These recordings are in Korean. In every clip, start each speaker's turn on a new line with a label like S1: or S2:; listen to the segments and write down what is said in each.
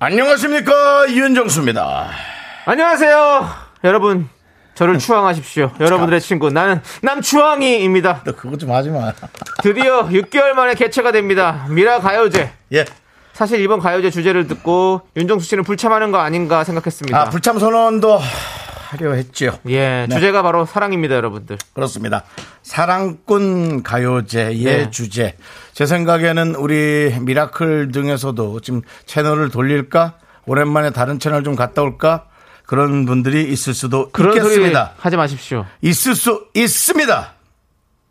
S1: 안녕하십니까 이윤정수입니다.
S2: 안녕하세요, 여러분. 저를 추앙하십시오. 여러분들의 친구 나는 남추앙이입니다.
S1: 너 그거 좀 하지 마.
S2: 드디어 6개월 만에 개최가 됩니다. 미라 가요제.
S1: 예.
S2: 사실 이번 가요제 주제를 듣고 윤정수 씨는 불참하는 거 아닌가 생각했습니다.
S1: 아 불참 선언도 하려 했지요.
S2: 예,
S1: 네.
S2: 주제가 바로 사랑입니다, 여러분들.
S1: 그렇습니다. 사랑꾼 가요제의 예
S2: 네.
S1: 주제. 제 생각에는 우리 미라클 등에서도 지금 채널을 돌릴까? 오랜만에 다른 채널 좀 갔다 올까? 그런 분들이 있을 수도
S2: 그런
S1: 있겠습니다.
S2: 소리 하지 마십시오.
S1: 있을 수 있습니다.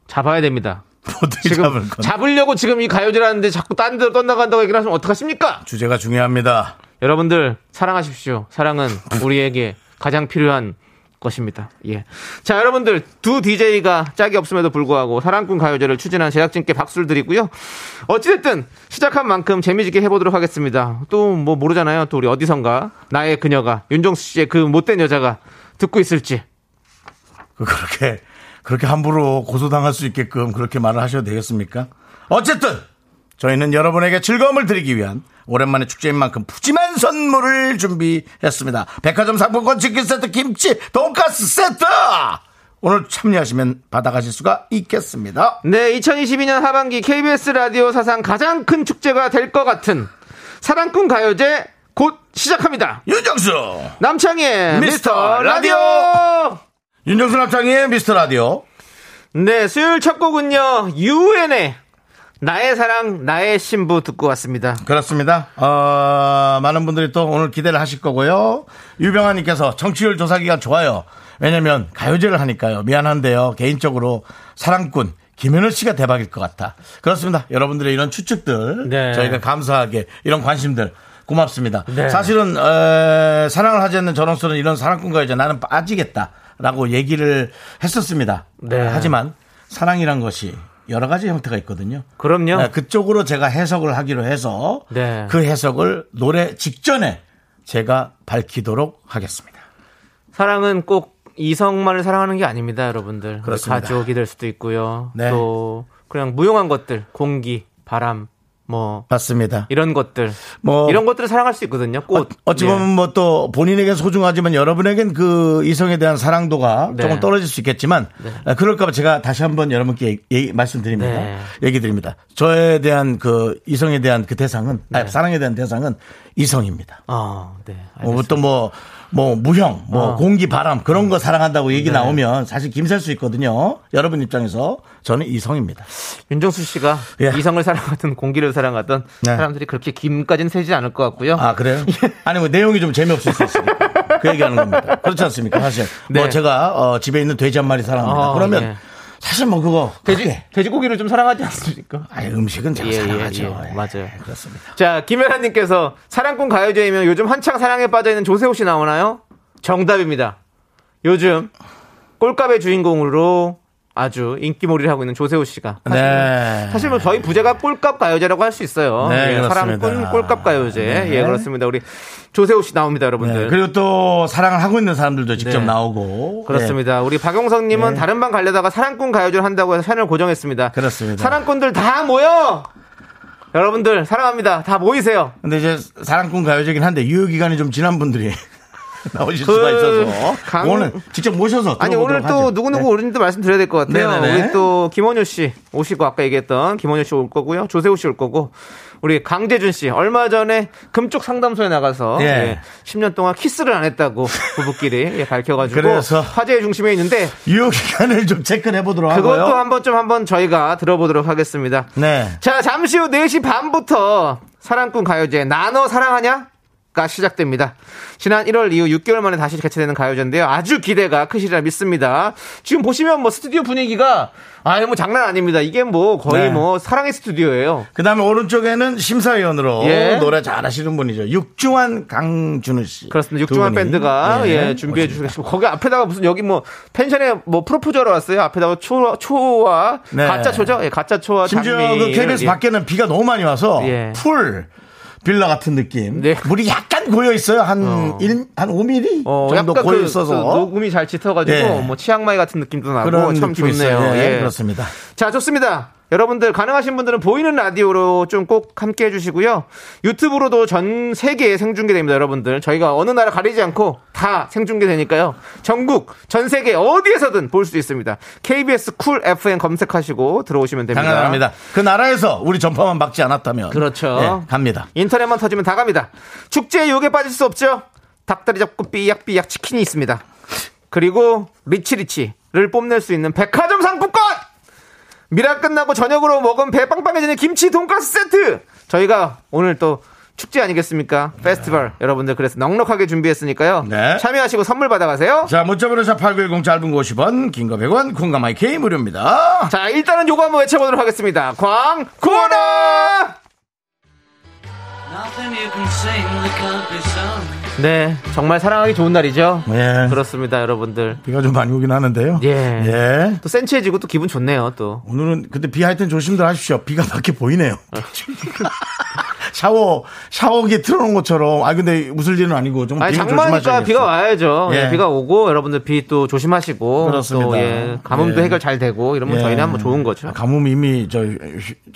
S2: 잡아야 됩니다.
S1: 모두 잡을
S2: 지금
S1: 건.
S2: 잡으려고 지금 이 가요제라는데 자꾸 딴 데로 떠나간다고 얘기를 하시면 어떡하십니까?
S1: 주제가 중요합니다.
S2: 여러분들 사랑하십시오. 사랑은 우리에게 가장 필요한 것입니다. 예. 자, 여러분들 두 DJ가 짝이 없음에도 불구하고 사랑꾼 가요제를 추진한 제작진께 박수를 드리고요. 어찌됐든 시작한 만큼 재미있게 해보도록 하겠습니다. 또 뭐 모르잖아요. 또 우리 어디선가 나의 그녀가 윤종수 씨의 그 못된 여자가 듣고 있을지.
S1: 그- 그렇게 그렇게 함부로 고소당할 수 있게끔 그렇게 말을 하셔도 되겠습니까? 어쨌든 저희는 여러분에게 즐거움을 드리기 위한 오랜만에 축제인 만큼 푸짐한 선물을 준비했습니다. 백화점 상품권 치킨 세트, 김치, 돈가스 세트. 오늘 참여하시면 받아가실 수가 있겠습니다.
S2: 네, 2022년 하반기 KBS 라디오 사상 가장 큰 축제가 될 것 같은 사랑꾼 가요제 곧 시작합니다.
S1: 윤정수,
S2: 남창희의
S1: 미스터
S2: 미스터 라디오.
S1: 윤정수 남창희의 미스터 라디오.
S2: 네, 수요일 첫 곡은요. 유엔의 나의 사랑 나의 신부 듣고 왔습니다.
S1: 그렇습니다. 어, 많은 분들이 또 오늘 기대를 하실 거고요. 유병아님께서 정치율 조사기가 좋아요. 왜냐면 가요제를 하니까요. 미안한데요. 개인적으로 사랑꾼 김현우 씨가 대박일 것 같아. 그렇습니다. 여러분들의 이런 추측들
S2: 네.
S1: 저희가 감사하게 이런 관심들 고맙습니다.
S2: 네.
S1: 사실은 에, 사랑을 하지 않는 저로서는 이런 사랑꾼 가요제 나는 빠지겠다라고 얘기를 했었습니다.
S2: 네.
S1: 하지만 사랑이란 것이 여러 가지 형태가 있거든요.
S2: 그럼요.
S1: 네, 그쪽으로 제가 해석을 하기로 해서
S2: 네.
S1: 그 해석을 노래 직전에 제가 밝히도록 하겠습니다.
S2: 사랑은 꼭 이성만을 사랑하는 게 아닙니다, 여러분들.
S1: 그렇습니다.
S2: 가족이 될 수도 있고요.
S1: 네.
S2: 또 그냥 무용한 것들, 공기, 바람, 뭐
S1: 맞습니다.
S2: 이런 것들.
S1: 뭐
S2: 이런 것들을 사랑할 수 있거든요. 꽃.
S1: 어찌
S2: 예.
S1: 보면 뭐 또 본인에겐 소중하지만 여러분에겐 그 이성에 대한 사랑도가
S2: 네.
S1: 조금 떨어질 수 있겠지만 아, 그럴까봐 제가 다시 한번 여러분께 얘기, 얘기- 말씀드립니다.
S2: 네.
S1: 얘기 드립니다. 저에 대한 그 이성에 대한 그 대상은 아니, 사랑에 대한 대상은 이성입니다.
S2: 네. 아, 네.
S1: 뭐, 또 뭐, 뭐, 무형, 뭐,
S2: 어. 음. 네.
S1: 공기, 바람, 그런 거 사랑한다고 얘기 나오면 사실 김살 수 있거든요. 여러분 입장에서 저는 이성입니다.
S2: 윤정수 씨가
S1: 예.
S2: 이성을 사랑하던 공기를 사랑하던
S1: 네.
S2: 사람들이 그렇게 김까지는 세지 않을 것 같고요. 예.
S1: 아, 그래요? 아니, 뭐, 내용이 좀 재미없을 수 있으니까. 그 얘기 하는 겁니다. 그렇지 않습니까? 사실. 뭐,
S2: 네.
S1: 제가, 어, 집에 있는 돼지 한 마리 사랑합니다.
S2: 아,
S1: 그러면
S2: 예.
S1: 사실 뭐, 그거.
S2: 돼지,
S1: 크게.
S2: 돼지고기를 좀 사랑하지 않습니까?
S1: 아니, 음식은 제가
S2: 예, 예,
S1: 사랑하죠.
S2: 예. 맞아요.
S1: 그렇습니다.
S2: 자, 김연아님께서 사랑꾼 가요제이면 요즘 한창 사랑에 빠져있는 조세호 씨 나오나요? 정답입니다. 요즘 꼴값의 주인공으로 아주 인기몰이를 하고 있는 조세호 씨가. 사실,
S1: 네.
S2: 사실 뭐 저희 부제가 꼴값 가요제라고 할 수 있어요.
S1: 네,
S2: 예,
S1: 그렇습니다.
S2: 사랑꾼 꼴값 가요제.
S1: 네.
S2: 예, 그렇습니다. 우리 조세호 씨 나옵니다, 여러분들.
S1: 네, 그리고 또 사랑을 하고 있는 사람들도 직접
S2: 네.
S1: 나오고. 네.
S2: 그렇습니다. 우리 박용성님은 다른 방 가려다가 사랑꾼 가요제를 한다고 해서 채널 고정했습니다.
S1: 그렇습니다.
S2: 사랑꾼들 다 모여! 여러분들, 사랑합니다. 다 모이세요.
S1: 근데 이제 사랑꾼 가요제긴 한데 유효 기간이 좀 지난 분들이 나오실
S2: 그
S1: 수가 있어서
S2: 강-
S1: 오늘 직접 모셔서
S2: 아니, 오늘
S1: 들어보도록
S2: 또
S1: 하죠.
S2: 누구누구
S1: 네.
S2: 오는지도 말씀드려야 될 것 같아요.
S1: 네네네.
S2: 우리 또 김원효 씨 오시고 아까 얘기했던 김원효 씨 올 거고요. 조세호 씨 올 거고. 우리 강재준 씨 얼마 전에 금쪽 상담소에 나가서
S1: 예.
S2: 예, 10년 동안 키스를 안 했다고 부부끼리 예, 밝혀가지고
S1: 그래서
S2: 화제의 중심에 있는데
S1: 유효 기간을 좀 체크해 를 보도록 하고요.
S2: 그것도 한번 좀 한번 저희가 들어보도록 하겠습니다.
S1: 네.
S2: 자, 잠시 후 4시 반부터 사랑꾼 가요제 나너 사랑하냐? 가 시작됩니다. 지난 1월 이후 6개월 만에 다시 개최되는 가요제인데요. 아주 기대가 크시리라 믿습니다. 지금 보시면 뭐 스튜디오 분위기가 아예 뭐 장난 아닙니다. 이게 뭐 거의
S1: 네.
S2: 뭐 사랑의 스튜디오예요.
S1: 그 다음에 오른쪽에는 심사위원으로
S2: 예.
S1: 노래 잘하시는 분이죠. 육중환 강준우 씨.
S2: 그렇습니다.
S1: 두
S2: 육중한
S1: 분이.
S2: 밴드가 예, 준비해
S1: 멋집니다.
S2: 주시고 거기 앞에다가 무슨 여기 뭐 펜션에 뭐 프로포저로 왔어요. 앞에다가 초 초와
S1: 네.
S2: 가짜 초죠. 예, 가짜 초와
S1: 심지어
S2: 장미.
S1: 그 KBS
S2: 예.
S1: 밖에는 비가 너무 많이 와서
S2: 예.
S1: 풀 빌라 같은 느낌.
S2: 네.
S1: 물이 약간 고여 있어요. 한
S2: 어.
S1: 일 한 5mm
S2: 어,
S1: 뭐 정도
S2: 약간
S1: 고여
S2: 그, 그
S1: 있어서
S2: 녹음이 잘 짙어가지고
S1: 예.
S2: 뭐 치앙마이 같은 느낌도 나고
S1: 그런
S2: 참
S1: 느낌이
S2: 좋네요.
S1: 있어요. 예,
S2: 예.
S1: 그렇습니다.
S2: 자, 좋습니다. 여러분들 가능하신 분들은 보이는 라디오로 좀 꼭 함께 해주시고요. 유튜브로도 전 세계에 생중계됩니다, 여러분들. 저희가 어느 나라 가리지 않고 다 생중계되니까요. 전국, 전 세계 어디에서든 볼 수 있습니다. KBS 쿨 FM 검색하시고 들어오시면 됩니다.
S1: 당연합니다. 그 나라에서 우리 전파만 막지 않았다면
S2: 그렇죠.
S1: 예, 갑니다.
S2: 인터넷만 터지면 다 갑니다. 축제에 욕에 빠질 수 없죠. 닭다리 잡고 삐약삐약 치킨이 있습니다. 그리고 리치리치를 뽐낼 수 있는 백화점 상품권! 미라 끝나고 저녁으로 먹은 배 빵빵해지는 김치 돈가스 세트! 저희가 오늘 또 축제 아니겠습니까? 페스티벌. 여러분들 그래서 넉넉하게 준비했으니까요.
S1: 네.
S2: 참여하시고 선물 받아가세요.
S1: 자, 문자번호 샵8910 짧은 거 50원, 긴 거 100원, 콩가 마이케이 무료입니다.
S2: 자, 일단은 요거 한번 외쳐보도록 하겠습니다. 광고라!
S3: Nothing you can sing that can't be sung.
S2: 네, 정말 사랑하기 좋은 날이죠.
S1: 예.
S2: 그렇습니다, 여러분들.
S1: 비가 좀 많이 오긴 하는데요.
S2: 예.
S1: 예.
S2: 또 센치해지고 또 기분 좋네요 또.
S1: 오늘은 근데 비 하여튼 조심들 하십시오. 비가 밖에 보이네요. 샤워 샤워기 틀어놓은 것처럼. 아 근데 웃을 일은 아니고 좀
S2: 아니
S1: 비를
S2: 장마니까
S1: 조심하셔야겠어요.
S2: 비가 와야죠.
S1: 예.
S2: 예, 비가 오고 여러분들 비 또 조심하시고
S1: 그렇습니다.
S2: 또 예, 가뭄도
S1: 예.
S2: 해결 잘 되고 이러면
S1: 예.
S2: 저희는 한번 좋은 거죠.
S1: 가뭄 이미 저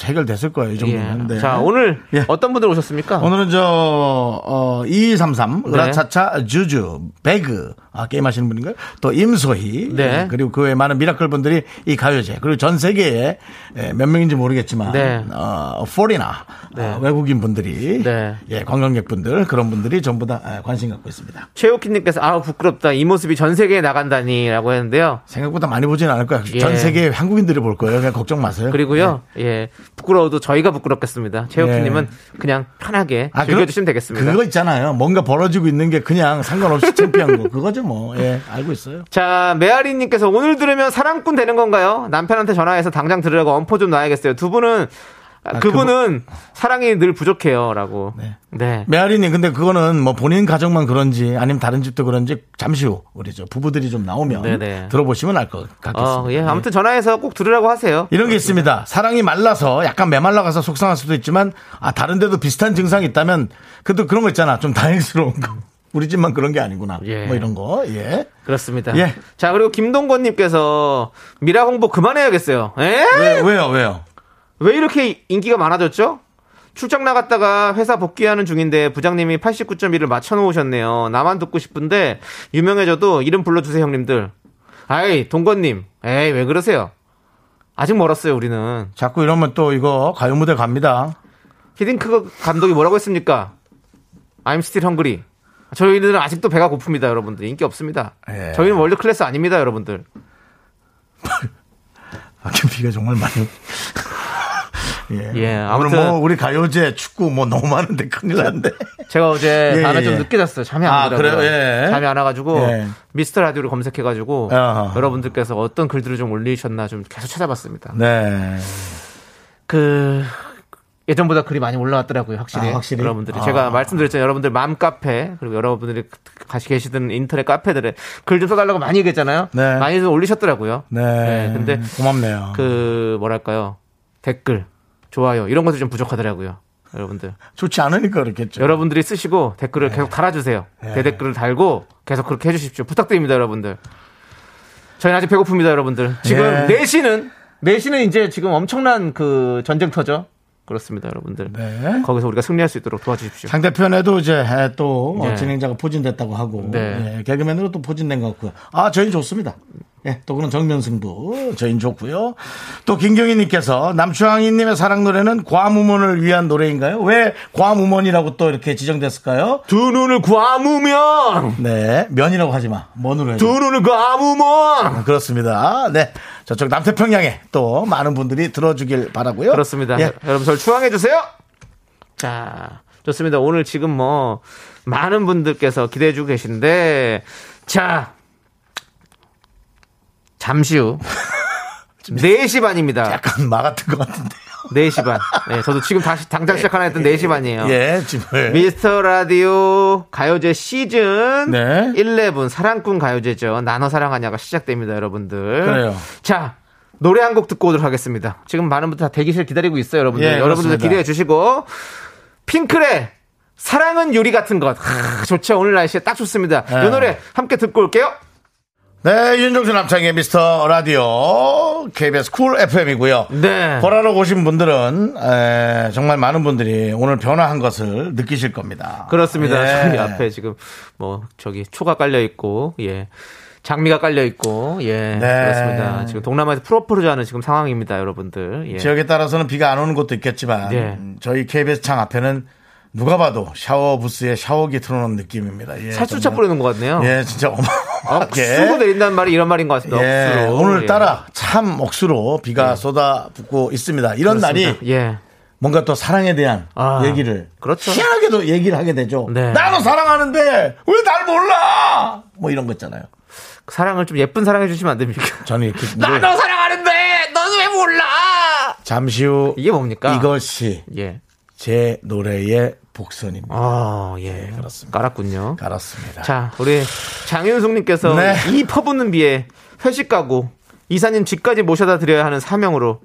S1: 해결됐을 거예요. 이
S2: 예.
S1: 정도는. 데
S2: 자 오늘
S1: 예.
S2: 어떤 분들 오셨습니까?
S1: 오늘은 저, 어, 2233,
S2: 네.
S1: 으라차차, 주주, 배그, 아, 게임하시는 분인가요? 또 임소희.
S2: 네.
S1: 예, 그리고 그 외에 많은 미라클 분들이 이 가요제, 그리고 전 세계에 예, 몇 명인지 모르겠지만,
S2: 네.
S1: 어, 포리나,
S2: 네.
S1: 외국인 분들이,
S2: 네.
S1: 예, 관광객 분들, 그런 분들이 전부 다 예, 관심 갖고 있습니다.
S2: 최욱희님께서 아 부끄럽다 이 모습이 전 세계에 나간다니라고 했는데요.
S1: 생각보다 많이 보진 않을 거예요.
S2: 예.
S1: 전 세계 한국인들이 볼 거예요. 그냥 걱정 마세요.
S2: 그리고요,
S1: 네.
S2: 예 부끄러워도 저희가 부끄럽겠습니다. 최욱희님은 그냥 편하게 즐겨주시면 되겠습니다.
S1: 예. 아, 그거 있잖아요. 뭔가 벌어지고 있는 게 그냥 상관없이 창피한 거. 그거죠 뭐. 예, 알고 있어요.
S2: 자, 메아리님께서 오늘 들으면 사랑꾼 되는 건가요? 남편한테 전화해서 당장 들으라고 엄포 좀 놔야겠어요. 두 분은, 아,
S1: 아,
S2: 그분은 사랑이 늘 부족해요. 라고.
S1: 네.
S2: 네.
S1: 메아리님, 근데 그거는 뭐 본인 가정만 그런지 아니면 다른 집도 그런지 잠시 후 우리 저 부부들이 좀 나오면
S2: 네네.
S1: 들어보시면 알 것 같겠습니다. 네.
S2: 어, 예. 아무튼 전화해서 꼭 들으라고 하세요.
S1: 이런 게 있습니다. 사랑이 말라서 약간 메말라가서 속상할 수도 있지만 아 다른 데도 비슷한 증상이 있다면 그래도 그런 거 있잖아. 좀 다행스러운 거. 우리 집만 그런 게 아니구나.
S2: 예.
S1: 뭐 이런 거. 예.
S2: 그렇습니다.
S1: 예.
S2: 자, 그리고 김동건님께서 미라 홍보 그만해야겠어요. 에?
S1: 왜, 왜요? 왜요?
S2: 왜 이렇게 인기가 많아졌죠? 출장 나갔다가 회사 복귀하는 중인데 부장님이 89.1을 맞춰놓으셨네요. 나만 듣고 싶은데 유명해져도 이름 불러주세요 형님들. 아이 동건님, 에이 왜 그러세요? 아직 멀었어요 우리는.
S1: 자꾸 이러면 또 이거 가요 무대 갑니다.
S2: 히딩크 감독이 뭐라고 했습니까? I'm still hungry. 저희들은 아직도 배가 고픕니다 여러분들. 인기 없습니다.
S1: 예.
S2: 저희는 월드 클래스 아닙니다 여러분들.
S1: 아, 비가 정말 많이. 오- 예.
S2: 예,
S1: 아무튼
S2: 아무튼-
S1: 뭐 우리 가요제 축구 뭐 너무 많은데 큰일 났는데.
S2: 제가 어제
S1: 예,
S2: 밤에
S1: 예,
S2: 좀
S1: 예.
S2: 늦게 잤어요. 잠이 안
S1: 아,
S2: 오더라고요.
S1: 그래요? 예.
S2: 잠이 안 와가지고
S1: 예.
S2: 미스터 라디오를 검색해가지고
S1: 어허.
S2: 여러분들께서 어떤 글들을 좀 올리셨나 좀 계속 찾아봤습니다.
S1: 네.
S2: 그 예전보다 글이 많이 올라왔더라고요. 확실히,
S1: 아, 확실히?
S2: 여러분들이
S1: 아.
S2: 제가 말씀드렸잖아요. 여러분들 맘 카페 그리고 여러분들이 같이 계시던 인터넷 카페들에 글 좀 써달라고 많이 얘기했잖아요.
S1: 네.
S2: 많이 좀 올리셨더라고요.
S1: 네.
S2: 근데
S1: 고맙네요.
S2: 그 뭐랄까요 댓글 좋아요 이런 것도 좀 부족하더라고요. 여러분들
S1: 좋지 않으니까 그렇겠죠.
S2: 여러분들이 쓰시고 댓글을 계속 달아주세요.
S1: 네.
S2: 대댓글을 달고 계속 그렇게 해주십시오. 부탁드립니다, 여러분들. 저희는 아직 배고픕니다, 여러분들. 지금
S1: 예.
S2: 4시는, 4시는 이제 지금 엄청난 그 전쟁터죠? 그렇습니다, 여러분들.
S1: 네.
S2: 거기서 우리가 승리할 수 있도록 도와주십시오.
S1: 상대편에도 이제 에, 또 어,
S2: 네.
S1: 진행자가 포진됐다고 하고
S2: 네.
S1: 예, 개그맨으로 또 포진된 것 같고요. 아 저희는 좋습니다. 예, 또 그런 정면승부 저희는 좋고요. 또 김경희님께서 남추왕이님의 사랑 노래는 과무문을 위한 노래인가요? 왜 과무문이라고 또 이렇게 지정됐을까요?
S2: 두 눈을 과무면!
S1: 네, 면이라고 하지 마. 뭐으로 해.
S2: 두 눈을 과무면!
S1: 그렇습니다. 네, 저쪽 남태평양에 또 많은 분들이 들어주길 바라고요.
S2: 그렇습니다.
S1: 예,
S2: 여러분, 저를 추앙해주세요! 자, 좋습니다. 오늘 지금 뭐 많은 분들께서 기대해 주고 계신데 자 잠시 후 4시 반입니다.
S1: 약간 마 같은 것 같은데.
S2: 4시 반. 네, 저도 지금 다시 당장 시작하나 했던 4시 반이에요.
S1: 예, 지금.
S2: 미스터 라디오 가요제 시즌
S1: 네.
S2: 11 사랑꾼 가요제죠. 나눠 사랑하냐가 시작됩니다, 여러분들.
S1: 그래요.
S2: 자, 노래 한 곡 듣고 오도록 하겠습니다. 지금 많은 분들 다 대기실 기다리고 있어요, 여러분들.
S1: 예,
S2: 여러분들
S1: 그렇습니다.
S2: 기대해 주시고 핑클의 사랑은 요리 같은 것. 하, 좋죠. 오늘 날씨에 딱 좋습니다.
S1: 예.
S2: 이 노래 함께 듣고 올게요.
S1: 네, 윤종수 남창의 미스터 라디오 KBS 쿨 FM이고요.
S2: 네.
S1: 보라로 오신 분들은 에, 정말 많은 분들이 오늘 변화한 것을 느끼실 겁니다.
S2: 그렇습니다.
S1: 예.
S2: 저희 앞에 지금 뭐 저기 초가 깔려 있고 예. 장미가 깔려 있고
S1: 네.
S2: 예. 그렇습니다. 지금 동남아에서 프로포즈하는 지금 상황입니다, 여러분들. 예.
S1: 지역에 따라서는 비가 안 오는 곳도 있겠지만 음,
S2: 예.
S1: 저희 KBS 창 앞에는 누가 봐도 샤워 부스에 샤워기 틀어놓은 느낌입니다. 예,
S2: 살수차
S1: 정말.
S2: 뿌리는 것 같네요.
S1: 예, 진짜 어마어마하게.
S2: 억수로 내린다는 말이 이런 말인 것 같습니다.
S1: 예,
S2: 억수로. 예.
S1: 오늘따라 참 억수로 비가 쏟아붓고 있습니다. 이런 날이
S2: 그렇습니다. 예.
S1: 뭔가 또 사랑에 대한
S2: 아,
S1: 얘기를
S2: 그렇죠.
S1: 희한하게도 얘기를 하게 되죠.
S2: 네.
S1: 나도 사랑하는데 왜 날 몰라? 뭐 이런 거 있잖아요.
S2: 그 사랑을 좀 예쁜 사랑해 주시면 안 됩니까?
S1: 저는 그 네. 이렇게 노래-
S2: 나도 사랑하는데 너는 왜 몰라?
S1: 잠시 후
S2: 이게 뭡니까?
S1: 이것이
S2: 예.
S1: 제 노래의 복선입니다.
S2: 아, 예.
S1: 그렇습니다.
S2: 깔았군요.
S1: 알았습니다.
S2: 자, 우리 장윤숙님께서
S1: 네.
S2: 이 퍼붓는 비에 회식 가고 이사님 집까지 모셔다 드려야 하는 사명으로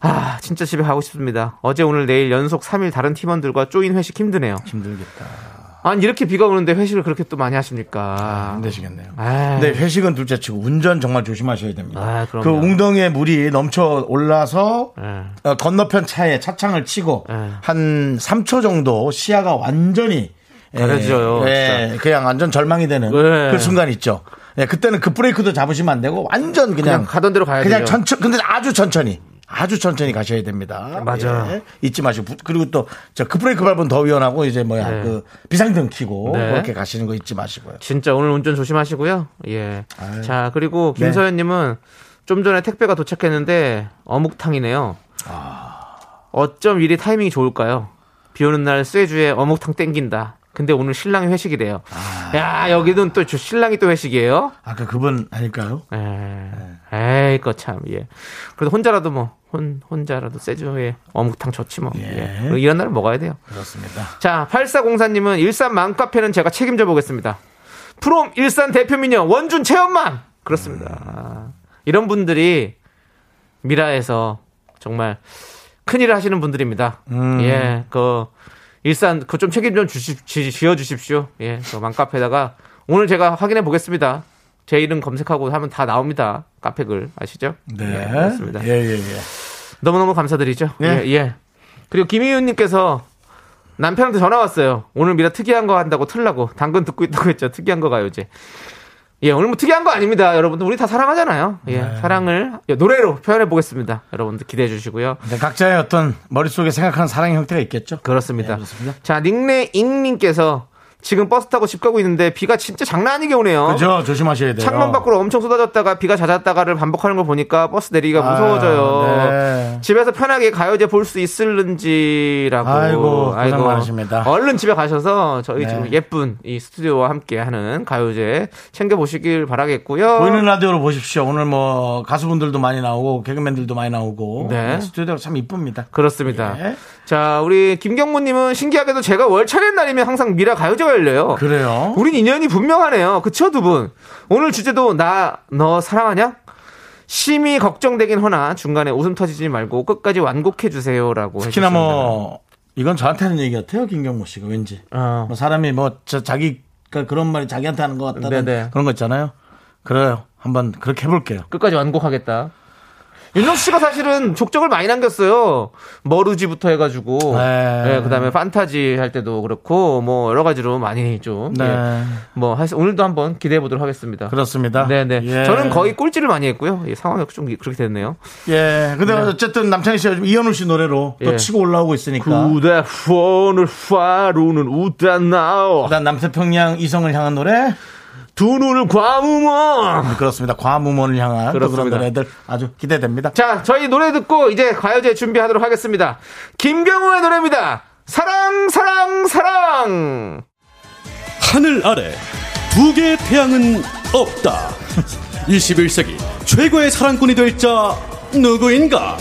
S2: 아 진짜 집에 가고 싶습니다. 어제 오늘 내일 연속 3일 다른 팀원들과 쪼인 회식 힘드네요.
S1: 힘들겠다.
S2: 아니 이렇게 비가 오는데 회식을 그렇게 또 많이 하십니까?
S1: 안 되시겠네요.
S2: 아,
S1: 근데 회식은 둘째치고 운전 정말 조심하셔야 됩니다.
S2: 아, 그럼요.
S1: 그 웅덩이에 물이 넘쳐 올라서
S2: 예.
S1: 어, 건너편 차에 차창을 치고
S2: 예.
S1: 한 3초 정도 시야가 완전히 예,
S2: 가려져요,
S1: 예, 그냥 완전 절망이 되는
S2: 예.
S1: 그 순간 있죠. 예, 그때는 그 브레이크도 잡으시면 안 되고 완전 그냥,
S2: 그냥 가던 대로 가야
S1: 그냥
S2: 돼요.
S1: 천천 근데 아주 천천히 아주 천천히 가셔야 됩니다.
S2: 맞아.
S1: 예, 잊지 마시고 부- 그리고 또 저그 브레이크 밟으면 더 위험하고 이제 뭐야
S2: 네.
S1: 그 비상등 켜고
S2: 네.
S1: 그렇게 가시는 거 잊지 마시고요.
S2: 진짜 오늘 운전 조심하시고요. 예.
S1: 아유. 네.
S2: 자 그리고 김서연님은 좀 전에 택배가 도착했는데 어묵탕이네요.
S1: 아.
S2: 어쩜 이리 타이밍이 좋을까요? 비 오는 날 쇠주에 어묵탕 땡긴다. 근데 오늘 신랑이 회식이래요. 야 여기는 또저 신랑이 또 회식이에요.
S1: 아. 아까 그분 아닐까요? 네.
S2: 에, 에이 거참 예. 그래도 혼자라도 뭐 혼 혼자라도 쇠주에 어묵탕 좋지 뭐.
S1: 예.
S2: 예. 이런 날은 먹어야 돼요.
S1: 그렇습니다.
S2: 자, 8404님은 일산 맘카페는 제가 책임져 보겠습니다. 프롬 일산 대표 미녀 원준 채연맘
S1: 음.
S2: 그렇습니다. 이런 분들이 미라에서 정말 큰일을 하시는 분들입니다.
S1: 음.
S2: 예, 그 일산 그 좀 책임 좀 주시 지어 주십시오. 예, 저 맘카페다가 오늘 제가 확인해 보겠습니다. 제 이름 검색하고 하면 다 나옵니다. 카페 글 아시죠?
S1: 네.
S2: 예, 그렇습니다.
S1: 예, 예, 예.
S2: 너무너무 감사드리죠.
S1: 네.
S2: 예, 예. 그리고 김희윤님께서 남편한테 전화 왔어요. 오늘 미라 특이한 거 한다고 틀라고. 당근 듣고 있다고 했죠. 특이한 거 가요제. 예, 오늘 뭐 특이한 거 아닙니다. 여러분들, 우리 다 사랑하잖아요. 예,
S1: 네.
S2: 사랑을 노래로 표현해 보겠습니다. 여러분들 기대해 주시고요.
S1: 근데 네, 각자의 어떤 머릿속에 생각하는 사랑의 형태가 있겠죠?
S2: 그렇습니다.
S1: 예, 그렇습니다.
S2: 자, 닉네잉님께서 지금 버스 타고 집 가고 있는데 비가 진짜 장난 아니게 오네요.
S1: 그죠? 조심하셔야 돼요.
S2: 어? 창문 밖으로 엄청 쏟아졌다가 비가 잦았다가를 반복하는 걸 보니까 버스 내리기가
S1: 아,
S2: 무서워져요.
S1: 네.
S2: 집에서 편하게 가요제 볼 수 있을는지라고.
S1: 아이고, 고생 많으십니다.
S2: 얼른 집에 가셔서 저희
S1: 네.
S2: 지금 예쁜 이 스튜디오와 함께 하는 가요제 챙겨 보시길 바라겠고요.
S1: 보이는 라디오로 보십시오. 오늘 뭐 가수분들도 많이 나오고 개그맨들도 많이 나오고
S2: 네.
S1: 스튜디오가 참 이쁩니다.
S2: 그렇습니다.
S1: 예.
S2: 자, 우리 김경모님은 신기하게도 제가 월차례 날이면 항상 미라 가요제가 열려요.
S1: 그래요.
S2: 우린 인연이 분명하네요. 그쵸, 두 분? 오늘 주제도 나, 너 사랑하냐? 심히 걱정되긴 허나 중간에 웃음 터지지 말고 끝까지 완곡해주세요라고.
S1: 특히나 뭐 이건 저한테 하는 얘기 같아요. 김경모 씨가 왠지.
S2: 어.
S1: 뭐 사람이 뭐 저 자기가 그런 말이 자기한테 하는 것 같다는
S2: 네네.
S1: 그런 거 있잖아요. 그래요. 한번 그렇게 해볼게요.
S2: 끝까지 완곡하겠다. 윤정수 씨가 사실은 족적을 많이 남겼어요. 머루지부터 해가지고,
S1: 네.
S2: 예, 그다음에 판타지 할 때도 그렇고, 뭐 여러 가지로 많이 좀,
S1: 네.
S2: 예, 뭐 해서 오늘도 한번 기대해 보도록 하겠습니다.
S1: 그렇습니다.
S2: 네네.
S1: 예.
S2: 저는 거의 꼴찌를 많이 했고요. 예, 상황이 좀 그렇게 됐네요.
S1: 예. 근데 어쨌든 남창희 씨가 요즘 이현우 씨 노래로 또
S2: 예.
S1: 치고 올라오고 있으니까.
S2: 그대 폰을 화로는 웃다나오
S1: 그다음 남태평양 이성을 향한 노래 음,
S2: 두 눈을 과무모
S1: 네. 그렇습니다. 과무원을 향한 또 그런
S2: 그렇습니다.
S1: 노래들 아주 기대됩니다.
S2: 자 저희 노래 듣고 이제 과요제 준비하도록 하겠습니다 김경호의 노래입니다 사랑, 사랑, 사랑!
S4: 하늘 아래 두 개의 태양은 없다. 21세기 최고의 사랑꾼이 될 자 누구인가?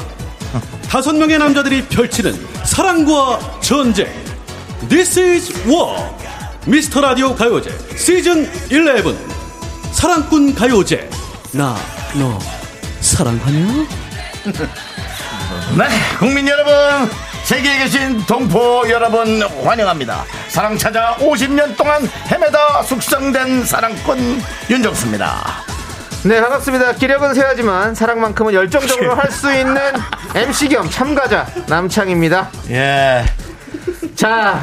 S4: 다섯 명의 남자들이 펼치는 사랑과 전쟁. This is war. 미스터 라디오 가요제 시즌 11 사랑꾼 가요제 나 너 사랑하냐?
S1: 네, 국민 여러분, 세계에 계신 동포 여러분 환영합니다. 사랑 찾아 50년 동안 헤매다 숙성된 사랑꾼 윤정수입니다.
S2: 네, 반갑습니다. 기력은 세하지만 사랑만큼은 열정적으로 할 수 있는 MC 겸 참가자 남창입니다.
S1: 예,
S2: 자,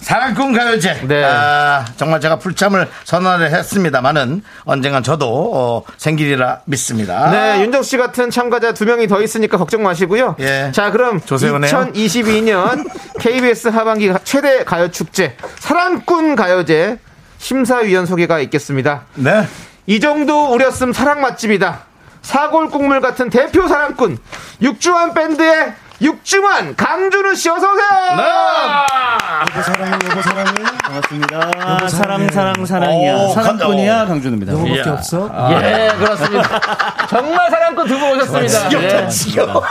S1: 사랑꾼 가요제.
S2: 네.
S1: 아, 정말 제가 불참을 선언을 했습니다만은 언젠간 저도 어, 생기리라 믿습니다.
S2: 네, 윤정 씨 같은 참가자 두 명이 더 있으니까 걱정 마시고요.
S1: 예.
S2: 자, 그럼
S1: 조세호네요.
S2: 2022년 KBS 하반기 가- 최대 가요 축제 사랑꾼 가요제 심사위원 소개가 있겠습니다.
S1: 네.
S2: 이 정도 우렸음 사랑 맛집이다. 사골 국물 같은 대표 사랑꾼 육중한 밴드의 육중한 강준우 씨 어서 오세요. 아,
S5: 사랑
S6: 네.
S5: 사랑
S1: 오,
S5: 사랑이야
S1: 네. 어,
S6: 어,
S1: 간다.
S5: 사랑꾼이야 강준우입니다.
S1: 네. 이야. 아.
S2: 예, 그렇습니다. 정말 사랑꾼 두 분 오셨습니다.
S1: 어. 아, 지겹다,
S2: 예.
S1: 지겨워.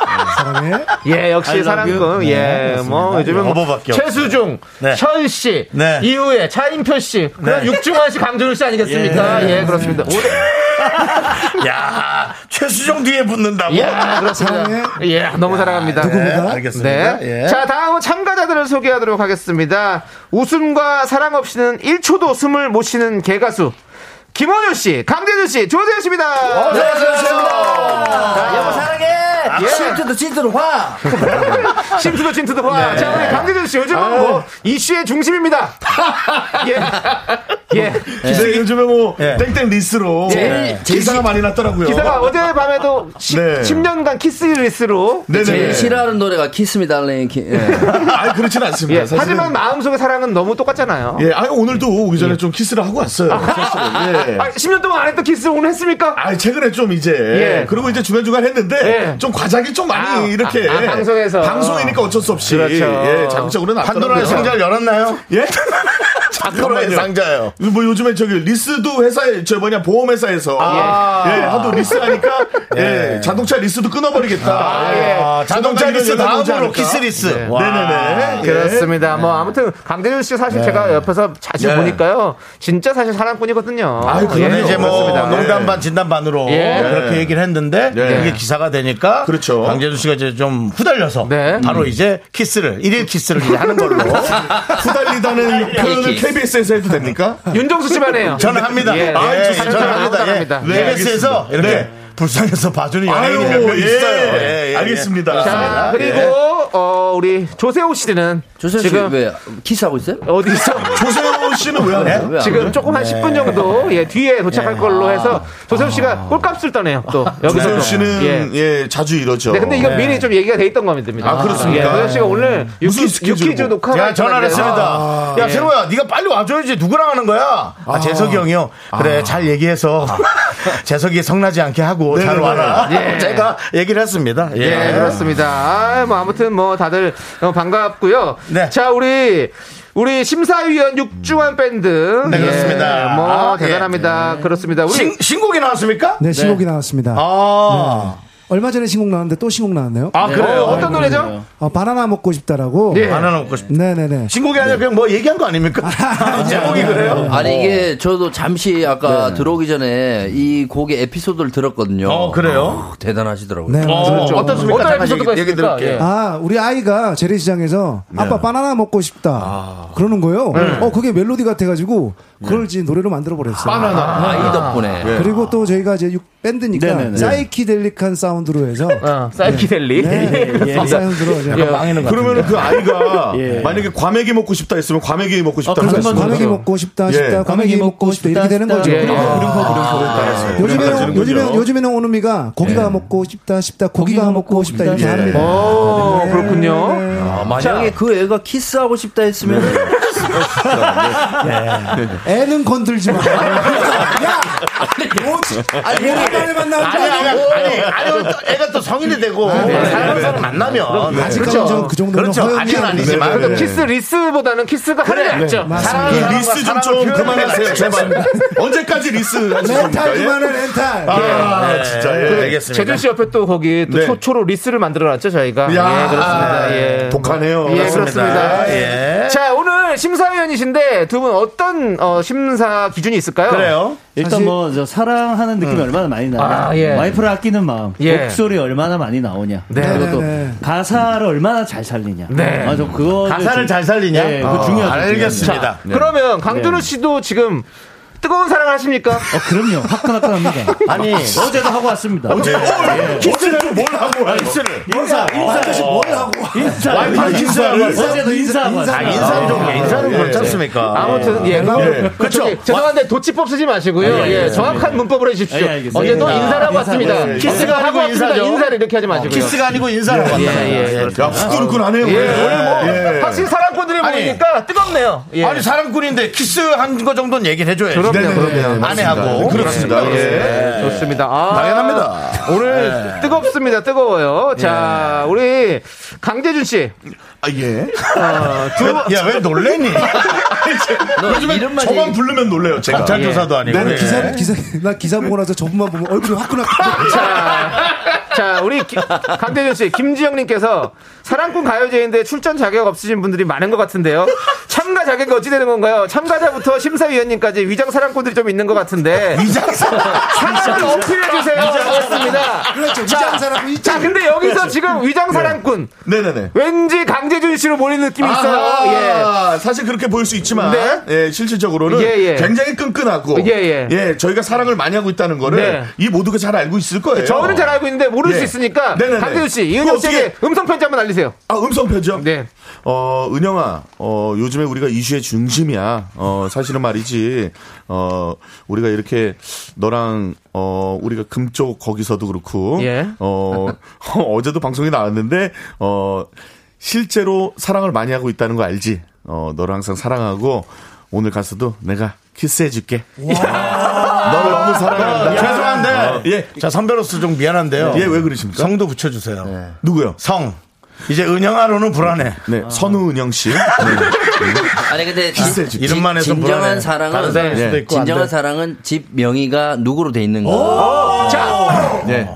S2: 예, 역시 사랑꾼. 예, 뭐 요즘은
S1: 네, 여보밖에 없어요.
S2: 최수중,
S1: 네.
S2: 현 씨,
S1: 네.
S2: 이후에 차인표 씨, 그럼
S1: 네.
S2: 육중환 씨, 강준우 씨 아니겠습니까? 예, 그렇습니다. 올해,
S1: 야, 최수정 뒤에 붙는다고.
S2: 예, 그렇습니다. 예, 너무 사랑합니다.
S1: 네,
S2: 네.
S1: 알겠습니다.
S2: 네.
S1: 예.
S2: 자, 다음은 참가자들을 소개하도록 하겠습니다. 웃음과 사랑 없이는 1초도 숨을 못 쉬는 개가수. 김원효 씨, 강재준 씨, 조세현 씨입니다.
S7: 네,
S2: 네,
S1: 어서 오세요.
S2: 자, 여보 사랑해.
S7: 아,
S8: 아,
S2: 예.
S8: 진짜도 진짜로 화.
S2: 심수도 진투도 봐. 자, 우리 강재준 씨 요즘은 뭐 이슈의 중심입니다. 예. 예.
S8: 근데 요즘에 뭐
S1: 예.
S8: 땡땡 리스로
S2: 예.
S8: 기사가 많이 났더라고요.
S2: 기사가 어제 밤에도 10,
S8: 네.
S2: 년간 키스리스로
S8: 네네.
S5: 제일 싫어하는 노래가 키스 미 달링 키.
S1: 네.
S8: 아 그렇진 않습니다.
S2: 예.
S8: 사실은.
S2: 하지만 마음속의 사랑은 너무 똑같잖아요.
S8: 예, 아 오늘도 오기 전에 좀 키스를 하고 왔어요. 사실은. 예.
S2: 아, 10년 동안 안 했던 키스 오늘 했습니까?
S8: 아, 최근에 좀 이제
S2: 예.
S8: 그리고 이제 주간 주간 했는데
S2: 예.
S8: 좀 과장이 좀 많이
S2: 아,
S8: 이렇게
S2: 아, 아, 방송에서.
S8: 방송이니까 어쩔 수 없이
S2: 그렇죠.
S8: 예, 자극적으로는
S1: 판도라의 상자를 열었나요?
S8: 예?
S1: 판도라의 상자요.
S8: 뭐 요즘에 저기 리스도 회사에 저 뭐냐 보험 회사에서
S1: 아.
S8: 예 하도 리스 하니까 예.
S1: 예.
S8: 자동차 리스도 끊어버리겠다. 예.
S1: 아, 자동차
S8: 자동차
S1: 리스
S8: 리스 나오지
S1: 다음으로
S8: 않을까?
S1: 키스 리스.
S2: 네.
S1: 와.
S8: 네네네. 예.
S2: 그렇습니다. 뭐 아무튼 강재준 씨 사실 제가 옆에서 자주
S1: 예.
S2: 보니까요, 진짜 사실 사랑꾼이거든요. 예,
S8: 아유, 그러네요.
S1: 근데 이제 뭐
S2: 그렇습니다.
S1: 농담 반 진담 반으로
S2: 예.
S1: 그렇게 뭐 얘기를 했는데
S8: 예.
S1: 그게 기사가 되니까
S8: 네. 그렇죠.
S1: 강재준 씨가 이제 좀 후달려서
S2: 네.
S1: 바로 이제 키스를 일일 키스를 이제 하는 걸로
S2: 아,
S8: 후달리다는 뭐?
S2: 예.
S8: 표현을 KBS에서 해도 됩니까?
S2: 윤정수 씨만 해요.
S1: 저는 합니다.
S2: 예,
S1: 아,
S2: 예,
S1: 좋습니다. 저는
S2: 저는
S1: 합니다.
S2: 합니다.
S1: 예.
S2: 네,
S1: KBS에서 이렇게
S8: 네.
S1: 불쌍해서 봐주는
S8: 아유,
S1: 연예인이 몇명
S8: 예.
S1: 있어요. 예.
S8: 알겠습니다. 예.
S2: 자, 그리고 어, 우리 조세호 씨는
S5: 조세호
S2: 지금
S5: 씨왜 키스하고 있어요?
S2: 어디서
S8: 조세호 씨는 왜안 해요?
S5: 왜 안
S2: 지금
S5: 해요?
S2: 조금
S1: 네.
S2: 한 10분 정도 예, 뒤에 도착할
S1: 아.
S2: 걸로 해서 조세호 씨가 꼴값을 떠네요. 또
S8: 아.
S2: 여기서
S8: 조세호
S2: 또.
S8: 씨는
S2: 예.
S8: 예. 자주
S1: 그렇죠.
S8: 이러죠.
S2: 네, 근데 이거 미리 좀 얘기가 돼 있던 겁니다.
S8: 아, 그렇습니까?
S2: 예, 조세호 씨가
S1: 네.
S2: 오늘
S1: 음,
S8: 무슨
S2: 유키-
S8: 스케줄이고?
S2: 유키즈 녹화.
S1: 제가 전화를 했습니다. 야,
S2: 예.
S1: 세호야, 네가 빨리 와줘야지. 누구랑 하는 거야? 아, 재석이 형이요. 그래, 잘 얘기해서 재석이 성나지 않게 하고 잘
S8: 네네네.
S1: 와라.
S2: 예.
S1: 제가 얘기를 했습니다. 예,
S2: 예, 그렇습니다. 아, 뭐 아무튼 뭐 다들 너무 반갑고요.
S1: 네.
S2: 자, 우리 우리 심사위원 육중환 밴드.
S1: 네, 그렇습니다.
S2: 뭐
S1: 아, 예.
S5: 네.
S2: 대단합니다. 그렇습니다. 우리
S1: 신, 신곡이 나왔습니까?
S9: 네, 신곡이 나왔습니다. 네.
S1: 아,
S9: 얼마 전에 신곡 나왔는데 또 신곡 나왔네요.
S1: 아 그래요?
S2: 어, 어떤 노래죠?
S9: 어, 바나나 먹고 싶다라고.
S2: 예.
S1: 바나나 먹고 싶다.
S9: 네네네.
S1: 신곡이 아니라 그냥 뭐 얘기한 거 아닙니까? 제목이 그래요? 어. 네.
S5: 아니 이게 저도 잠시 아까 들어오기 전에 이 곡의 에피소드를 들었거든요. 아,
S1: 어, 그래요?
S5: 대단하시더라고요.
S9: 네.
S1: 어, 어떻습니까?
S2: 어떤
S1: 잠깐
S2: 에피소드가
S1: 얘기, 얘기
S2: 있습니까? 예.
S1: 들을게요.
S9: 아, 우리 아이가 재래시장에서 아빠 바나나 먹고 싶다. 그러는 거예요. 어, 그게 멜로디 같아가지고 그걸 이제 노래로 만들어버렸어요. 네.
S2: 바나나.
S5: 아, 이 덕분에.
S9: 그리고 또 저희가 이제 육- 밴드니까 사이키델릭한 사운드로 해서
S2: 어, 사이키델리.
S8: 예,
S9: 네, 그 사운드로 이제 예.
S2: 예.
S8: 그러면 그 아이가 만약에 과메기 먹고 싶다 했으면 과메기 먹고 싶다
S5: 그런
S8: 했으면
S5: 건
S9: 아, 그렇죠. 과메기 먹고 싶다
S8: 예.
S9: 싶다 과메기 먹고 싶다 이렇게 되는 거죠.
S2: 예.
S9: 그리고
S2: 아.
S9: 요즘에는 요즘에는 요즘에는 오누미가 고기가 먹고 싶다 싶다 고기가 먹고 싶다 이렇게 아, 합니다.
S2: 오, 그렇군요.
S5: 아, 만약에 그 애가 키스하고 싶다 했으면
S1: 네.
S2: 네.
S9: 애는 건들지 마. 야,
S5: 아니,
S9: 오랜만에 만나는
S1: 뭐, 아니, 아니,
S9: 거
S1: 아니, 아니, 또 애가 또 성인이 되고, 사람 사람 만나면.
S9: 아직까지는 저는 그 정도는
S1: 그렇죠.
S9: 허용이
S1: 아직은
S9: 안
S1: 아니지만.
S2: 그래도 키스 리스보다는 키스가 하는 게 낫죠.
S1: 사랑하는 사람과
S8: 리스 좀,
S1: 사랑을
S8: 좀
S1: 표현하는
S8: 그만하세요,
S1: 거지.
S2: 네.
S8: 제발. 언제까지 리스 하실
S9: 렌탈
S8: 겁니까? 예?
S9: 그만해 렌탈.
S8: 아, 진짜. 예.
S1: 네. 알겠습니다.
S2: 제준 네. 씨 옆에 또 거기 또
S8: 네.
S2: 초초로 리스를 만들어놨죠 저희가.
S8: 야,
S2: 예, 그렇습니다. 예.
S8: 독하네요.
S2: 예, 그렇습니다.
S1: 예.
S2: 자 오늘 심사위원이신데 두 분 어떤 어, 심사 기준이 있을까요?
S1: 그래요. 음.
S6: 일단
S9: 사실-
S6: 뭐 저 사랑하는 느낌이 얼마나 많이 나냐
S2: 아, 예.
S6: 와이프를 아끼는 마음
S2: 예.
S6: 목소리 얼마나 많이 나오냐
S2: 네.
S6: 그리고 또
S9: 네네.
S6: 가사를 얼마나 잘 살리냐
S2: 네.
S6: 아, 저 그거
S1: 가사를 잘 살리냐?
S6: 예,
S1: 어,
S6: 그거 중요하죠 네.
S1: 알겠습니다.
S6: 중요하죠.
S2: 그러면 강준호 씨도 지금 뜨거운 사랑을 하십니까?
S6: 어, 그럼요 화끈화끈합니다
S1: 아니.
S6: 어제도 하고 왔습니다
S8: 예.
S6: 네.
S8: 어, 키스를 뭘 하고 와요?
S9: 인사 인사 뭘 하고?
S6: 인사
S2: 아,
S1: 와이프랑 인사하고 왔어요?
S6: 어제도 인사하고
S9: 인사.
S1: 아,
S6: 왔어요
S1: 인사는 좀,
S2: 예,
S1: 인사는 그렇지 않습니까?
S2: 아무튼 예, 그
S1: 그렇죠.
S2: 저기, 죄송한데 도치법 쓰지 마시고요.
S6: 아, 예,
S2: 예,
S6: 예.
S2: 정확한 문법으로 해주십시오.
S6: 예, 알겠습니다.
S2: 어제도
S6: 예.
S2: 인사라고
S6: 아,
S2: 왔습니다.
S6: 인사, 예.
S2: 키스가 하고 왔습니다.
S1: 인사죠.
S2: 인사를 이렇게 하지 마시고요.
S1: 키스가 아니고 인사를 왔다.
S2: 예, 예,
S8: 야, 후끈후끈하네요.
S2: 예,
S8: 예.
S2: 오늘 뭐
S8: 예.
S2: 확실히 사랑꾼들이
S1: 아니.
S2: 보이니까 뜨겁네요. 예.
S1: 아니, 사랑꾼인데 키스한 거 정도는 얘기를 해줘야지. 네,
S2: 그럼요, 그럼요.
S1: 아내하고.
S8: 그렇습니다. 예.
S2: 네, 좋습니다. 아,
S1: 당연합니다. 예.
S2: 오늘 뜨겁습니다. 뜨거워요. 자, 우리 강재준 씨. 어,
S8: 아, 예.
S1: 야, 왜 놀래니?
S5: 이름만
S8: 저만 부르면 놀래요. 제가.
S1: 경찰조사도 아니고.
S9: 나는
S1: 예.
S9: 네, 기사 기사 나 기사 보고 나서 저분만 보면 얼굴이 화끈화끈.
S2: 자, 우리 기- 강대준 씨, 김지영 님께서 사랑꾼 가요제인데 출전 자격 없으신 분들이 많은 것 같은데요. 참가 자격이 어찌 되는 건가요? 참가자부터 심사위원님까지 위장 사랑꾼들이 좀 있는 것 같은데. 위장 사랑을 어필해 주세요. 그렇습니다.
S9: 그렇죠. 위장 사람은 있죠. 그렇죠.
S2: 자, 근데 여기서 지금 위장 사랑꾼
S8: 네네네.
S2: 왠지 강재준 씨로 몰리는 느낌이 있어요. 예.
S8: 아하, 사실 그렇게 보일 수 있지만
S2: 네.
S8: 예, 실질적으로는
S2: 예, 예.
S8: 굉장히 끈끈하고
S2: 예, 예.
S8: 저희가 사랑을 많이 하고 있다는 거를
S2: 네.
S8: 이 모두가 잘 알고 있을 거예요.
S2: 예. 저는 잘 알고 있는데 모를
S8: 예.
S2: 수 있으니까
S8: 네네네.
S2: 강대준 씨,
S8: 그거
S2: 이은영 씨에게
S8: 어떻게-
S2: 음성 편지 한번 알리세요.
S8: 아 음성 편지요?
S2: 네.
S8: 어 은영아, 어 요즘에 우리가 이슈의 중심이야. 어 사실은 말이지. 어 우리가 이렇게 너랑 어 우리가 금쪽 거기서도 그렇고.
S2: 예.
S8: 어 어제도 방송에 나왔는데 어 실제로 사랑을 많이 하고 있다는 거 알지? 어 너를 항상 사랑하고 오늘 가서도 내가 키스해줄게. 너를 너무
S2: 아,
S8: 사랑한다.
S1: 죄송한데.
S8: 어, 예.
S1: 자, 선배로서 좀 미안한데요.
S8: 예, 왜 그러십니까?
S1: 성도 붙여주세요.
S8: 누구요?
S1: 성. 이제 은영아로는 불안해.
S8: 네, 선우은영 씨. 네.
S5: 아니 근데 진-
S8: 해줄게.
S1: 이름만 해서
S5: 진-
S1: 불안해.
S5: 진정한
S1: 다른
S5: 사랑은
S1: 사람일 수도
S8: 네.
S1: 있고. 안
S5: 진정한
S1: 돼.
S5: 사랑은 집 명의가 누구로 돼 있는
S2: 아,
S5: 거. 자,
S8: 네.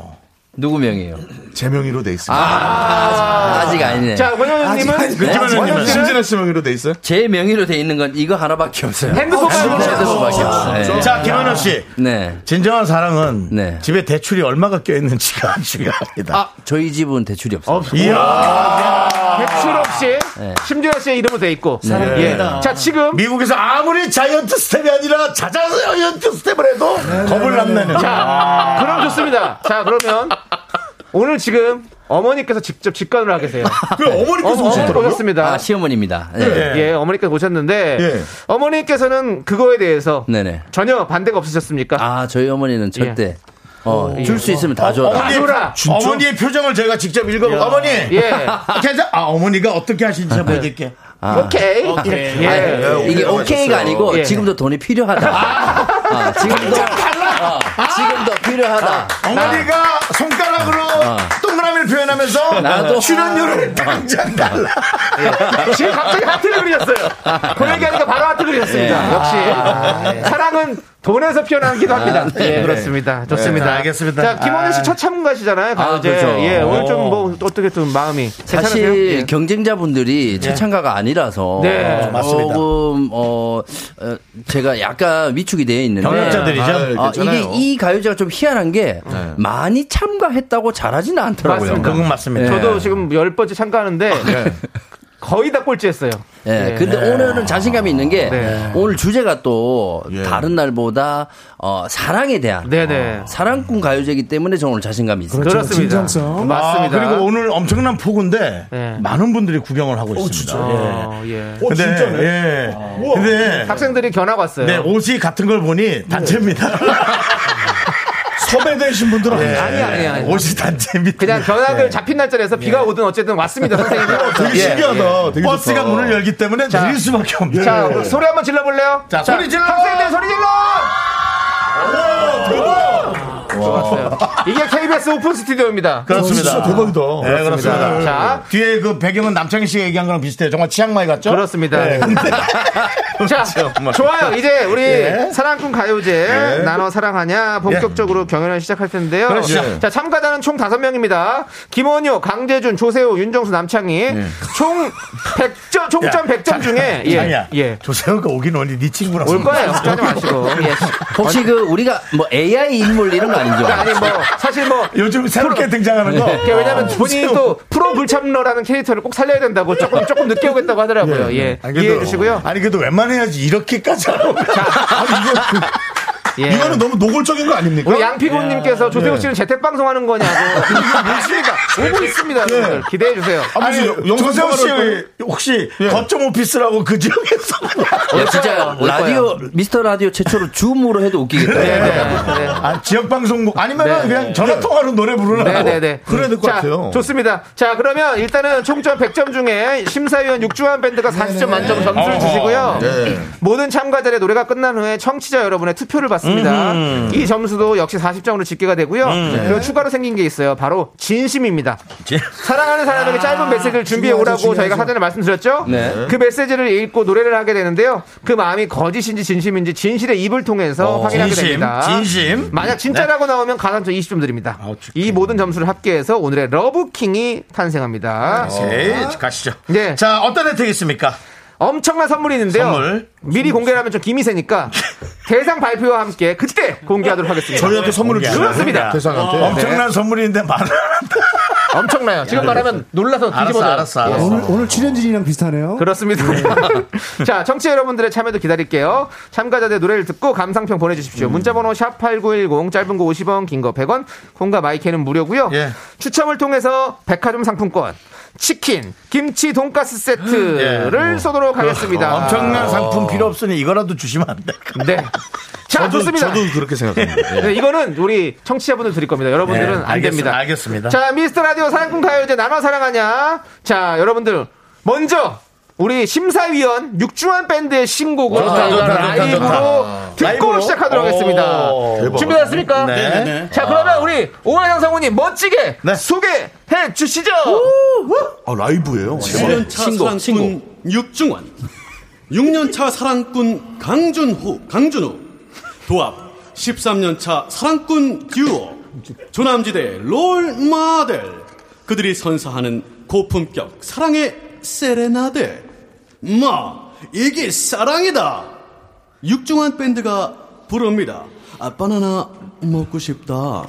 S5: 누구 명의예요?
S8: 제 명의로 돼 있습니다.
S5: 아, 직 아니네.
S2: 자, 권현우님은
S5: 네?
S8: 김진아님은 신진아 씨 명의로 돼 있어요?
S5: 제 명의로 돼 있는 건 이거 하나밖에 없어요.
S1: 아,
S2: 핸드폰
S1: 그렇죠.
S5: 핸드폰밖에 없어요.
S1: 자, 김현우 씨.
S5: 네. 네.
S1: 진정한 사랑은
S5: 네.
S1: 집에 대출이 얼마가 껴있는지가 중요합니다.
S5: 아, 저희 집은 대출이 없어요.
S1: 이야.
S2: 대출 없이
S5: 네.
S2: 심지어 씨의 이름으로 돼 있고.
S6: 사랑합니다.
S2: 예. 자 지금
S1: 미국에서 아무리 자이언트 스텝이 아니라 자자이언트 스텝을 해도
S2: 네,
S1: 겁을 남는.
S8: 네.
S2: 자 그럼 좋습니다. 자 그러면 오늘 지금 어머니께서 직접 직관을 하계세요.
S8: 그 어머니께서
S2: 어머니
S8: 오셨더라고요.
S2: 오셨습니다.
S5: 아, 시어머니입니다. 네.
S2: 예, 어머니께서 오셨는데
S8: 예.
S2: 어머니께서는 그거에 대해서
S5: 네네.
S2: 전혀 반대가 없으셨습니까? 예.
S5: 아, 저희 어머니는 절대 어, 줄 수 있으면 다 줘라.
S1: 어머니의,
S2: 아누라.
S1: 어머니의 표정을 제가 직접 읽어볼게요. 어머니.
S2: 예.
S1: 괜찮, 아, 어머니가 어떻게 하시는지 제가 보여드릴게요. 아,
S2: 오케이. 예.
S5: 네. 아.
S8: 네,
S5: 이게 오케이가 아니고
S2: 예.
S5: 지금도 돈이 필요하다. 아, 지금도 어, 지금도 필요하다.
S1: 아. 어머니가 손가락으로
S5: 어.
S1: 동그라미를 표현하면서
S5: 나도. 아. 예.
S1: 출연료를 당장 달라.
S2: 지금 갑자기 하트를 그리셨어요. 그 얘기하니까 바로 하트 그리셨습니다. 아.
S5: 예.
S2: 역시
S5: 네.
S2: 사랑은 돈에서 피어나기도 합니다.
S5: 아,
S2: 예, 그렇습니다. 좋습니다.
S1: 네, 알겠습니다.
S2: 자, 김원희 씨 첫 참가시잖아요. 가요제.
S5: 그렇죠.
S2: 예, 오늘 좀 뭐 어떻게 좀 마음이 괜찮으세요?
S5: 사실
S2: 예.
S5: 경쟁자분들이 최창가가 아니라서 어,
S2: 네,
S1: 맞습니다.
S5: 조금 어, 어, 제가 약간 위축이 되어 있는데
S1: 경력자들이죠. 네.
S8: 아유,
S5: 아, 이게
S8: 네, 괜찮아요. 네.
S5: 이 가요제가 좀 희한한 게 많이 참가했다고 잘하지는 않더라고요. 예.
S2: 맞습니다. 네.
S1: 그건 맞습니다.
S2: 저도 지금 열 번째 참가하는데 거의 다 꼴찌했어요.
S5: 예,
S2: 예.
S5: 근데 오늘은 자신감이 있는 게
S2: 네. 예.
S5: 오늘 주제가 또 다른 날보다 어, 사랑에 대한
S2: 네네.
S5: 어, 사랑꾼 가요제이기 때문에 저는 오늘 자신감이 있어요.
S9: 그렇죠.
S2: 그렇습니다.
S9: 진정성.
S1: 아,
S2: 맞습니다.
S1: 그리고 오늘 엄청난 폭우인데
S2: 네.
S1: 많은 분들이 구경을 하고 있습니다.
S5: 아,
S2: 어, 예.
S8: 어,
S1: 근데,
S8: 진짜네.
S1: 예. 근데
S2: 학생들이 견학 왔어요.
S1: 네, 옷이 같은 걸 보니 단체입니다.
S10: 섭외되신 분들 아니에요.
S2: 아니 아니 아니.
S1: 옷이 단체 밑.
S2: 그냥 견학을 잡힌 날짜라서 비가 오든 어쨌든 왔습니다 선생님.
S10: 되게
S2: 예,
S10: 신기하다. 되게
S1: 버스가
S10: 좋다.
S1: 문을 열기 때문에 느릴 수밖에 없네.
S2: 예. 자 우리 소리 한번 질러볼래요? 자,
S1: 소리 질러!
S2: 학생들 소리 질러! 좋았어요. 이게 KBS 오픈 스튜디오입니다.
S1: 그렇습니다.
S10: 진짜 대박이다.
S1: 네, 그렇습니다.
S2: 자.
S1: 뒤에 그 배경은 남창희 씨가 얘기한 거랑 비슷해요. 정말 치앙마이 같죠? 네.
S2: 그렇습니다. 네. 자, 좋아요. 이제 우리
S1: 예.
S2: 사랑꾼 가요제 나눠 사랑하냐 본격적으로 경연을 시작할 텐데요. 예.
S1: 그렇죠.
S2: 자, 참가자는 총 5명입니다. 김원효, 강재준, 조세호, 윤정수, 남창희.
S1: 예.
S2: 총 100점, 총점 100점 중에
S1: 아니야.
S2: 예. 예.
S1: 조세호가 오긴 오니 네 친구라고.
S2: 올 거예요. 걱정하지 마시고. 예.
S5: 혹시 그 우리가 뭐 AI 인물 이런 거 아니죠?
S2: 아니 뭐 사실 뭐
S1: 요즘 새롭게 등장하는 거. 어,
S2: 그게 왜냐면 본인이 또 프로 불참러라는 캐릭터를 꼭 살려야 된다고 조금 조금 늦게 오겠다고 하더라고요. 예.
S1: 아니, 그래도-
S2: 이해해 주시고요.
S1: 아니 그래도 웬만해야지 이렇게까지 하고.
S2: 예.
S10: 이거는 너무 노골적인 거 아닙니까?
S2: 우리
S1: 예.
S2: 양피고님께서 조세호 씨는 재택 방송하는 거냐고. 있습니다.
S1: 네.
S2: 오고 있습니다.
S1: 예.
S2: 여러분들. 기대해 주세요.
S10: 아,
S1: 아니
S10: 무슨 영-
S1: 조세호 씨
S10: 영상통화를
S1: 혹시
S2: 예.
S1: 거점 오피스라고 그 지역에서
S5: 야, 어, 진짜
S2: 거예요, 올
S5: 라디오 미스터 라디오 최초로 줌으로 해도 웃기겠다.
S2: 네, 네,
S1: 아, 지역 방송 아니면
S2: 네.
S1: 은 그냥 전화 통화로 노래 부르라고.
S2: 네, 네, 네.
S10: 그래야 될것
S2: 자,
S10: 같아요.
S2: 좋습니다. 자, 그러면 일단은 총점 100점 중에 심사위원 육주환 밴드가 40점
S1: 네,
S2: 만점
S1: 어.
S2: 점수를 주시고요. 모든 참가자의 노래가 끝난 후에 청취자 여러분의 투표를 받습니다. 이 점수도 역시 40점으로 집계가 되고요.
S1: 음, 네.
S2: 그리고 추가로 생긴 게 있어요. 바로 진심입니다. 사랑하는 사람에게 짧은
S1: 아,
S2: 메시지를 준비해 오라고 저희가 사전에 말씀드렸죠.
S1: 네.
S2: 그 메시지를 읽고 노래를 하게 되는데요. 그 마음이 거짓인지 진심인지 진실의 입을 통해서 확인하게
S1: 어, 진심,
S2: 됩니다.
S1: 진심. 네. 아,
S2: 만약 진짜라고 나오면 가산점 20점 드립니다. 이 모든 점수를 합계해서 오늘의 러브킹이 탄생합니다.
S1: 오케이, 아, 가시죠.
S2: 네.
S1: 자, 어떤 혜택이 있습니까?
S2: 엄청난 선물이 있는데요.
S1: 선물.
S2: 미리 공개하면 좀 기미세니까 대상 발표와 함께 그때 공개하도록 하겠습니다.
S10: 저희한테
S9: 네,
S10: 선물을
S1: 공개하는
S2: 그렇습니다.
S9: 어,
S10: 대상한테.
S1: 네, 엄청난 선물인데 말을 안 한다.
S2: 엄청나요. 지금 말하면 놀라서
S1: 알았어,
S2: 뒤집어져요. 예.
S1: 알았어, 알았어.
S9: 아, 오늘, 오늘 출연진이랑 비슷하네요.
S2: 그렇습니다. 자, 청취자 여러분들의 참여도 기다릴게요. 참가자들 노래를 듣고 감상평
S1: 음.
S2: 보내주십시오. 문자번호 샵8910, 짧은 거 50원, 긴 거 100원, 콩과 마이크는 무료고요
S1: 예.
S2: 추첨을 통해서 백화점 상품권, 치킨, 김치 돈가스 세트를 쏘도록 하겠습니다.
S1: 예, 뭐. 그렇죠.
S2: 어.
S1: 엄청난 상품 필요 없으니 이거라도 주시면 안 될까?
S2: 네. 자,
S8: 저도,
S2: 좋습니다.
S8: 저도 그렇게 생각합니다. 예.
S2: 네, 이거는 우리 청취자분들 드릴 겁니다. 여러분들은
S1: 네,
S2: 안 됩니다.
S1: 알겠습니다.
S2: 자, 미스터 라디오 사랑꾼 가요제 나눠 사랑하냐? 자, 여러분들 먼저 우리 심사위원 육중한 밴드의 신곡을 저희가 아. 라이브로 듣고 시작하도록 하겠습니다. 준비됐습니까?
S1: 네.
S2: 자, 그러면 우리 오한영 성우님 멋지게
S1: 네.
S2: 소개해 주시죠.
S10: 아,
S11: 네.
S10: 라이브예요.
S4: 5년차 사랑꾼 육중원 6년차 사랑꾼 강준호 강준호 도합 13년차 사랑꾼 듀오 조남지대 롤마델 그들이 선사하는 고품격 사랑의 세레나데 마 이게 사랑이다 육중한 밴드가 부릅니다 아 바나나 먹고 싶다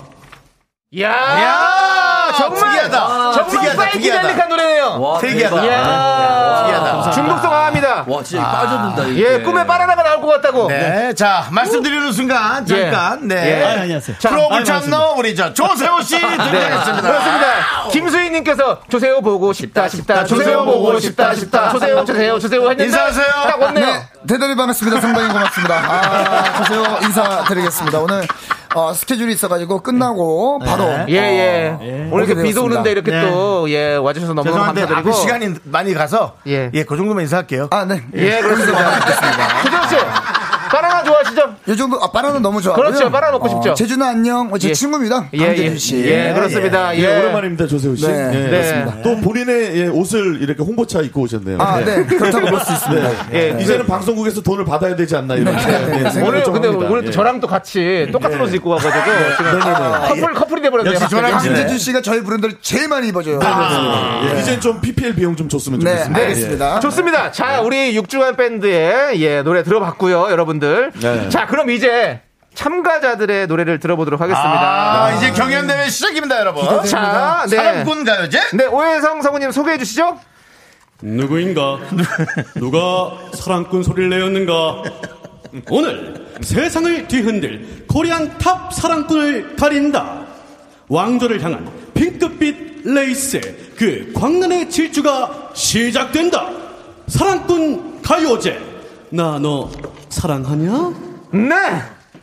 S2: 이야,
S1: 이야,
S2: 정말
S1: 특이하다.
S2: 정말
S1: 특이하다, 특이하다.
S2: 사이키델릭한 노래네요. 아,
S5: 와,
S1: 특이하다.
S5: 대박.
S2: 이야, 어, 중독성 강합니다.
S5: 와, 진짜 빠져든다. 이게.
S2: 예, 꿈에 바나나가 나올 것 같다고.
S1: 네, 자, 말씀드리는 순간, 잠깐,
S2: 예. 네.
S6: 아,
S1: 네.
S6: 안녕하세요.
S1: 프로그램 참너 우리 저 조세호 씨 등장했습니다.
S2: 그렇습니다. 김수희님께서 조세호 보고 싶다 싶다 조세호 보고 싶다 싶다 조세호 조세호 조세호 했는데
S1: 인사하세요.
S2: 딱 왔네요.
S11: 대단히 반갑습니다. 상당히 고맙습니다. 아, 보세요. 인사드리겠습니다. 오늘 어, 스케줄이 있어가지고 끝나고 바로
S2: 어.
S11: 어,
S2: 예예. 오늘 이렇게
S11: 오게
S2: 비도
S11: 되었습니다.
S2: 오는데 이렇게
S1: 네.
S2: 또 예 와주셔서 너무 너무
S1: 죄송한데 앞에
S2: 감사드리고.
S1: 시간이 많이 가서
S2: 예.
S1: 예, 그 정도만 인사할게요.
S11: 아, 네.
S2: 예 그렇습니다. 조세호 씨 바나나 좋아하시죠?
S11: 요 정도 아, 바나나 너무 좋아요. 어,
S2: 그렇죠. 바나나 먹고 싶죠.
S11: 제주는 안녕. 어, 제
S2: 예.
S11: 친구입니다.
S2: 예 예.
S11: 강재준 씨.
S2: 예 그렇습니다. 예.
S10: 오랜만입니다, 조세호 씨.
S11: 네.
S10: 예,
S2: 네.
S10: 그렇습니다. 또 본인의 예, 옷을 이렇게 홍보차 입고 오셨네요.
S11: 아, 네. 그렇다고 볼 수 있습니다.
S2: 예.
S10: 네. 이제는 방송국에서 돈을 받아야 되지 않나 이런 네. 네.
S2: 오늘
S10: 생각을 좀
S2: 근데
S10: 합니다.
S2: 오늘 또
S10: 예. 네,
S2: 저랑 또 같이 똑같은 옷을 입고 와가지고
S10: 아,
S2: 지금 커플 커플이 돼버렸네요.
S1: 역시
S2: 갑자기.
S1: 조남지.
S11: 강재준 씨가 저희 브랜드를 제일 많이 입어줘요.
S10: 예. 이제는 좀 PPL 비용 좀 줬으면
S11: 네,
S10: 좋겠습니다. 예.
S11: 알겠습니다.
S2: 좋습니다. 자, 우리 육중한 밴드의 예, 노래 들어봤고요, 여러분들.
S10: 네.
S2: 자, 그럼 이제 참가자들의 노래를 들어보도록 하겠습니다.
S1: 아, 이제 경연대회 시작입니다, 여러분. 아,
S2: 자, 네.
S1: 사랑꾼 가요제?
S2: 네, 오해성 성우님 소개해 주시죠.
S4: 누구인가? 누가 사랑꾼 소리를 내었는가? 오늘 세상을 뒤흔들 코리안 탑 사랑꾼을 가린다. 왕조를 향한 핑크빛 레이스의 그 광란의 질주가 시작된다. 사랑꾼 가요제. 나 너 사랑하냐?
S2: 네.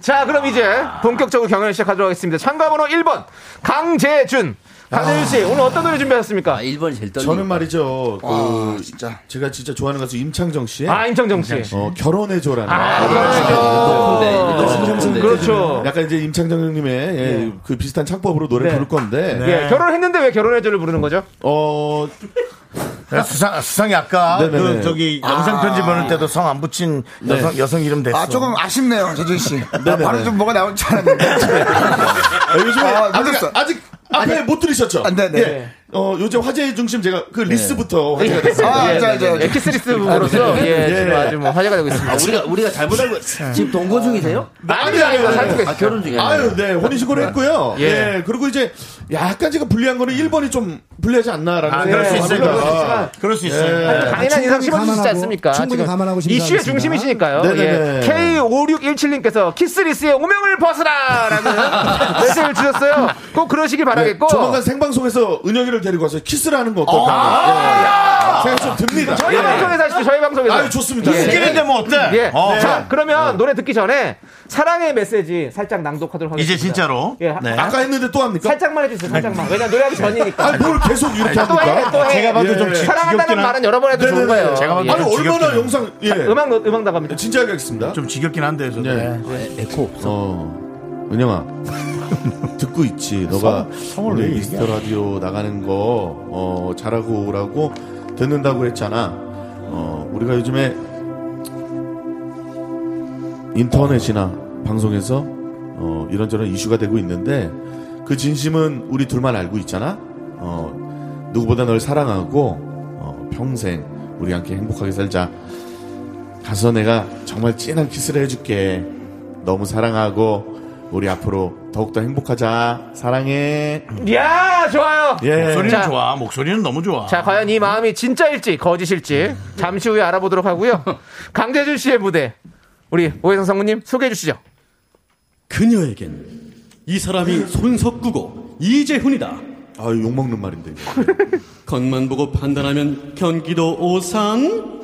S2: 자, 그럼 이제 본격적으로 경연을 시작하도록 하겠습니다. 참가번호 1번 강재준. 강재준
S10: 아.
S2: 씨, 오늘 어떤 노래 준비하셨습니까?
S8: 1번이 제일
S7: 저는 말이죠. 그
S2: 아,
S7: 진짜 제가 진짜 좋아하는 가수 임창정 씨의
S2: 아, 임창정 씨.
S7: 어, 결혼해 줘라는
S2: 아, 결혼해줘. 네. 그렇죠.
S7: 약간 이제 임창정 형님의 예,
S2: 네.
S7: 그 비슷한 창법으로 노래
S2: 네.
S7: 부를 건데.
S2: 예, 결혼했는데 왜 결혼해줘를 부르는 거죠?
S7: 어
S1: 수상 수상이 아까
S7: 네네네.
S1: 그 저기 영상 편지 보낼 때도 성 안 붙인
S11: 네.
S1: 여성 여성 이름 됐어.
S11: 아, 조금 아쉽네요, 재준 씨. 나
S1: 네네네.
S11: 바로 좀 뭐가 나올 줄 알았는데.
S7: 요즘에
S11: 아,
S7: 아, 직
S11: 늦었어.
S7: 아직 앞에 못 들으셨죠?
S11: 아, 네네. 네.
S7: 예. 어, 요즘 화제의 중심 제가 그 리스부터 화제가 네. 됐어요.
S8: 아,
S2: 네,
S8: 예, 자, 자, 자.
S2: 엑기스리스로서 예, 지금 아주 뭐 화제가 되고 있습니다.
S8: 아, 우리가 우리가 잘못
S7: 네.
S8: 알고
S2: 네.
S7: 뭐
S8: 지금 동거 중이세요?
S2: 아닙니다, 아닙니다. 살고 계세요.
S8: 아, 결혼 중이에요.
S7: 아유, 네. 혼인신고를 했고요.
S8: 예.
S7: 예. 그리고 이제 약간 제가 불리한 거는 1번이 좀 불리하지 않나라는
S1: 아,
S7: 생각이
S1: 그럴 수
S7: 듭니다.
S1: 있어요. 그럴 수 있어요. 그럴 수 있어요.
S7: 예.
S1: 아니,
S2: 당연한 인상
S1: 충분히
S2: 심어주시지
S1: 감안하고,
S2: 않습니까?
S1: 충분히
S2: 지금
S1: 감안하고
S2: 이슈의
S1: 심사하겠습니다.
S2: 중심이시니까요. 예.
S1: 네네네.
S2: K5617님께서 키스리스의 오명을 벗으라라는 메시지를 주셨어요. 꼭 그러시길 바라겠고.
S7: 네, 예, 조만간 생방송에서 은영이를 데리고 와서 키스를 하는 거 어떨까? 예. 생각 좀 듭니다.
S2: 저희
S7: 예.
S2: 방송에서 하시죠. 저희 방송에서.
S7: 아유, 좋습니다. 웃기는데 뭐 어때?
S2: 예.
S7: 어.
S2: 자,
S7: 네.
S2: 그러면 노래 듣기 전에 사랑의 메시지 살짝 낭독하도록 하겠습니다.
S1: 이제 진짜로.
S2: 예.
S1: 네.
S7: 아까 했는데 또 합니까? 네.
S2: 살짝만 해주세요. 살짝만. 왜냐 노래하기 전이니까.
S7: 아니, 뭘 계속 이렇게
S2: 또 해,
S7: 합니까?
S2: 또 해. 예,
S1: 제가 봐도 좀 지-
S2: 사랑한다는
S1: 지겹긴 한-
S2: 말은 여러 번 해도 좋은
S7: 네네네.
S2: 거예요.
S1: 제가 봐도
S2: 예.
S7: 아니, 얼마나
S1: 지겹긴
S7: 영상, 예.
S2: 음악 넣- 음악 나갑니다.
S7: 진지하게 하겠습니다. 네.
S1: 좀 지겹긴 한데요. 저도. 네.
S8: 에코 없어.
S7: 어, 은영아. 듣고 있지. 너가
S1: 성을 왜
S7: 오늘
S1: 얘기해?
S7: 이스터 라디오 나가는 거, 어, 잘하고 오라고 듣는다고 했잖아. 어, 우리가 요즘에 인터넷이나 방송에서 어, 이런저런 이슈가 되고 있는데 그 진심은 우리 둘만 알고 있잖아. 어, 누구보다 널 사랑하고 어, 평생 우리 함께 행복하게 살자. 가서 내가 정말 진한 키스를 해줄게. 너무 사랑하고 우리 앞으로 더욱더 행복하자. 사랑해.
S2: 야 좋아요.
S7: 예.
S1: 목소리는
S2: 자.
S1: 좋아. 목소리는 너무 좋아.
S2: 자, 과연 이 마음이 진짜일지 거짓일지 잠시 후에 알아보도록 하고요. 강재준 씨의 무대 우리 오해성 성우님 소개해 주시죠.
S4: 그녀에겐 이 사람이 손석구고 이재훈이다.
S7: 아, 욕 먹는 말인데. 이거.
S4: 겉만 보고 판단하면 경기도 오산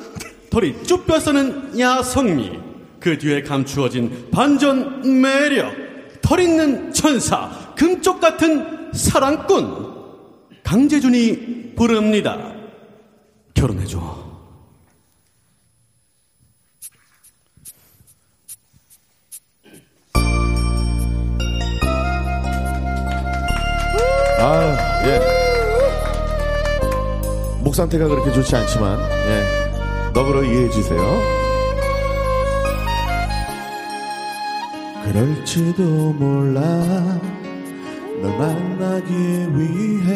S4: 털이 쭈뼛서는 야성미 그 뒤에 감추어진 반전 매력 털 있는 천사 금쪽 같은 사랑꾼 강재준이 부릅니다 결혼해줘
S7: 아, 예. 목 상태가 그렇게 좋지 않지만, 예. 너그러 이해해 주세요. 그럴지도 몰라. 널 만나기 위해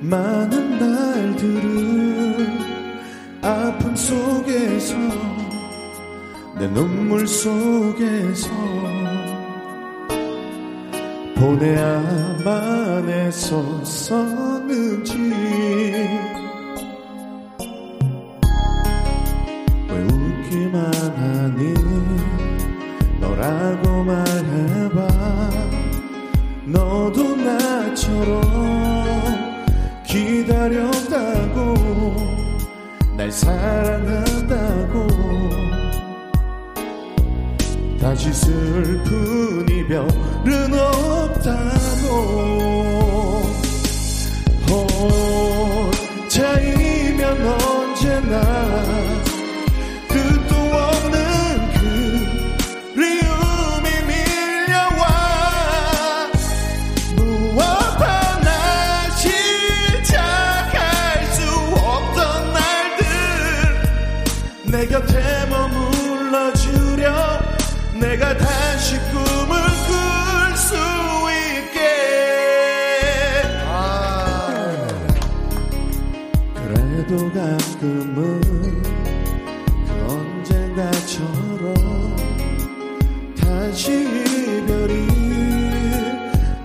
S7: 많은 날들을 아픔 속에서 내 눈물 속에서 보내야만 했었었는지 왜 웃기만 하니 너라고 말해봐 너도 나처럼 기다렸다고 날 사랑한다고 다시 슬픈 이별은 없다고 혼자이면 언제나 끝도 없는 그리움이 밀려와 무엇 하나 시작할 수 없던 날들 내 곁에 머물러 주려 내가 다시 꿈을 꿀 수 있게 아. 그래도 가끔은 그 언젠가처럼 다시 이별이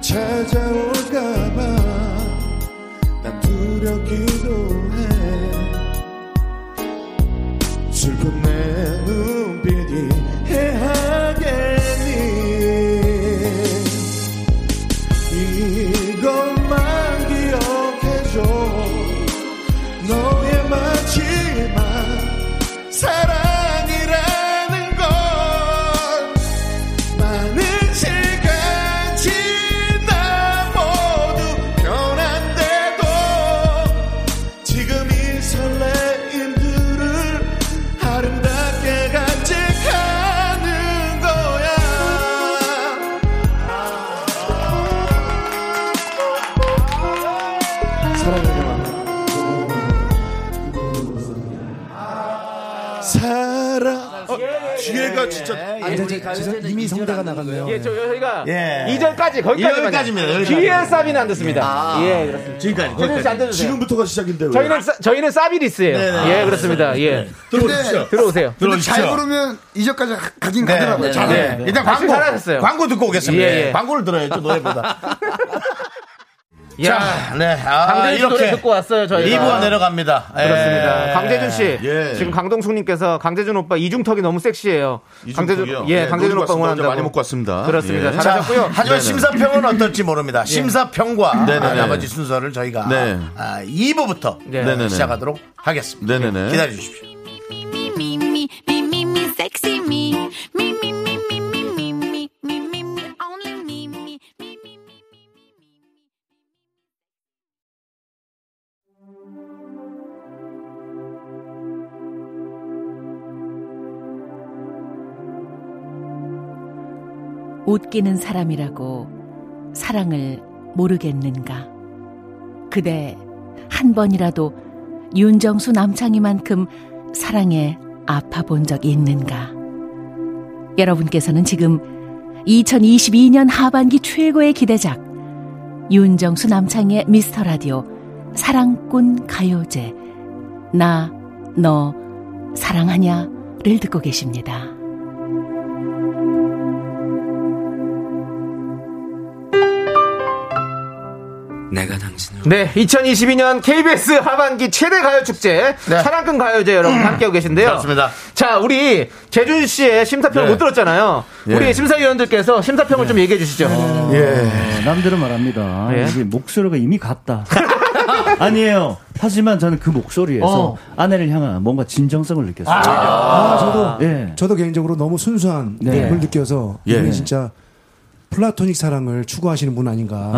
S7: 찾아올까봐 난 두렵기도 해 슬픈 내 눈빛이 해하겠니 이것만 기억해줘 너의 마지막 사랑이라는 걸
S8: 사랑. 어, 뒤에가
S7: 예,
S9: 예,
S8: 진짜.
S5: 아니, 우리 가요제는
S9: 이미 성대가
S5: 나갔네요.
S2: 예, 저 여기가
S8: 예.
S2: 2절까지 거기까지만
S1: 여기까지입니다, 여기까지.
S2: 뒤에 사비는 안 듣습니다.
S1: 아.
S2: 예, 그렇습니다.
S1: 지금까지.
S2: 권현 씨안 듣으세요.
S8: 지금부터가 시작인데 왜?
S2: 저희는 사, 저희는 사비리스예요. 예, 그렇습니다. 예.
S1: 네, 들어오십시오.
S2: 들어오세요.
S11: 근데 잘
S1: 들어오십시오.
S11: 부르면 이제까지 가- 가긴
S1: 네,
S11: 가더라고요.
S1: 네,
S11: 잘
S1: 네.
S11: 부르면.
S1: 일단
S2: 방금
S1: 광고,
S2: 아, 잘하셨어요.
S1: 광고 듣고 오겠습니다.
S2: 예, 예.
S1: 광고를 들어야죠, 노래보다.
S2: 야,
S1: 자, 네. 아,
S2: 강대준 씨 노래
S1: 이렇게
S2: 듣고 왔어요. 저희가.
S1: 2부가 내려갑니다. 예.
S2: 그렇습니다. 강재준 씨
S8: 예.
S2: 지금 강동숙님께서 강재준 오빠 이중턱이 너무 섹시해요.
S8: 이중턱이요?
S2: 강재준 예,
S8: 예, 놀고
S2: 강재준 오빠
S8: 왔습니다.
S2: 응원한다고
S8: 많이 먹고 왔습니다.
S2: 그렇습니다.
S8: 예.
S1: 자,
S2: 잘하셨고요.
S1: 하지만 심사평은 어떨지 모릅니다. 심사평과
S8: 네네네.
S1: 아, 나머지 순서를 저희가
S8: 네.
S1: 아, 2부부터
S2: 네.
S8: 네네네.
S1: 시작하도록 하겠습니다.
S8: 네네네.
S1: 기다려 주십시오.
S12: 웃기는 사람이라고 사랑을 모르겠는가. 그대 한 번이라도 윤정수 남창희만큼 사랑에 아파 본 적이 있는가. 여러분께서는 지금 2022년 하반기 최고의 기대작 윤정수 남창희의 미스터 라디오 사랑꾼 가요제 나 너 사랑하냐를 듣고 계십니다.
S3: 내가 당신을
S2: 네, 2022년 KBS 하반기 최대 가요 축제 사랑꾼 가요제 여러분 함께하고 계신데요.
S1: 그렇습니다.
S2: 자, 우리 재준 씨의 심사평을
S8: 네.
S2: 못 들었잖아요.
S8: 예.
S2: 우리 심사위원들께서 심사평을 좀 얘기해 주시죠.
S8: 예.
S6: 어, 남들은 말합니다.
S2: 예.
S6: 이게 목소리가 이미 갔다. 아니에요. 하지만 저는 그 목소리에서
S2: 어.
S6: 아내를 향한 뭔가 진정성을 느꼈어요.
S9: 아, 저도
S6: 예.
S9: 저도 개인적으로 너무 순수한
S6: 네.
S9: 느낌을 느껴서
S8: 예.
S9: 이분이 진짜 플라토닉 사랑을 추구하시는 분 아닌가.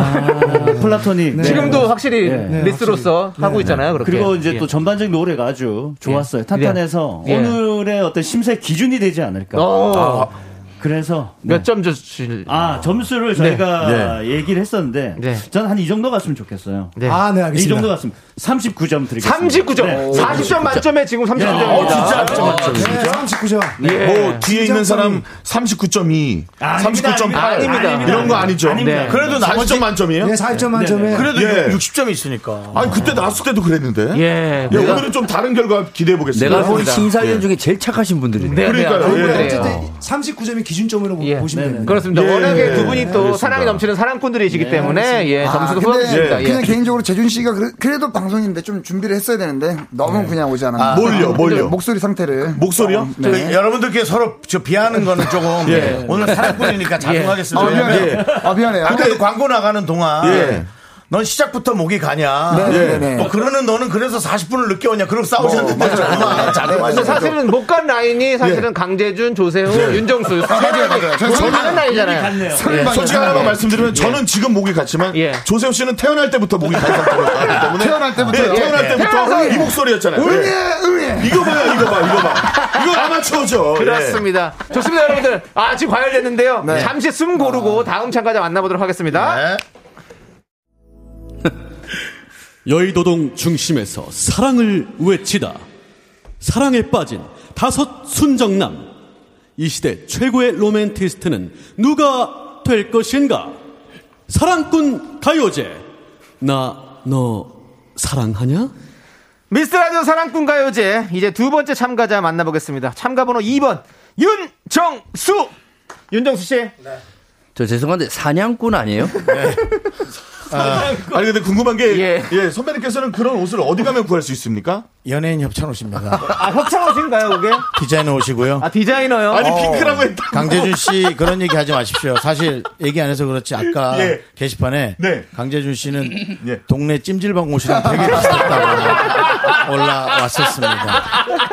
S6: 플라토닉. 네.
S2: 지금도 확실히
S6: 네,
S2: 리스로서 하고 있잖아요. 그렇게.
S6: 그리고 이제
S2: 예.
S6: 또 전반적인 노래가 아주 좋았어요.
S2: 예.
S6: 탄탄해서
S2: 예.
S6: 오늘의 어떤 심사의 기준이 되지 않을까. 아.
S2: 어, 그러니까
S6: 그래서 네.
S2: 몇 점 주실?
S6: 아 점수를 저희가 얘기를 했었는데
S2: 네.
S6: 저는 한 이 정도 갔으면 좋겠어요.
S2: 예. 네.
S9: 아, 네,
S6: 이
S9: 알겠습니다.
S6: 정도 갔으면 39점 드리겠습니다.
S2: 39점.
S6: 네.
S2: 40점 만점에 지금
S8: 어,
S2: 30점입니다.
S9: 어,
S2: 아,
S9: 네, 39점.
S2: 예.
S8: 뭐 뒤에 있는 사람 39.2, 39.8
S2: 아닙니다. 아닙니다.
S8: 이런 거 아니죠?
S2: 아닙니다.
S8: 그래도 나머지 40점 만점이에요?
S9: 네, 40점 만점에.
S1: 그래도
S8: 예.
S1: 60점이 있으니까.
S8: 아니 그때 나왔을 때도 그랬는데.
S2: 예.
S8: 야, 오늘은 좀 다른 결과 기대해 보겠습니다. 예.
S5: 내가 본 심사위원 중에 제일 착하신 분들이네.
S2: 네,
S8: 그러니까요.
S2: 네,
S8: 예.
S2: 아무래요.
S9: 어쨌든 39점이 기준점으로
S2: 예.
S9: 보시면 됩니다.
S2: 그렇습니다.
S8: 예.
S2: 워낙에 두 분이 또
S8: 알겠습니다.
S2: 사랑이 넘치는 사랑꾼들이시기 때문에 예,
S11: 아,
S2: 점수도
S11: 근데
S2: 소화됩니다.
S11: 그냥 개인적으로 재준 씨가 그래- 그래도 방송인데 좀 준비를 했어야 되는데 너무
S2: 네.
S11: 그냥 오지
S2: 아,
S11: 않았나.
S8: 뭘요, 뭘요?
S11: 목소리 상태를.
S8: 목소리요?
S11: 어,
S1: 그
S11: 네.
S1: 여러분들께 서로 저 비하는 거는 조금
S8: 예.
S1: 오늘 사랑꾼이니까
S11: 아,
S1: 자중하겠습니다.
S11: 미안해요.
S8: 예.
S11: 아, 미안해요.
S1: 아까도 광고 나가는 동안
S8: 예.
S1: 넌 시작부터 목이 가냐.
S11: 네, 네, 네.
S1: 뭐 그러는 너는 그래서 40분을 늦게 오냐. 그럼 싸우셨는데
S11: 어, 맞아요.
S1: 정말 잘해
S2: 근데
S1: 맞아.
S2: 사실은 못 간 라인이 사실은 강재준, 조세호, 윤정수.
S11: 맞아요, 맞아요. 저는
S2: 저는 다른 라인이잖아요.
S6: 갔네요.
S8: 예. 솔직히 하나만 말씀드리면 저는 지금 목이 갔지만
S2: 예.
S8: 조세호 씨는 태어날 때부터 목이 갔기 때문에
S11: 태어날 때부터.
S8: 예, 태어날
S2: 예.
S8: 때부터
S2: 태어나서-
S8: 이 목소리였잖아요.
S11: 응애,
S8: 예.
S11: 응애.
S8: 이거 봐요, 이거 봐, 이거 봐. 이거 아마추어죠. 예.
S2: 그렇습니다. 좋습니다, 여러분들. 아, 지금 과열됐는데요. 잠시 숨 고르고 다음 참가자 만나보도록 하겠습니다.
S4: 여의도동 중심에서 사랑을 외치다. 사랑에 빠진 다섯 순정남. 이 시대 최고의 로맨티스트는 누가 될 것인가? 사랑꾼 가요제. 나, 너, 사랑하냐?
S2: 미스터라디오 사랑꾼 가요제 이제 두 번째 참가자 만나보겠습니다. 참가번호 2번 윤정수. 윤정수 씨.
S5: 저 죄송한데 사냥꾼 아니에요?
S8: 네. 아니 근데 궁금한 게
S2: 예.
S8: 예. 선배님께서는 그런 옷을 어디 가면 구할 수 있습니까?
S1: 연예인 협찬 오십니다.
S2: 아 협찬하신가요 그게?
S1: 디자인 오시고요. 어,
S2: 아 디자이너요.
S8: 아니 핑크라고 했다.
S1: 강재준 씨 그런 얘기 하지 마십시오. 사실 얘기 안 해서 그렇지 아까
S8: 예.
S1: 게시판에
S8: 네.
S1: 강재준 씨는
S8: 예.
S1: 동네 찜질방 옷이랑 되게 비슷했다고 올라왔었습니다.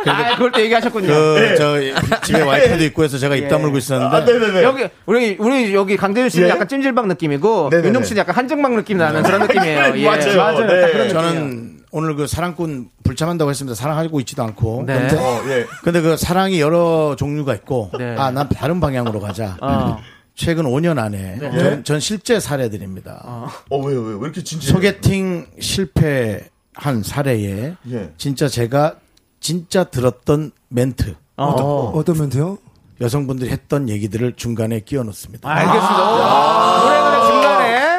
S2: 아, 그럴 때 얘기하셨군요. 예.
S1: 그, 저, 집에 와이프도 있고 해서 제가 입 다물고 있었는데.
S8: 예. 아, 네네네.
S2: 여기 우리 우리 여기 강재준 씨는
S8: 예?
S2: 약간 찜질방 느낌이고
S8: 네네네.
S2: 윤정 씨는 약간 한증방 느낌 나는 그런 느낌이에요. 예.
S8: 맞아요. 네.
S1: 저는 오늘 그 사랑꾼 불참한다고 했습니다. 사랑하고 있지도 않고.
S2: 네.
S1: 근데,
S8: 어, 예.
S1: 근데 그 사랑이 여러 종류가 있고,
S2: 네.
S1: 아, 난 다른 방향으로 가자.
S2: 어.
S1: 최근 5년 안에
S8: 네.
S1: 전, 전 실제 사례들입니다.
S8: 어, 왜요, 왜요? 왜 이렇게 진지?
S1: 소개팅 실패한 사례에
S8: 예.
S1: 진짜 제가 진짜 들었던 멘트.
S9: 아. 어떤-
S1: 멘트요? 여성분들이 했던 얘기들을 중간에 끼워
S2: 아,
S1: 넣습니다.
S8: 아.
S1: 아.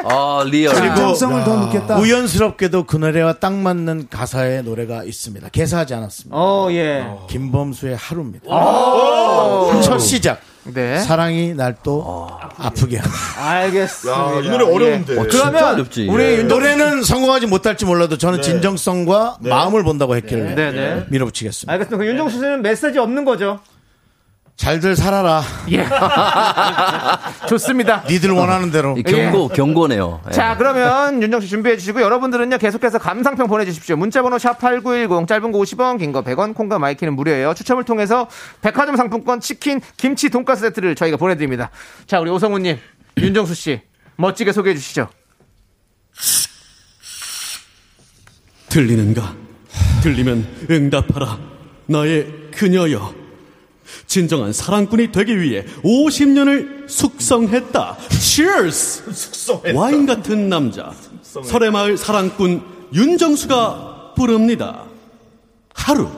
S1: 어,
S5: 아, 리얼.
S1: 야. 우연스럽게도 그 노래와 딱 맞는 가사의 노래가 있습니다. 개사하지 않았습니다.
S2: 어, 예. 어.
S1: 김범수의 하루입니다.
S2: 오!
S1: 오! 첫 시작.
S2: 네.
S1: 사랑이 날 또 아프게 한다.
S2: 알겠습니다.
S1: 야, 이 노래 어. 어려운데. 어, 진짜
S2: 그러면
S1: 어렵지.
S2: 우리
S1: 예.
S2: 윤정-
S1: 노래는 성공하지 못할지 몰라도 저는
S2: 네.
S1: 진정성과
S2: 네.
S1: 마음을 본다고 했길래
S2: 네, 네.
S1: 밀어붙이겠습니다.
S2: 알겠습니다. 그 윤정수 씨는 메시지 없는 거죠?
S1: 잘들 살아라.
S2: 예. 좋습니다.
S1: 니들 원하는 대로.
S5: 이 경고, 경고네요. 예.
S2: 자, 그러면 윤정 씨 준비해 주시고 여러분들은요 계속해서 감상평 보내주십시오. 문자번호 샵 #8910 짧은 거 50원, 긴 거 100원, 콩과 마이키는 무료예요. 추첨을 통해서 백화점 상품권, 치킨, 김치, 돈가스 세트를 저희가 보내드립니다. 자, 우리 오성우님, 윤정수 씨 멋지게 소개해 주시죠.
S4: 들리는가? 들리면 응답하라. 나의 그녀여. 진정한 사랑꾼이 되기 위해 50년을 숙성했다. Cheers! 와인 같은 남자. 설해마을 사랑꾼 윤정수가 부릅니다. 하루.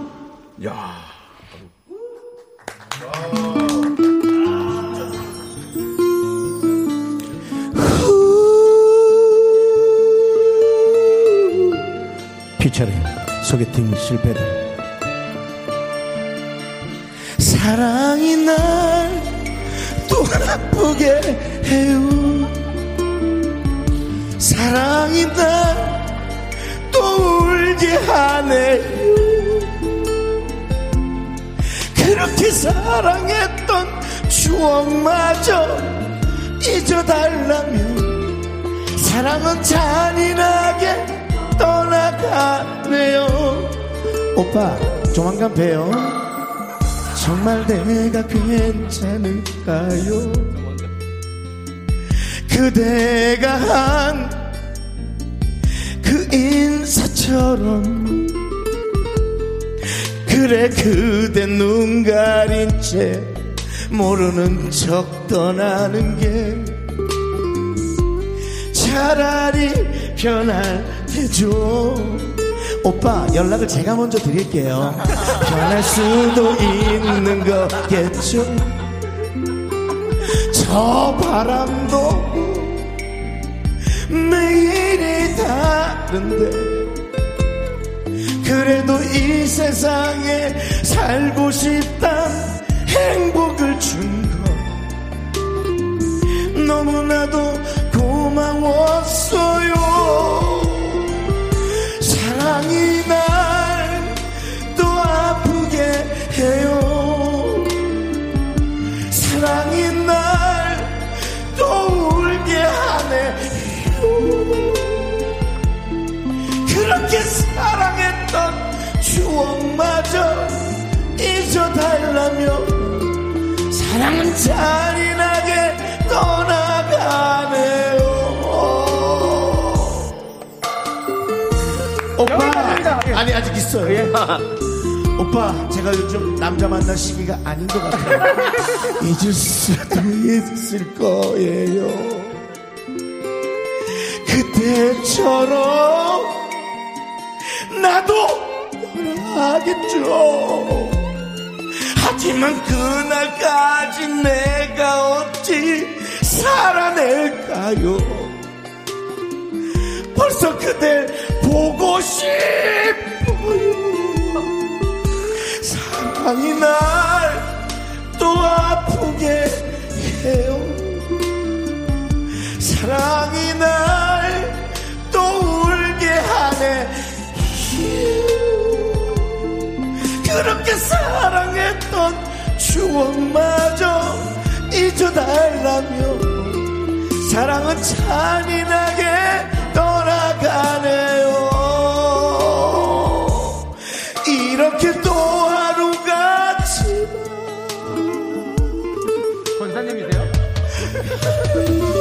S1: 피처링 소개팅 실패들.
S7: 사랑이 날 또 아프게 해요 사랑이 날 또 울게 하네요 그렇게 사랑했던 추억마저 잊어달라며 사랑은 잔인하게 떠나가네요
S1: 오빠 조만간 봬요.
S7: 정말 내가 괜찮을까요? 그대가 한 그 인사처럼 그래 그대 눈 가린 채 모르는 척 떠나는 게 차라리 편할테죠
S1: 오빠 연락을 제가 먼저 드릴게요.
S7: 변할 수도 있는 거겠죠. 저 바람도 매일이 다른데. 그래도 이 세상에 살고 싶단 행복을 준 거 너무나도 고마웠어요. 사랑이 날 또 아프게 해요. 사랑이 날 또 울게 하네요. 그렇게 사랑했던 추억마저 잊어달라며 사랑은 잔인하게 떠나가네요.
S1: 오빠 아니 아직 있어요. 오빠 제가 요즘 남자 만날 시기가 아닌 것 같아요.
S7: 잊을 수도 있을 거예요. 그때처럼 나도 돌아가겠죠. 하지만 그날까지 내가 어찌 살아낼까요? 벌써 그댈 보고 싶어요. 사랑이 날 또 아프게 해요. 사랑이 날 또 울게 하네. 그렇게 사랑했던 추억마저 잊어달라며 사랑은 잔인하게 떠나가네요. 이렇게 또 하루가 지나
S2: 권사님이세요?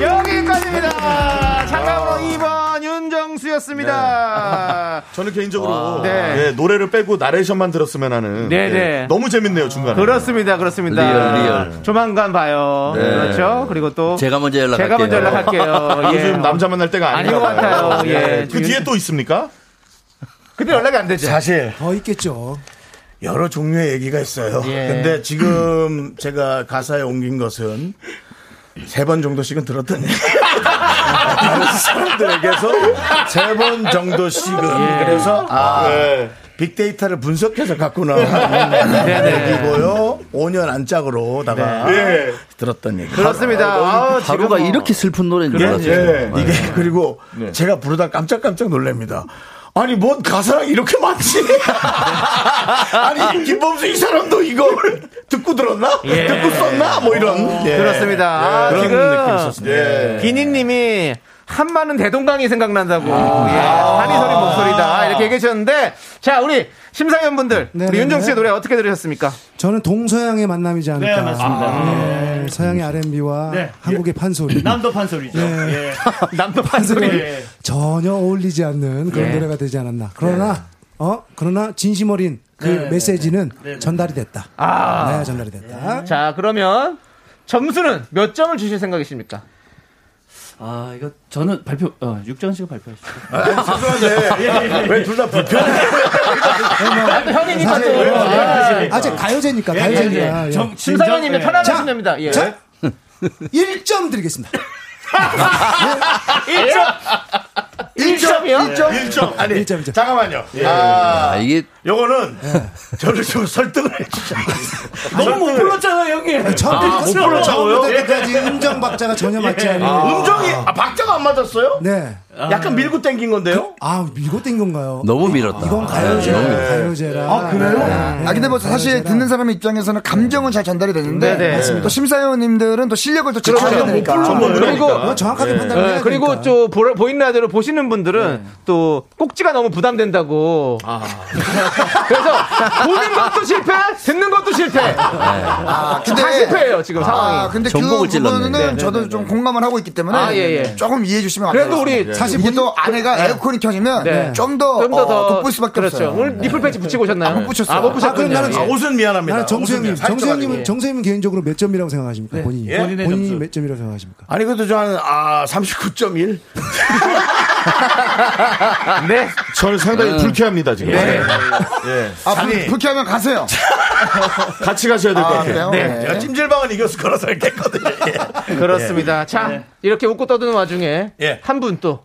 S2: 여기까지입니다. 참가번호 2번 윤정수였습니다. 시간이었습니다.
S8: 저는
S1: 아,
S8: 개인적으로
S2: 네.
S8: 예, 노래를 빼고 나레이션만 들었으면 하는
S2: 네,
S8: 예,
S2: 네.
S8: 너무 재밌네요 중간에.
S2: 그렇습니다, 그렇습니다.
S8: 리얼, 리얼.
S2: 조만간 봐요.
S8: 네.
S2: 그렇죠. 그리고 또
S8: 제가 먼저 연락할게요.
S2: 제가 먼저
S1: 아,
S2: 연락할게요. 예.
S8: 요즘 남자 만날 때가
S2: 아닌
S8: 아닌
S2: 것 같아요.
S1: 네.
S2: 예.
S8: 그 뒤에 또 있습니까?
S2: 근데 연락이 안 되죠.
S1: 사실
S9: 더 있겠죠.
S1: 여러 종류의 얘기가 있어요.
S9: 예.
S1: 근데 지금 제가 가사에 옮긴 것은 세 번 정도씩은 들었던 얘기. 다른 사람들에게서 세 번 정도씩은
S7: 예.
S1: 그래서
S7: 아.
S1: 네. 빅데이터를 분석해서 갖고 나온
S7: 네네.
S1: 얘기고요. 5년 안짝으로다가
S8: 네.
S1: 들었던 얘기.
S2: 아, 그렇습니다.
S1: 하루-
S2: 아우,
S1: 하루가
S2: 지금 뭐-
S1: 이렇게
S5: 슬픈 노래인
S1: 예, 예.
S5: 네.
S1: 이게 그리고 제가 부르다 깜짝깜짝 놀랍니다. 아니 뭔 가사랑 이렇게 맞지? 아니 김범수 이 사람도 이걸 듣고 들었나?
S2: 예.
S1: 듣고 썼나? 뭐 이런 예.
S2: 어, 그렇습니다. 아,
S1: 그런
S2: 지금
S1: 느낌이 있었습니다. 예.
S2: 비니님이 한마는 대동강이 생각난다고
S1: 아.
S2: 예, 한이설이 목소리다 이렇게 얘기하셨는데 자 우리 심사위원분들 우리
S9: 네네네.
S2: 윤정 씨의 노래 어떻게 들으셨습니까?
S9: 저는 동서양의 만남이지 않을까.
S2: 네, 맞습니다.
S9: 네, 서양의 R&B와
S6: 네.
S9: 한국의 판소리.
S6: 남도 판소리죠.
S9: 네.
S6: 예. 남도
S9: 판소리
S6: 예.
S9: 전혀 어울리지 않는 그런
S6: 예.
S2: 네.
S9: 노래가 되지 않았나. 그러나 어 그러나 진심 어린 그
S2: 네네네.
S9: 메시지는
S2: 네네.
S9: 전달이 됐다.
S2: 아.
S9: 네, 전달이 됐다.
S2: 자 그러면 점수는 몇 점을 주실 생각이십니까?
S6: 아 이거 저는 발표 어, 육정 씨가 발표하시죠.
S7: 아,
S6: 아, 예,
S1: 죄송한데 아, 왜 둘 다 불편해?
S2: 아, 형이니까
S9: 사실-
S2: 또.
S9: 아,
S2: 예.
S9: 아직 가요제니까
S2: 예, 예,
S9: 가요제니까.
S2: 예.
S9: 예.
S2: 정- 심사위원님의
S9: 자,
S2: 편안한 신념입니다. 예.
S9: 자, 1점 드리겠습니다.
S2: 1점!
S1: 1점이요?
S9: 1점?
S1: 아니,
S9: 일 점, 일 점.
S1: 잠깐만요.
S9: 예.
S1: 아,
S5: 이게
S1: 요거는 저를 좀 설득을 해주자.
S6: 너무 못 불렀잖아요 형님.
S9: 처음부터
S1: 못 불렀다고요?
S9: 처음부터 끝까지 음정 박자가 전혀 맞지 않아요.
S1: 음정이 예. 아, 박자가 안 맞았어요?
S9: 네.
S1: 약간 밀고 땡긴 건데요?
S9: 아 밀고 뗀 건가요?
S5: 너무 밀었다. 예,
S9: 이건 가요제,
S5: 너무 밀었다.
S2: 어?
S9: 가요제라. 아
S11: 그래요?
S8: 네.
S11: 아 근데 뭐 사실 듣는 사람의 입장에서는 감정은 잘 전달이 되는데
S2: 네네.
S11: 또 심사위원님들은 또 실력을 또
S2: 그렇죠.
S11: 측정해야 되니까
S2: 그리고 예. 예, 그리고 저 보- 보이는 라디오를 보시는 분들은 또 꼭지가 너무 부담된다고.
S11: 아.
S2: 예. 그래서 보는 것도 실패, 듣는 것도 실패.
S11: 아, 근데
S2: 다 실패예요 지금 상황이.
S11: 아, 근데 그
S5: 네,
S11: 부분은 저도 좀 공감을 하고 있기 때문에
S2: 아, 예, 예.
S11: 조금 이해해 주시면 안
S2: 그래도
S11: 돼요.
S2: 우리
S11: 사실
S2: 본-
S11: 이게 또 아내가
S2: 네.
S11: 에어컨이 켜지면
S2: 네.
S11: 좀더 어,
S2: 좀더 더-
S11: 돋볼 수밖에
S2: 그렇죠.
S11: 없어요.
S2: 오늘 니플 패치 붙이고 오셨나요?
S11: 아, 못 붙였어요.
S2: 아, 못 붙였군요.
S9: 그럼 나는
S2: 예.
S1: 옷은 미안합니다.
S9: 나는 정수영님,
S1: 옷은
S9: 정수영님은
S11: 예.
S1: 살쪄가지고.
S9: 정수영님 개인적으로 몇 점이라고 생각하십니까?
S2: 네.
S9: 본인이
S1: 예? 본인의
S9: 본인이
S1: 점수.
S9: 몇 점이라고 생각하십니까?
S1: 아니 그래도 저는 아 39.1.
S2: 네.
S8: 저는 상당히 불쾌합니다 지금.
S1: 네.
S8: 예.
S11: 아, 불, 불쾌하면 가세요.
S8: 같이 가셔야 될 것
S11: 아,
S8: 같아요.
S11: 그래요?
S1: 네. 제가 찜질방은 이겼을 거라 생각했거든요. 예.
S2: 그렇습니다. 자,
S11: 네.
S2: 이렇게 웃고 떠드는 와중에
S11: 예.
S2: 한 분 또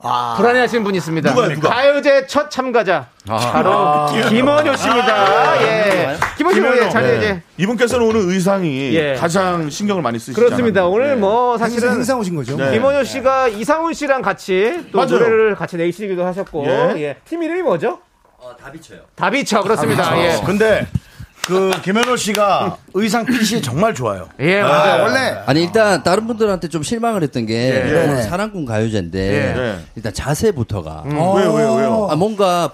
S11: 아.
S2: 불안해하시는 분이 있습니다.
S7: 누가요, 누가?
S2: 가요제 첫 참가자
S8: 아.
S2: 바로
S8: 아.
S2: 김원효 씨입니다.
S8: 아.
S2: 예, 김원효 씨
S8: 김연호.
S2: 예, 자리에
S8: 네.
S2: 이제
S8: 이분께서는 오늘 의상이
S2: 예.
S8: 가장 신경을 많이 쓰시잖아요. 예.
S2: 그렇습니다. 오늘 뭐 사실은
S9: 행사 오신 거죠?
S8: 네.
S2: 김원효 씨가 이상훈 씨랑 같이 또
S8: 맞아요.
S2: 노래를 같이 내시기도 하셨고
S1: 예.
S2: 예. 팀 이름이 뭐죠?
S5: 어, 다비쳐요.
S2: 다비처 그렇습니다. 예.
S1: 근데 그 김현호 씨가 의상 핏이 정말 좋아요.
S2: 예,
S1: 맞아요.
S5: 아니 일단 다른 분들한테 좀 실망을 했던 게
S1: 예.
S5: 이건
S1: 예.
S5: 사랑꾼 가요제인데
S1: 예. 예.
S5: 일단 자세부터가
S2: 음.
S7: 어. 왜요, 왜요, 왜요?
S5: 아, 뭔가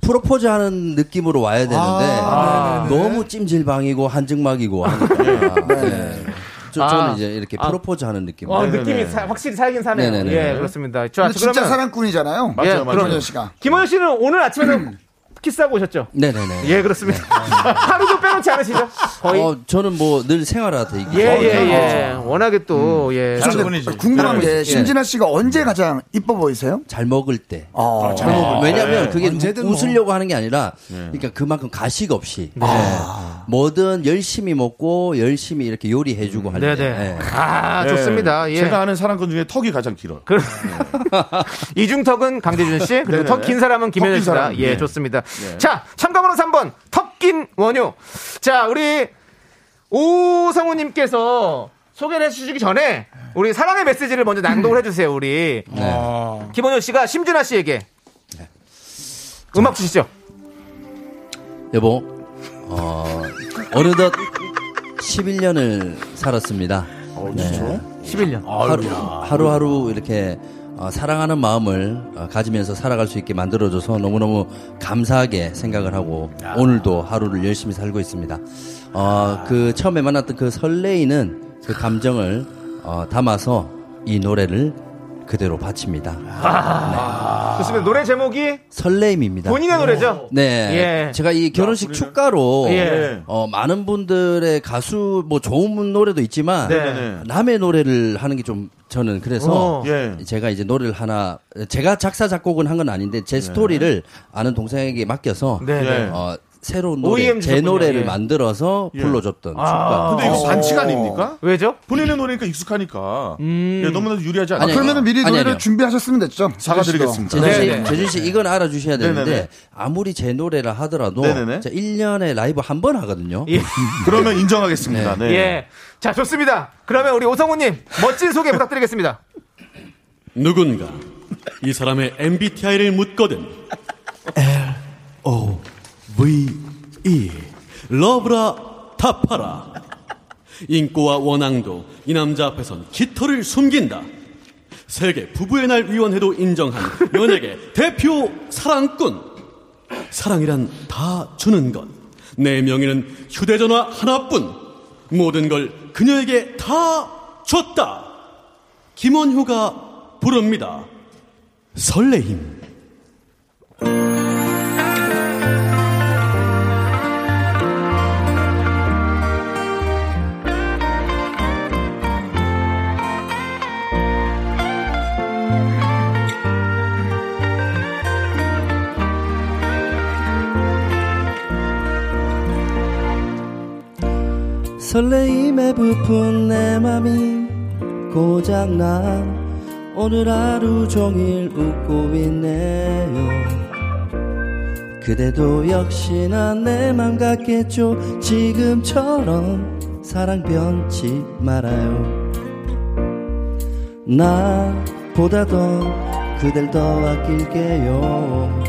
S5: 프로, 포즈 하는 느낌으로 와야 되는데
S7: 아,
S5: 너무 찜질방이고 한증막이고 하니까 네. 저, 저는
S2: 예. 아.
S5: 이제 이렇게
S2: 아.
S5: 프로포즈 하는 느낌.
S2: 어, 느낌이 사- 확실히 살긴 사네요.
S5: 네, 네네네.
S2: 예, 그렇습니다. 자,
S11: 근데 진짜
S2: 그러면-
S11: 사랑꾼이잖아요. 네,
S2: 예, 그럼요. 김원효 씨는 오늘
S11: 음.
S2: 아침에도 키스하고 오셨죠?
S5: 네네네.
S2: 예, 그렇습니다. 하루도 빼놓지 않으시죠?
S11: 아,
S2: 거의.
S5: 어, 저는 뭐 늘 생활하다 이게. 음.
S2: 예, 예, 예. 워낙에 또, 예.
S11: 아, 궁금한 게 신진아 씨가 언제 가장 이뻐 보이세요?
S5: 잘 먹을 때.
S11: 아,
S5: 잘 먹을 때. 왜냐면
S11: 네.
S5: 그게
S11: 언제든 뭐.
S5: 웃으려고 하는 게 아니라 그러니까 그만큼 가식 없이
S11: 네.
S5: 예. 뭐든 열심히 먹고 열심히 이렇게 요리해주고 할 때. 예.
S2: 네, 아, 좋습니다. 예.
S8: 제가 아는 사람꾼 중에 턱이 가장 길어요.
S2: 그- 네. 이중턱은 강대준 씨, 그리고
S8: 네네네.
S2: 턱 긴 사람은
S8: 턱
S2: 김현일
S8: 긴
S2: 씨다.
S8: 사람.
S2: 예,
S8: 네.
S2: 좋습니다.
S8: 네.
S2: 자, 참가번호 3번. 턱 긴 원효. 자, 우리 오성우님께서 소개를 해주시기 전에 우리 사랑의 메시지를 먼저 낭독을 해주세요, 우리. 김원효 씨가 심준아 씨에게 음악 주시죠.
S5: 여보, 어, 어느덧 11년을 살았습니다.
S2: 어,
S5: 네.
S2: 진짜요? 11년.
S5: 하루, 하루 이렇게 어, 사랑하는 마음을 어, 가지면서 살아갈 수 있게 만들어줘서 너무너무 감사하게 생각을 하고 오늘도 하루를 열심히 살고 있습니다. 어, 그 처음에 만났던 그 설레이는 그 감정을 어, 담아서 이 노래를 그대로 바칩니다. 네.
S2: 아. 좋습니다. 노래 제목이
S5: 설레임입니다.
S2: 본인의 노래죠?
S5: 네.
S2: 예.
S5: 제가 이 결혼식 축가로
S2: 예.
S5: 어, 많은 분들의 가수 뭐 좋은 노래도 있지만
S2: 네네네.
S5: 남의 노래를 하는 게 좀 저는 그래서
S2: 어.
S8: 예.
S5: 제가 이제 노래를 하나 제가 작사 작곡은 한 건 아닌데 제 스토리를 아는 동생에게 맡겨서
S2: 네. 네네.
S5: 어, 새로운
S1: E
S5: 노래
S2: OEM
S5: 제
S2: 셨군요.
S5: 노래를
S2: 예.
S5: 만들어서
S2: 예.
S5: 불러줬던
S2: 아. 어.
S5: 축가.
S8: 근데 이거 반칙 아닙니까?
S2: 왜죠? 음.
S8: 본인의 노래니까 익숙하니까. 예, 너무나도 유리하지 않아요?
S11: 그러면 미리
S5: 아니,
S11: 노래를
S5: 아니요.
S11: 준비하셨으면 됐죠.
S8: 사과드리겠습니다.
S5: 제준 씨,
S8: 네, 네.
S5: 제준 씨 이건 알아주셔야 되는데
S8: 네, 네, 네.
S5: 아무리 제 노래라 하더라도
S8: 네, 네, 네.
S5: 자, 1년에 라이브 한 번 하거든요.
S8: 그러면 인정하겠습니다. 네.
S2: 예. 자, 좋습니다. 그러면 우리 오성우님, 멋진 소개 부탁드리겠습니다.
S4: 누군가 이 사람의 MBTI를 묻거든. L O V E 러브라 타파라. 인꼬와 원앙도 이 남자 앞에선 깃털을 숨긴다. 세계 부부의 날 위원회도 인정한 연예계 대표 사랑꾼. 사랑이란 다 주는 것. 내 명의는 휴대전화 하나뿐. 모든 걸 그녀에게 다 줬다. 김원효가 부릅니다. 설레임.
S13: 설레임에 부푼 내 맘이 고장나 오늘 하루 종일 웃고 있네요 그대도 역시나 내 맘 같겠죠 지금처럼 사랑 변치 말아요 나보다 더 그댈 더 아낄게요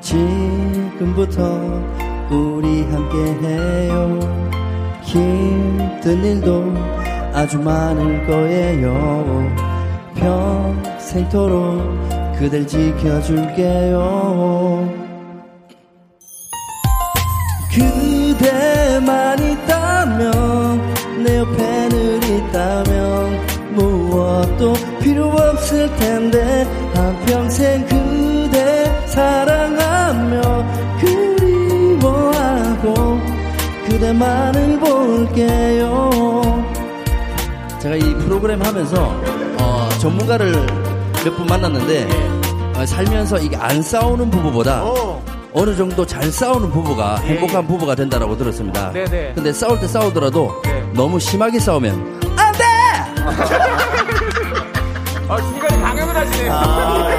S13: 지금부터 우리 함께해요 힘든 일도 아주 많을 거예요. 평생토록 그댈 지켜줄게요. 그대만 있다면 내 옆에 늘 있다면 무엇도 필요 없을 텐데 한평생 그대 사랑하며 그리워하고 그대만을 볼게요
S5: 제가 이 프로그램 하면서 어, 전문가를 몇 분 만났는데 어, 살면서 이게 안 싸우는 부부보다 어. 느 정도 잘 싸우는 부부가
S2: 예,
S5: 행복한 부부가 된다라고 들었습니다.
S2: 네, 네.
S5: 근데 싸울 때 싸우더라도 너무 심하게 싸우면
S7: 안 돼!
S2: 아, 중간에 방향을 하시네요.
S1: 아,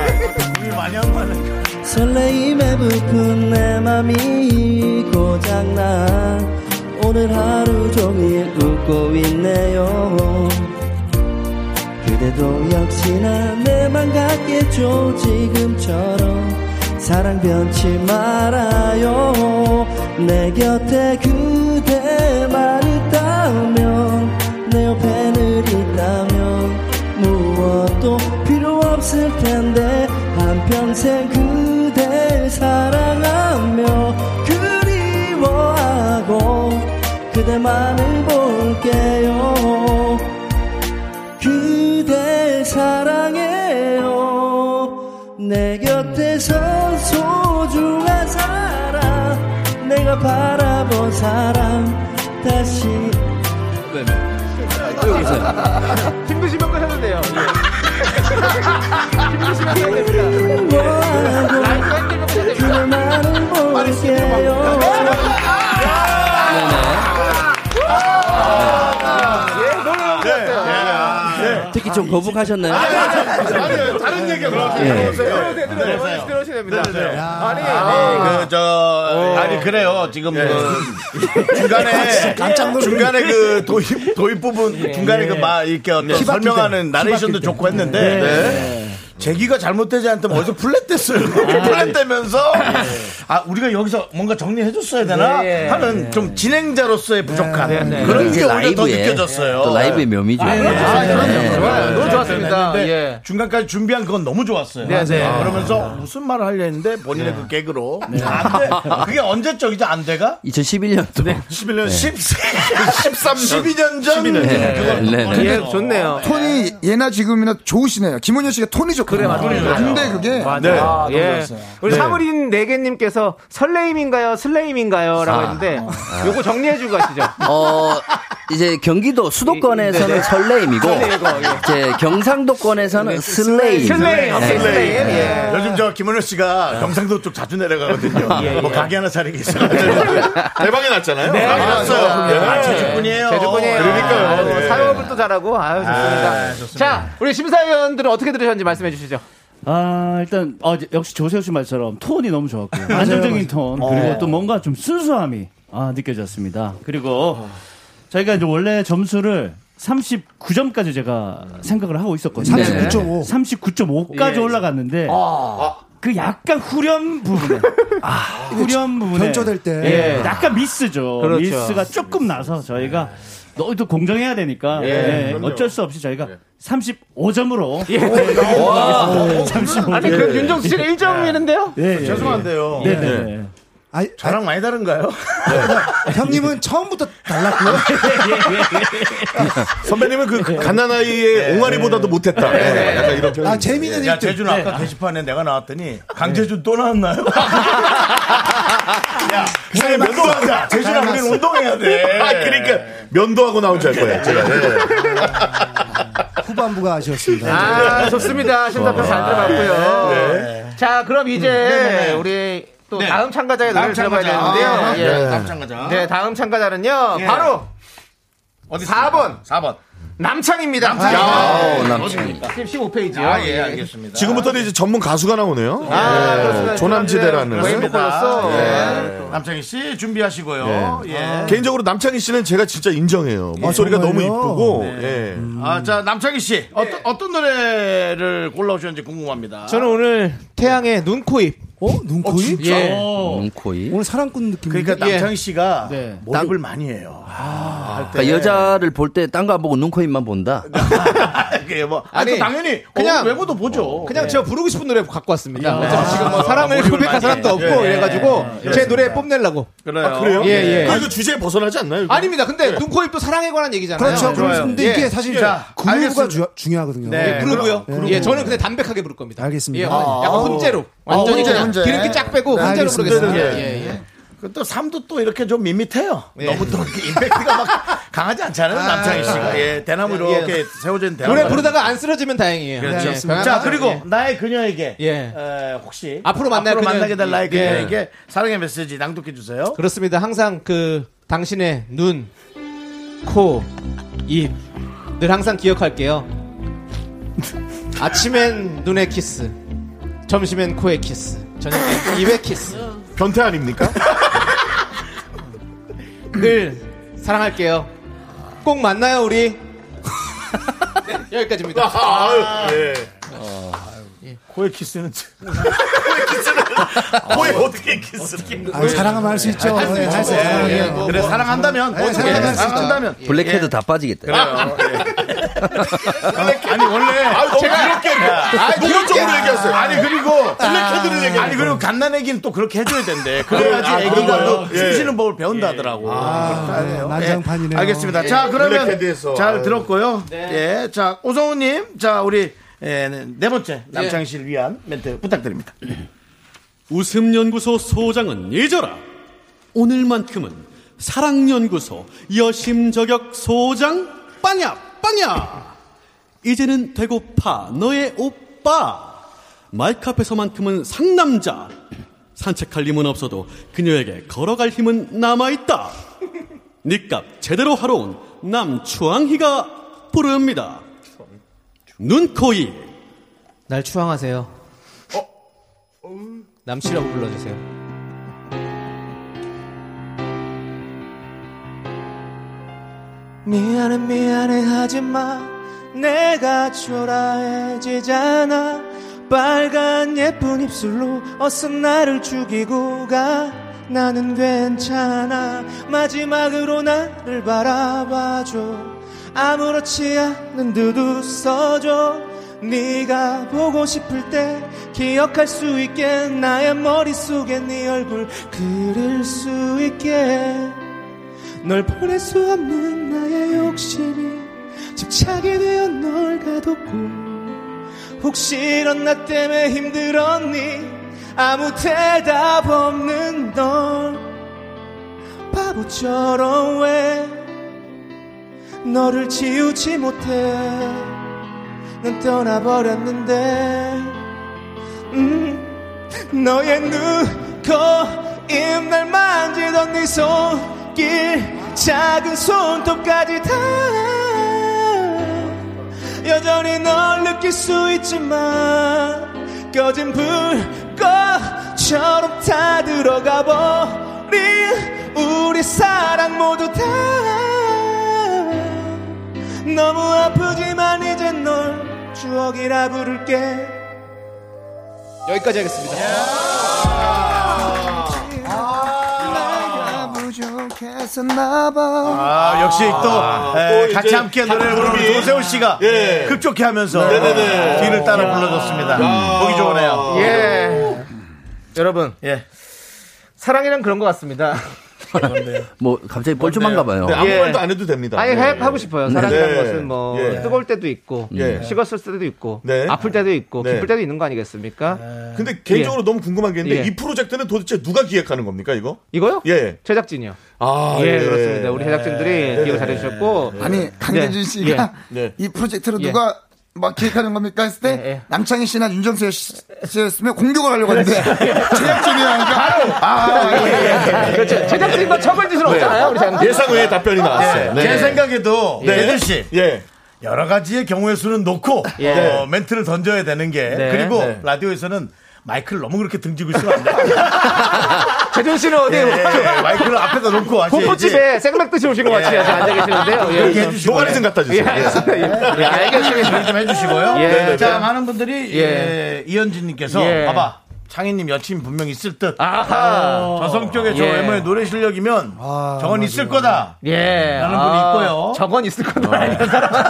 S1: 많이 한 거는.
S13: 설레임에 부푼 내 맘이 고장나 오늘 하루 종일 웃고 있네요 그래도 역시나 내 맘 같겠죠 지금처럼 사랑 변치 말아요 내 곁에 그대만 있다면 내 옆에 늘 있다면 무엇도 필요 없을 텐데 한평생 그댈 사랑하며 그리워하고 그대만을 볼게요 그댈 사랑해요 내 곁에서 소중한 사랑 내가 바라본 사랑 다시
S2: 힘드시면 꺼셔도 돼요. 예. 힘드시면 꺼야 됩니다.
S13: 그대만을 볼게요
S8: 네.
S5: 특히
S2: 아,
S5: 좀
S2: 네.
S5: 거북하셨나요?
S8: 다른 얘기야, 그럼.
S5: 예.
S2: 들어오세요. 들어오세요. 들어오시면 됩니다. 아니, 예.
S1: 아니, 그, 저, 아니, 그래요. 지금, 그, 중간에,
S2: 깜짝 놀랐네. 예.
S1: 중간에 그 도입, 도입 부분, 중간에 그 막, 이렇게 어떤
S2: 키 바뀔
S1: 설명하는
S2: 때, 키
S1: 나레이션도
S2: 바뀔 때.
S1: 좋고 했는데,
S2: 네.
S1: 네. 제기가 잘못되지 않다면 어디서 플랫됐어요.
S5: 아, 네.
S1: 플랫되면서 아 우리가 여기서 뭔가 정리해줬어야 되나
S11: 네,
S1: 하는 좀 진행자로서의 부족함
S11: 네, 네.
S1: 그런
S5: 이제
S1: 게 오히려 더
S5: 라이브의,
S1: 느껴졌어요.
S5: 또 라이브의 묘미죠.
S1: 아, 그렇죠.
S5: 아, 그럼요.
S1: 네, 네.
S5: 좋아요. 너무
S1: 네,
S5: 좋았습니다.
S1: 네, 네. 중간까지 준비한 그건 너무 좋았어요.
S5: 네, 네.
S1: 아, 그러면서 무슨 말을 하려 했는데 본인의 그 개그로 안 돼. 그게 언제적이죠? 안 돼가?
S5: 2011년도.
S1: 11년,
S5: 네.
S1: 13, 13, 12년 전.
S11: 12년 전.
S1: 네.
S11: 그거.
S5: 네, 네.
S11: 예, 좋네요. 톤이 예나 지금이나 좋으시네요. 김원현 씨가 톤이 좋고. 그래,
S2: 맞아요.
S11: 근데 그게. 아, 너무
S2: 예.
S11: 좋았어요.
S2: 우리
S11: 네.
S2: 사무린 네개님께서 설레임인가요, 슬레임인가요? 라고
S5: 아.
S2: 했는데, 요거 정리해주고 가시죠.
S5: 어, 이제 경기도 수도권에서는
S2: 이- 네, 네.
S5: 설레임이고,
S2: 설레이고, 예.
S5: 이제 경상도권에서는 슬레임.
S1: 슬레임,
S5: 네.
S1: 슬레임. 예.
S5: 네.
S13: 예.
S1: 요즘 저 김원효 씨가 경상도 쪽 자주 내려가거든요.
S5: 예,
S1: 뭐
S5: 예.
S1: 가게 하나 차리기 있어요. 대박이 났잖아요.
S2: 네,
S1: 대박이 났어요.
S2: 맞습니다.
S1: 아, 제주꾼이에요.
S2: 제주꾼이에요.
S1: 그러니까요. 예,
S2: 아유,
S1: 네.
S2: 사업을 또 잘하고, 아유, 좋습니다.
S6: 아,
S2: 자, 우리 심사위원들은 어떻게 들으셨는지 말씀해 주시죠.
S6: 아 일단 어, 이제 역시 조세호 씨 말처럼 톤이 너무 좋았고요. 안정적인 톤 그리고
S2: 어.
S6: 또 뭔가 좀 순수함이 아, 느껴졌습니다. 그리고 저희가 이제 원래 점수를 39점까지 제가 생각을 하고 있었거든요.
S9: 네. 39.5.
S6: 39.5까지
S9: 예.
S6: 올라갔는데
S2: 아.
S6: 그 약간 후렴 부분에 아, 후렴 부분에
S9: 변조될 때.
S6: 예, 약간 미스죠.
S9: 그렇죠.
S6: 미스가 조금 나서 저희가 너무 또 공정해야 되니까
S2: 예,
S6: 예,
S2: 그럼요.
S6: 어쩔 수 없이 저희가 35점으로
S2: 예. 와. 아니, 그럼 윤정수 씨가 1점 이는데요?
S6: 예, 예,
S1: 죄송한데요.
S6: 예. 네, 네, 네.
S1: 저랑 많이 다른가요?
S9: 형님은 처음부터 달랐고요.
S8: 선배님은
S2: 네.
S8: 그 갓난아이의 옹알이보다도 못했다. 네, 약간 이런
S9: 아,
S8: 표현.
S1: 야, 제주는
S2: 네.
S1: 아까
S8: 네.
S1: 게시판에 내가 나왔더니 강제준 또 나왔나요? 야, 그 사람이 면도한다. 제주랑 우리는 운동해야 돼.
S8: 아, 그러니까 면도하고 나온 줄 알 거예요. 제가. 예. 네.
S9: 후반부가 아쉬웠습니다.
S2: 아, 좋습니다. 심사평 잘 들어봤고요. 자, 그럼 이제
S9: 네, 네.
S2: 우리 또
S9: 네.
S2: 다음 참가자의
S9: 다음
S2: 노래를 들어봐야
S9: 참가자.
S2: 되는데요.
S9: 아,
S2: 예.
S9: 네, 다음 참가자.
S2: 네, 다음 참가자는요.
S9: 예.
S2: 바로 어디 4번.
S1: 4번.
S2: 남창입니다. 아, 네.
S8: 남창. 야, 오, 남창.
S1: 네.
S2: 15페이지요.
S8: 지금부터는 이제 전문 가수가 나오네요.
S1: 아,
S8: 예.
S1: 그렇습니다.
S8: 조남지대라는.
S1: 웨인보컬로서
S8: 예.
S1: 네. 남창희 씨 준비하시고요.
S8: 예.
S1: 예.
S8: 개인적으로 남창희 씨는 제가 진짜 인정해요. 아, 목소리가 너무 이쁘고. 예.
S1: 아, 자 남창희 씨 어떤 어떤 노래를 골라오셨는지 궁금합니다.
S2: 아. 저는 오늘 태양의 눈, 코, 입.
S9: 어? 눈,
S1: 어, 진짜?
S2: 예.
S5: 눈코입.
S9: 오늘 사랑꾼 느낌.
S1: 그러니까
S8: 예.
S1: 남창희 씨가 몰입을
S5: 땀-
S1: 많이 해요. 아, 할 때.
S5: 그러니까 여자를 볼 때 딴 거 안 보고 눈코입만 본다.
S1: 이게 뭐 아니, 또 당연히 그냥
S5: 어,
S2: 그냥-
S1: 외모도 보죠.
S2: 그냥 제가 부르고 싶은 노래 갖고 왔습니다.
S1: 야.
S2: 어차피 지금 뭐 사랑을
S1: 몰입을
S2: 고백할
S1: 많이
S2: 사람도
S1: 해.
S2: 없고
S1: 예, 예.
S2: 이래가지고
S1: 예.
S2: 제 노래 뽐내려고.
S1: 그래요?
S8: 아, 그래요?
S2: 예, 예.
S8: 아, 이거 주제에 벗어나지 않나요? 이거?
S2: 아닙니다. 근데 눈코입도 사랑에 관한 얘기잖아요. 예.
S9: 그렇죠. 근데 이게 사실 그루브가 주- 중요하거든요.
S2: 네, 그러고요.
S9: 그루브.
S2: 예, 저는 근데 담백하게 부를 겁니다.
S9: 알겠습니다.
S2: 예,
S9: 아,
S2: 약간
S9: 아,
S2: 혼재로
S1: 아,
S2: 완전히
S1: 혼재,
S2: 그냥
S1: 혼재.
S2: 기름기 쫙 빼고
S1: 네,
S2: 혼재로
S1: 알겠습니다.
S2: 부르겠습니다.
S1: 네, 네.
S2: 예, 예.
S1: 그또 삶도 또 이렇게 좀 밋밋해요. 너무 또 이렇게 임팩트가 막 강하지 않잖아요.
S2: 아.
S1: 남창희 씨가 예, 대나무
S2: 예.
S1: 이렇게 세워진 대나무.
S2: 노래 부르다가 안 쓰러지면 다행이에요.
S1: 그렇죠.
S2: 예,
S1: 자
S2: 그나마-
S1: 그리고
S2: 예.
S1: 나의 그녀에게
S2: 예.
S1: 에, 혹시
S2: 앞으로 만날
S1: 앞으로
S2: 그녀-
S1: 만나게 될 나의
S2: 예.
S1: 그녀에게 사랑의 메시지 낭독해 주세요.
S2: 그렇습니다. 항상 그 당신의 눈, 코, 입. 늘 항상 기억할게요. 아침엔 눈의 키스, 점심엔 코의 키스, 저녁엔 입의 키스.
S8: 변태 아닙니까?
S2: 늘 사랑할게요. 꼭 만나요, 우리. 네, 여기까지입니다.
S8: 아, 아유, 예.
S1: 코의 키스는
S8: 거의 어떻게 키스를.
S9: 아, 사랑하면 할 수 있죠.
S1: 할수
S9: 예,
S1: 있죠.
S9: 할수
S1: 예,
S9: 있죠.
S1: 예.
S9: 예.
S1: 그래
S5: 네,
S1: 사랑한다면
S9: 예, 사랑한다면
S1: 사랑한다면
S5: 아, 블랙헤드 다 빠지겠다.
S1: 아니
S7: 예.
S1: 원래
S8: 아, 너무 그렇게 노골적으로
S1: 아,
S8: 얘기했어요.
S1: 아니 그리고
S8: 블랙헤드를 얘기하는
S1: 아니 그리고 갓난애기는 또 그렇게 해줘야 된대. 그래야지 애기가 또
S8: 예.
S1: 숨쉬는 법을 배운다 하더라고.
S9: 아, 난장판이네요.
S1: 알겠습니다.
S9: 예.
S1: 자 그러면
S8: 블랙헤드에서.
S1: 잘
S8: 아유.
S1: 들었고요. 예, 자 오성우님, 자 우리 예, 네, 네 번째 남창희 씨를 위한 멘트 부탁드립니다.
S4: 웃음연구소 소장은 예져라. 오늘만큼은 사랑연구소 여심저격 소장 빵야 빵야. 이제는 되고파 너의 오빠. 말카페서만큼은 상남자. 산책할 힘은 없어도 그녀에게 걸어갈 힘은 남아있다. 니값 제대로 하러 온 남추앙희가 부릅니다. 눈코입.
S2: 날 추앙하세요.
S8: 어?
S2: 남씨라고 불러주세요.
S13: 미안해 미안해 하지마 내가 초라해지잖아
S3: 빨간 예쁜 입술로 어서 나를 죽이고 가 나는 괜찮아 마지막으로 나를 바라봐줘 아무렇지 않은 듯 웃어줘 네가 보고 싶을 때 기억할 수 있게 나의 머릿속에 네 얼굴 그릴 수 있게 널 보낼 수 없는 나의 욕심이 집착이 되어 널 가뒀고 혹시 이런 나 때문에 힘들었니 아무 대답 없는 널 바보처럼 왜 너를 지우지 못해 난 떠나버렸는데 음, 너의 눈코입 날 만지던 네 손길 작은 손톱까지 다 여전히 널 느낄 수 있지만 꺼진 불꽃처럼 다 들어가 버린 우리 사랑 모두 다 너무 아프지만 이제 널 추억이라 부를게 여기까지 하겠습니다
S1: 아, 역시 또, 에, 같이 함께 노래를 부르는 조세호 씨가
S8: 예.
S1: 급족해 하면서
S8: 네네네.
S1: 뒤를 따라 불러줬습니다. 보기 좋으네요.
S2: 예.
S8: 음.
S2: 여러분.
S1: 어. 예.
S2: 사랑이란 그런 것 같습니다.
S5: 뭐 갑자기 뻘쭘한가 봐요.
S8: 네, 아무
S2: 예.
S8: 말도 안 해도 됩니다.
S2: 아니,
S8: 네.
S2: 하고 싶어요.
S8: 네.
S2: 사랑이라는
S8: 네.
S2: 것은 뭐,
S8: 예.
S2: 뜨거울 때도 있고,
S5: 음.
S8: 예.
S2: 식었을 때도 있고,
S8: 네.
S2: 아플 때도 있고,
S8: 네.
S2: 기쁠 때도 있는 거 아니겠습니까?
S8: 근데 개인적으로
S2: 예.
S8: 너무 궁금한 게 있는데
S2: 예.
S8: 이 프로젝트는 도대체 누가 기획하는 겁니까 이거?
S2: 이거요?
S8: 예.
S2: 제작진이요.
S8: 아, 예.
S2: 예, 그렇습니다. 우리 제작진들이 기획을 잘해주셨고.
S11: 아니 강대준 씨가
S2: 네.
S11: 이 프로젝트를
S2: 예.
S11: 누가 막 기획하는 겁니까 했을 때 남창희 씨나 윤정수 씨- 씨였으면 공격을 하려고 했는데 제작진이라니까 아, 예, 예, 예.
S2: 그렇죠. 제작진과 척을 짓은
S8: 네.
S2: 없잖아요, 우리 장님.
S8: 예상 외의 답변이 나왔어요.
S1: 네. 제 생각에도,
S8: 네.
S1: 예들 씨. 여러 가지의 경우의 수는 놓고,
S8: 예.
S1: 어, 멘트를 던져야 되는 게,
S8: 네.
S1: 그리고
S8: 네.
S1: 라디오에서는 마이크를 너무 그렇게 등지고 있으면 안 돼요.
S2: 재준 씨는 어디
S1: 예, 예, 마이크를 앞에다 놓고 하시
S2: 호프집에 생맥 드시고 오신 것 같이
S8: 예.
S2: 아직 앉아 계시는데요. 예.
S1: 그렇게 해주시고.
S8: 노가리 좀 갖다 주세요.
S2: 예, 알겠습니다. 예. 예, 알겠습니다.
S1: 정리 좀 해주시고요.
S2: 예. 네네.
S1: 자, 많은 분들이
S2: 예.
S1: 예, 이현진님께서
S2: 예.
S1: 봐봐. 창희님 여친 분명 있을 듯. 어,
S2: 아하.
S1: 저 성격에 저
S2: 예.
S1: 외모의 노래 실력이면
S6: 아,
S1: 저건 있을 거다.
S2: 예.
S1: 라는
S2: 아,
S1: 분이 있고요. 어,
S2: 저건 있을 거다. 아니면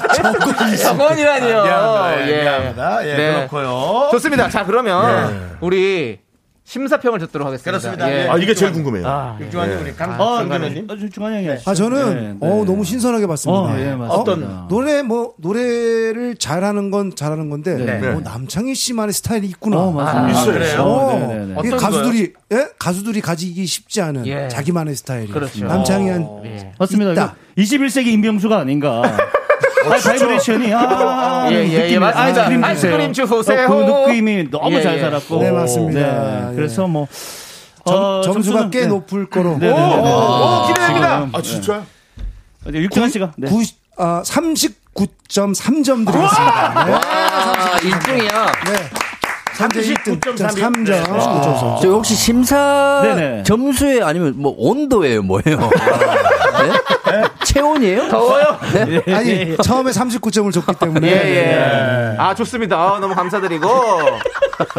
S2: 사람한테. 저건이라니요. 네.
S1: 미안합니다. 예, 미안합니다. 예, 그렇고요. 예.
S2: 좋습니다. 자, 그러면 우리 심사평을 듣도록 하겠습니다.
S1: 그렇습니다. 예.
S2: 예.
S8: 아 이게 제일 궁금해요. 예.
S1: 육중환님 우리 강
S2: 아,
S1: 어,
S2: 중간에.
S1: 의원님.
S6: 중환 형이
S9: 아 저는 어 너무 신선하게 봤습니다.
S6: 네, 어, 예, 맞습니다.
S1: 어떤?
S9: 노래 뭐 노래를 잘하는 건 잘하는 건데
S6: 네.
S9: 어, 남창희 씨만의 스타일이 있구나.
S6: 어, 맞아요. 아, 있어요.
S1: 그래요?
S9: 어,
S6: 네, 네, 네.
S9: 이게
S6: 어떤
S9: 가수들이 예? 가수들이 가지기 쉽지 않은
S6: 예.
S9: 자기만의 스타일이.
S6: 그렇죠.
S9: 남창희한
S6: 예. 맞습니다.
S9: 있다.
S6: 이거 21세기 임병수가 아닌가.
S2: 어,
S6: 아, 바이브레이션이 아,
S2: 예, 예, 예, 맞습니다. 아이스크림 주세요.
S6: 그 느낌이 너무
S2: 예,
S6: 잘
S2: 예.
S6: 살았고.
S9: 네, 맞습니다. 예.
S6: 그래서 뭐
S9: 점,
S6: 어,
S9: 점수가
S6: 점수는-
S9: 꽤
S6: 네.
S9: 높을 거로.
S6: 네, 네, 네, 네.
S9: 오,
S6: 기대됩니다.
S8: 아 진짜?
S6: 육정환 씨가 네.
S9: 90, 아, 39.3점 드리겠습니다. 네.
S5: 아, 일등이야.
S9: 네. 39.3점.
S5: 아.
S9: 점
S5: 저 혹시 심사
S6: 네네.
S5: 점수에 아니면 뭐 온도예요, 뭐예요? 네? 체온이에요?
S2: 더워요?
S5: 네?
S9: 아니, 처음에 39점을 네. 줬기 때문에.
S2: 예, 예. 아, 좋습니다. 아, 너무 감사드리고.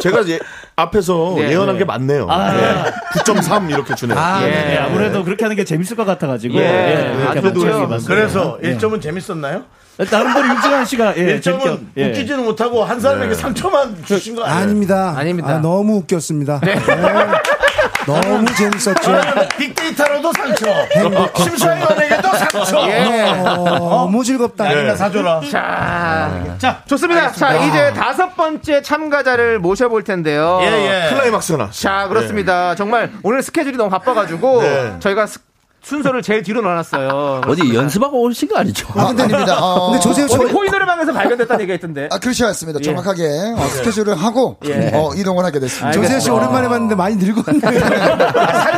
S8: 제가 예, 앞에서
S2: 네.
S8: 예언한 게 맞네요.
S6: 아.
S8: 예. 9.3 이렇게 주네요.
S2: 예.
S6: 네, 아무래도 그렇게 하는 게 재밌을 것 같아가지고.
S2: 예.
S6: 이렇게
S2: 아주
S6: 맞춰주기
S2: 좋죠.
S6: 맞습니다.
S1: 네,
S6: 예.
S1: 그래서 1점은 재밌었나요?
S6: 나름대로 육정환 씨가 예,
S1: 1점은
S6: 재밌게- 네. 예.
S1: 웃기지는 못하고 한 사람에게 상처만 주신 거 아니에요?
S9: 아닙니다.
S2: 아닙니다.
S9: 아, 너무 웃겼습니다. 네. 너무 재밌었죠.
S1: 저는 빅데이터로도 상처,
S9: 행복했죠.
S1: 심사위원에게도
S9: 아,
S1: 상처.
S9: 예. 어,
S1: 네.
S9: 너무 즐겁다.
S1: 아니다 사줘라.
S2: 자,
S1: 자,
S2: 좋습니다. 자, 이제 다섯 번째 참가자를 모셔볼 텐데요.
S1: 예, 예.
S8: 클라이막스가 나.
S2: 자, 그렇습니다. 정말 오늘 스케줄이 너무 바빠가지고
S8: 네.
S2: 저희가 스- 순서를 제일 뒤로 놔놨어요.
S5: 어디 연습하고 오신 거 아니죠?
S11: 아, 근데 아닙니다. 어,
S9: 근데 조세호 씨
S2: 어디 코인 노래방에서 발견됐다는 얘기가 있던데.
S11: 아, 그렇지 않습니다. 정확하게 어, 스케줄을 하고
S2: 예.
S11: 어, 이동을 하게 됐습니다.
S9: 조세호 씨 오랜만에 봤는데 많이 늙었네.
S1: 살이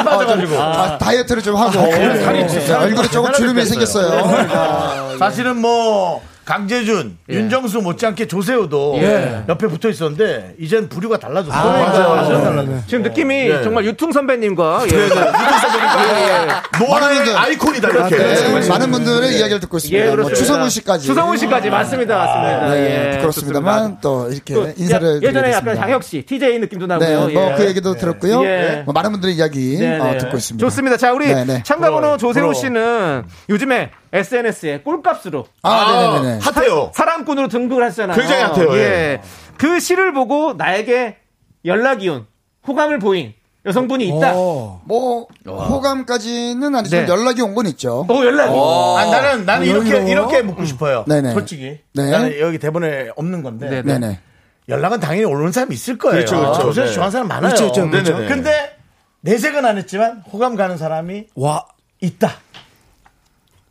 S1: 빠져가지고.
S11: 아,
S1: 네.
S11: 네.
S2: 아, 네.
S11: 다이어트를 좀 하고 얼굴에 조금 주름이 생겼어요.
S1: 사실은 네. 뭐 강재준, 윤정수 못지않게 조세호도
S2: 예.
S1: 옆에 붙어 있었는데 이젠 부류가 네. 달라졌어.
S2: 아, 맞아요. 지금 느낌이 정말 유퉁 선배님과 예.
S1: 네,
S11: 예,
S2: 뭐
S11: 많은 분들-
S8: 아이콘이다, 이렇게.
S11: 네, 많은 분들의
S2: 예.
S11: 이야기를 듣고 있습니다.
S2: 예,
S11: 뭐
S2: 그렇습니다.
S11: 추성훈 씨까지.
S2: 추성훈 씨까지 맞습니다, 맞습니다.
S11: 네,
S2: 예,
S11: 그렇습니다만 또 이렇게
S2: 또
S11: 인사를
S2: 예, 전에 약간
S11: 드리겠습니다.
S2: 장혁 씨, TJ 느낌도
S11: 네,
S2: 나고요.
S11: 뭐
S2: 예.
S11: 그 얘기도 들었고요.
S2: 예.
S11: 뭐 많은 분들의 이야기
S2: 네,
S11: 어,
S2: 네.
S11: 듣고 있습니다.
S2: 좋습니다. 자, 우리
S11: 네, 네.
S2: 참가번호 조세호 씨는 요즘에 SNS에 꼴값으로
S11: 아, 네네네네.
S8: 핫해요.
S2: 사, 랑꾼으로 등극을 하시잖아요.
S8: 굉장히 핫해요, 예.
S2: 그 시를 보고 나에게 연락이 온 호감을 보인 여성분이 있다.
S11: 뭐 호감까지는 아니지만
S2: 네.
S11: 연락이 온 건 있죠. 뭐
S2: 어, 연락이.
S1: 아, 나는
S11: 어,
S1: 나는 이렇게 이렇게 묻고 싶어요.
S11: 네네.
S1: 솔직히
S11: 네.
S1: 나는 여기 대본에 없는 건데
S11: 네네. 네네.
S1: 연락은 당연히 오는 사람이 있을 거예요.
S8: 그렇죠, 그렇죠.
S1: 조세호
S8: 네.
S1: 씨 좋아하는 사람 많아요.
S8: 그렇죠, 그렇죠, 그렇죠. 네네네.
S1: 근데 내색은 안 했지만 호감 가는 사람이
S11: 와
S1: 있다.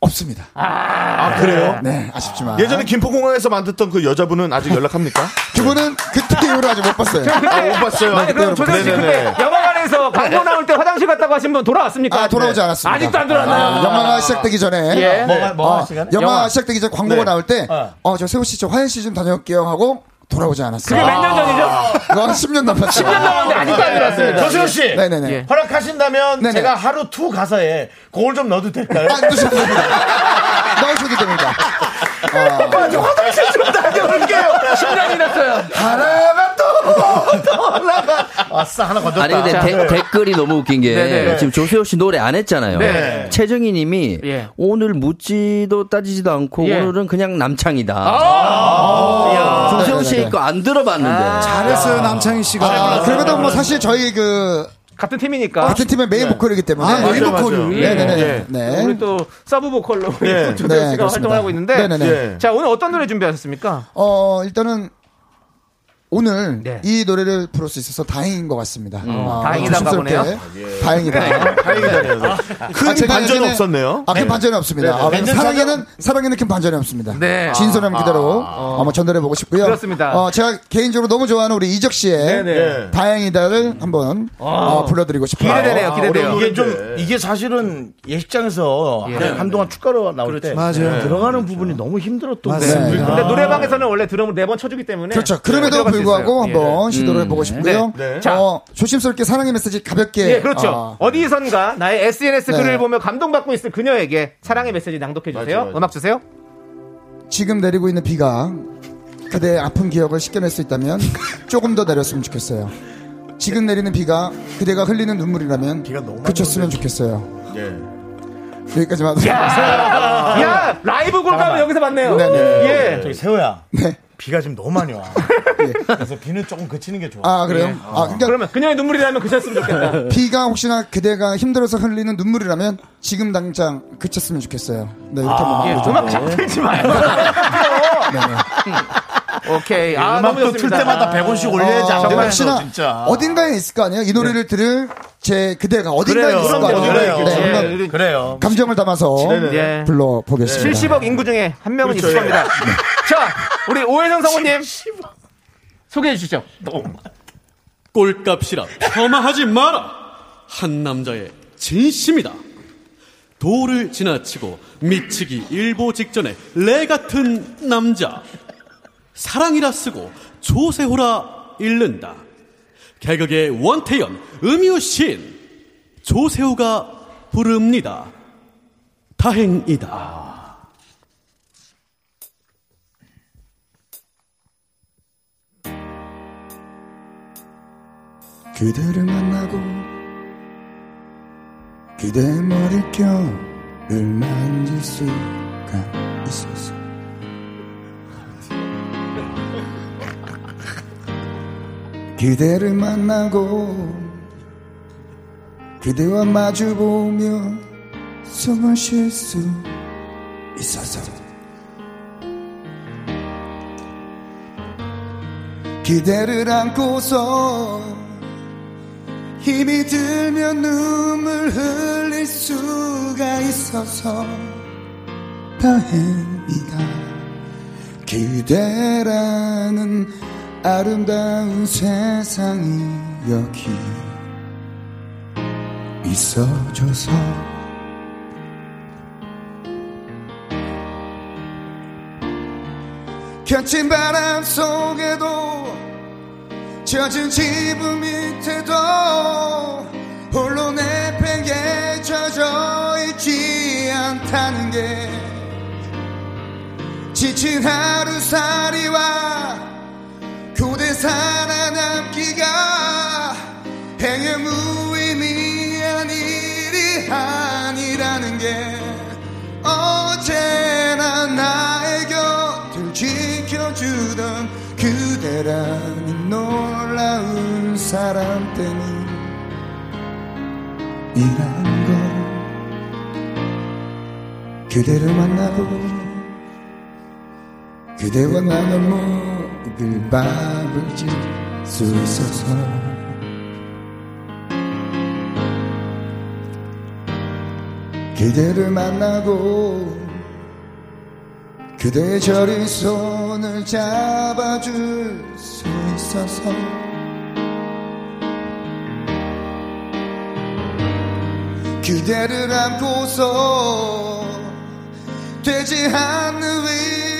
S11: 없습니다.
S8: 아, 그래요?
S11: 네, 아쉽지만.
S8: 예전에 김포공항에서 만났던 그 여자분은 아직 연락합니까?
S11: 그분은 그때 이후로 아직 못 봤어요.
S2: 저 근데-
S8: 아, 못 봤어요.
S2: 아니, 그럼 조세호 씨 근데 영화관에서 광고 나올 때 화장실 갔다고 하신 분 돌아왔습니까?
S11: 아, 돌아오지
S2: 네.
S11: 않았습니다.
S2: 아직도 안 돌아왔나요?
S11: 아, 영화가 시작되기 전에. 네. 어, 아,
S2: 예.
S1: 뭐가- 뭐가 시간에?
S11: 영화,
S1: 영화.
S11: 시작되기 전에 광고가
S1: 네.
S11: 나올 때,
S1: 어.
S11: 어, 저 세호 씨, 저 화연 씨 좀 다녀올게요 하고 돌아오지 않았어요. 아,
S1: 그게 몇년 전이죠?
S11: 그거 한 10년 남았어요.
S1: 10년 남았는데 아직도 안 들어왔습니다. 조세호 씨.
S11: 네, 네네네.
S1: 예. 허락하신다면
S11: 네네.
S1: 제가 하루 투 가사에 그걸 좀 넣어도 될까요?
S11: 아, 넣으셔도 됩니다. 넣으셔도 됩니다.
S1: 오빠, 저 화장실 좀 다녀올게요.
S2: 심장이 났어요.
S1: 하나가 또, 또 올라가. 아싸, 하나 건졌다.
S5: 아니 근데 데-
S1: 네.
S5: 댓글이 너무 웃긴 게
S2: 네네.
S5: 지금 조세호 씨 노래 안 했잖아요.
S2: 네.
S5: 최정희님이
S2: 예.
S5: 오늘 묻지도 따지지도 않고
S2: 예. 아!
S5: 오늘은 그냥 남창이다.
S2: 야. 아.
S5: 조세호
S11: 아. 네네네.
S5: 씨 거 안 들어봤는데
S9: 잘했어요 남창희 씨가.
S11: 아, 그래도 뭐 사실 저희 그
S2: 같은 팀이니까.
S11: 같은 팀의
S1: 네.
S11: 메인 보컬이기 때문에.
S9: 아, 메인 맞아요, 보컬을. 맞아요.
S11: 네네네.
S2: 예.
S11: 네.
S2: 우리 또 서브 보컬로
S8: 네.
S2: 조세호 씨가
S11: 네, 그렇습니다.
S2: 활동하고 있는데
S11: 네네네.
S8: 예.
S2: 자 오늘 어떤 노래 준비하셨습니까?
S11: 어, 일단은 오늘
S2: 네. 음,
S11: 이 노래를 부를 수 있어서 다행인 것 같습니다. 어,
S2: 다행이다가
S11: 조심스럽게.
S2: 보네요.
S1: 예.
S2: 아,
S11: 다행이다.
S8: 다행이다네요. 큰 반전은 없었네요.
S11: 아, 큰 반전은 없습니다. 아,
S1: 네.
S11: 사랑에는 사랑에는 큰 반전이 없습니다.
S2: 네. 아.
S11: 진솔한 기대로 한번 전달해 보고 싶고요.
S2: 그렇습니다.
S11: 어, 제가 개인적으로 너무 좋아하는 우리 이적 씨의
S1: 예.
S8: 네.
S11: 다행이다를 한번 어, 불러드리고 싶어요.
S2: 아. 기대되네요, 기대돼요.
S1: 아, 이게 좀 이게 사실은 예식장에서
S2: 예.
S1: 한동안 축가로 나올 때 네.
S9: 맞아요.
S1: 들어가는 부분이 너무 힘들었던 데
S11: 맞습니다.
S2: 그렇죠. 근데 노래방에서는 원래 드럼을 네 번 쳐주기 때문에
S11: 그렇죠.
S2: 네,
S11: 그럼에도
S2: 들어갈 수
S11: 불구하고
S2: 있어요. 예.
S11: 한번 시도를 해보고 싶고요.
S8: 네.
S2: 네.
S11: 어, 조심스럽게 사랑의 메시지 가볍게.
S2: 예, 그렇죠.
S1: 아, 네.
S11: 어,
S2: 어디선가 나의 SNS
S11: 네.
S2: 글을 보며 감동받고 있을 그녀에게 사랑의 메시지 낭독해 주세요.
S8: 맞아, 맞아.
S2: 음악 주세요.
S11: 지금 내리고 있는 비가 그대의 아픈 기억을 씻겨낼 수 있다면 조금 더 내렸으면 좋겠어요. 지금 내리는 비가 그대가 흘리는 눈물이라면 그쳤으면 좋겠어요. 여기까지만 하도록 하겠습니다.
S2: 야 아, 라이브 골감
S1: 잠깐만.
S2: 여기서 봤네요.
S11: 네, 네.
S2: 예.
S1: 저기 세호야.
S11: 네.
S1: 비가 지금 너무 많이 와. 그래서 비는 조금 그치는 게 좋아. 네.
S11: 아 그래요? 아 그러니까
S2: 그러면 그녀의 눈물이라면 그쳤으면 좋겠다.
S11: 비가 혹시나 그대가 힘들어서 흘리는 눈물이라면 지금 당장 그쳤으면 좋겠어요. 네 이렇게 한번
S2: 예,
S11: 해보죠. 네.
S2: 음악 틀지 마요. 오케이. 아, 너무
S1: 네. 음악도 틀
S2: 좋습니다.
S1: 때마다 100원씩 올려야지 안
S11: 정말
S1: 되나
S11: 혹시나
S1: 진짜.
S11: 어딘가에 있을 거 아니에요? 이 노래를 들을 제 그대가 어딘가에
S1: 네. 그래요.
S11: 있을 거
S1: 그럼요.
S11: 아니에요?
S1: 그래요.
S11: 네,
S2: 예,
S11: 한번
S2: 우리
S1: 그래요. 네.
S11: 감정을 담아서
S2: 예.
S11: 불러보겠습니다.
S2: 70억 인구 중에 한 명은
S11: 그렇죠, 예.
S2: 있을 겁니다.
S11: 네.
S2: 자, 우리 오해성 성우님 소개해 주시죠.
S4: 꼴값이라 폄하하지 마라. 한 남자의 진심이다. 도를 지나치고 미치기 일보 직전에 내 같은 남자. 사랑이라 쓰고 조세호라 읽는다. 개그의 원태연, 음유신, 조세호가 부릅니다. 다행이다.
S11: 그대를 만나고 그대의 머릿결을 만질 수가 있었어 그대를 만나고 그대와 마주보며 숨을 쉴 수 있었어 그대를 안고서 힘이 들면 눈물 흘릴 수가 있어서 다행이다. 그대라는 아름다운 세상이 여기 있어줘서 겹친 바람 속에도 젖은 지붕 밑에도 홀로 내팽개 젖어 있지 않다는 게 지친 하루살이와 교대 살아남기가 행여 무의미한 일이 아니라는 게 언제나 나의 곁을 지켜주던 그대라는 놀라운 사람 때문이란 걸 그대를 만나고 그대와 나눠 먹을 밥을 질수 있어서 그대를 만나고 그대의 저린 손을 잡아줄 수 있어서 그대를 안고서 되지 않는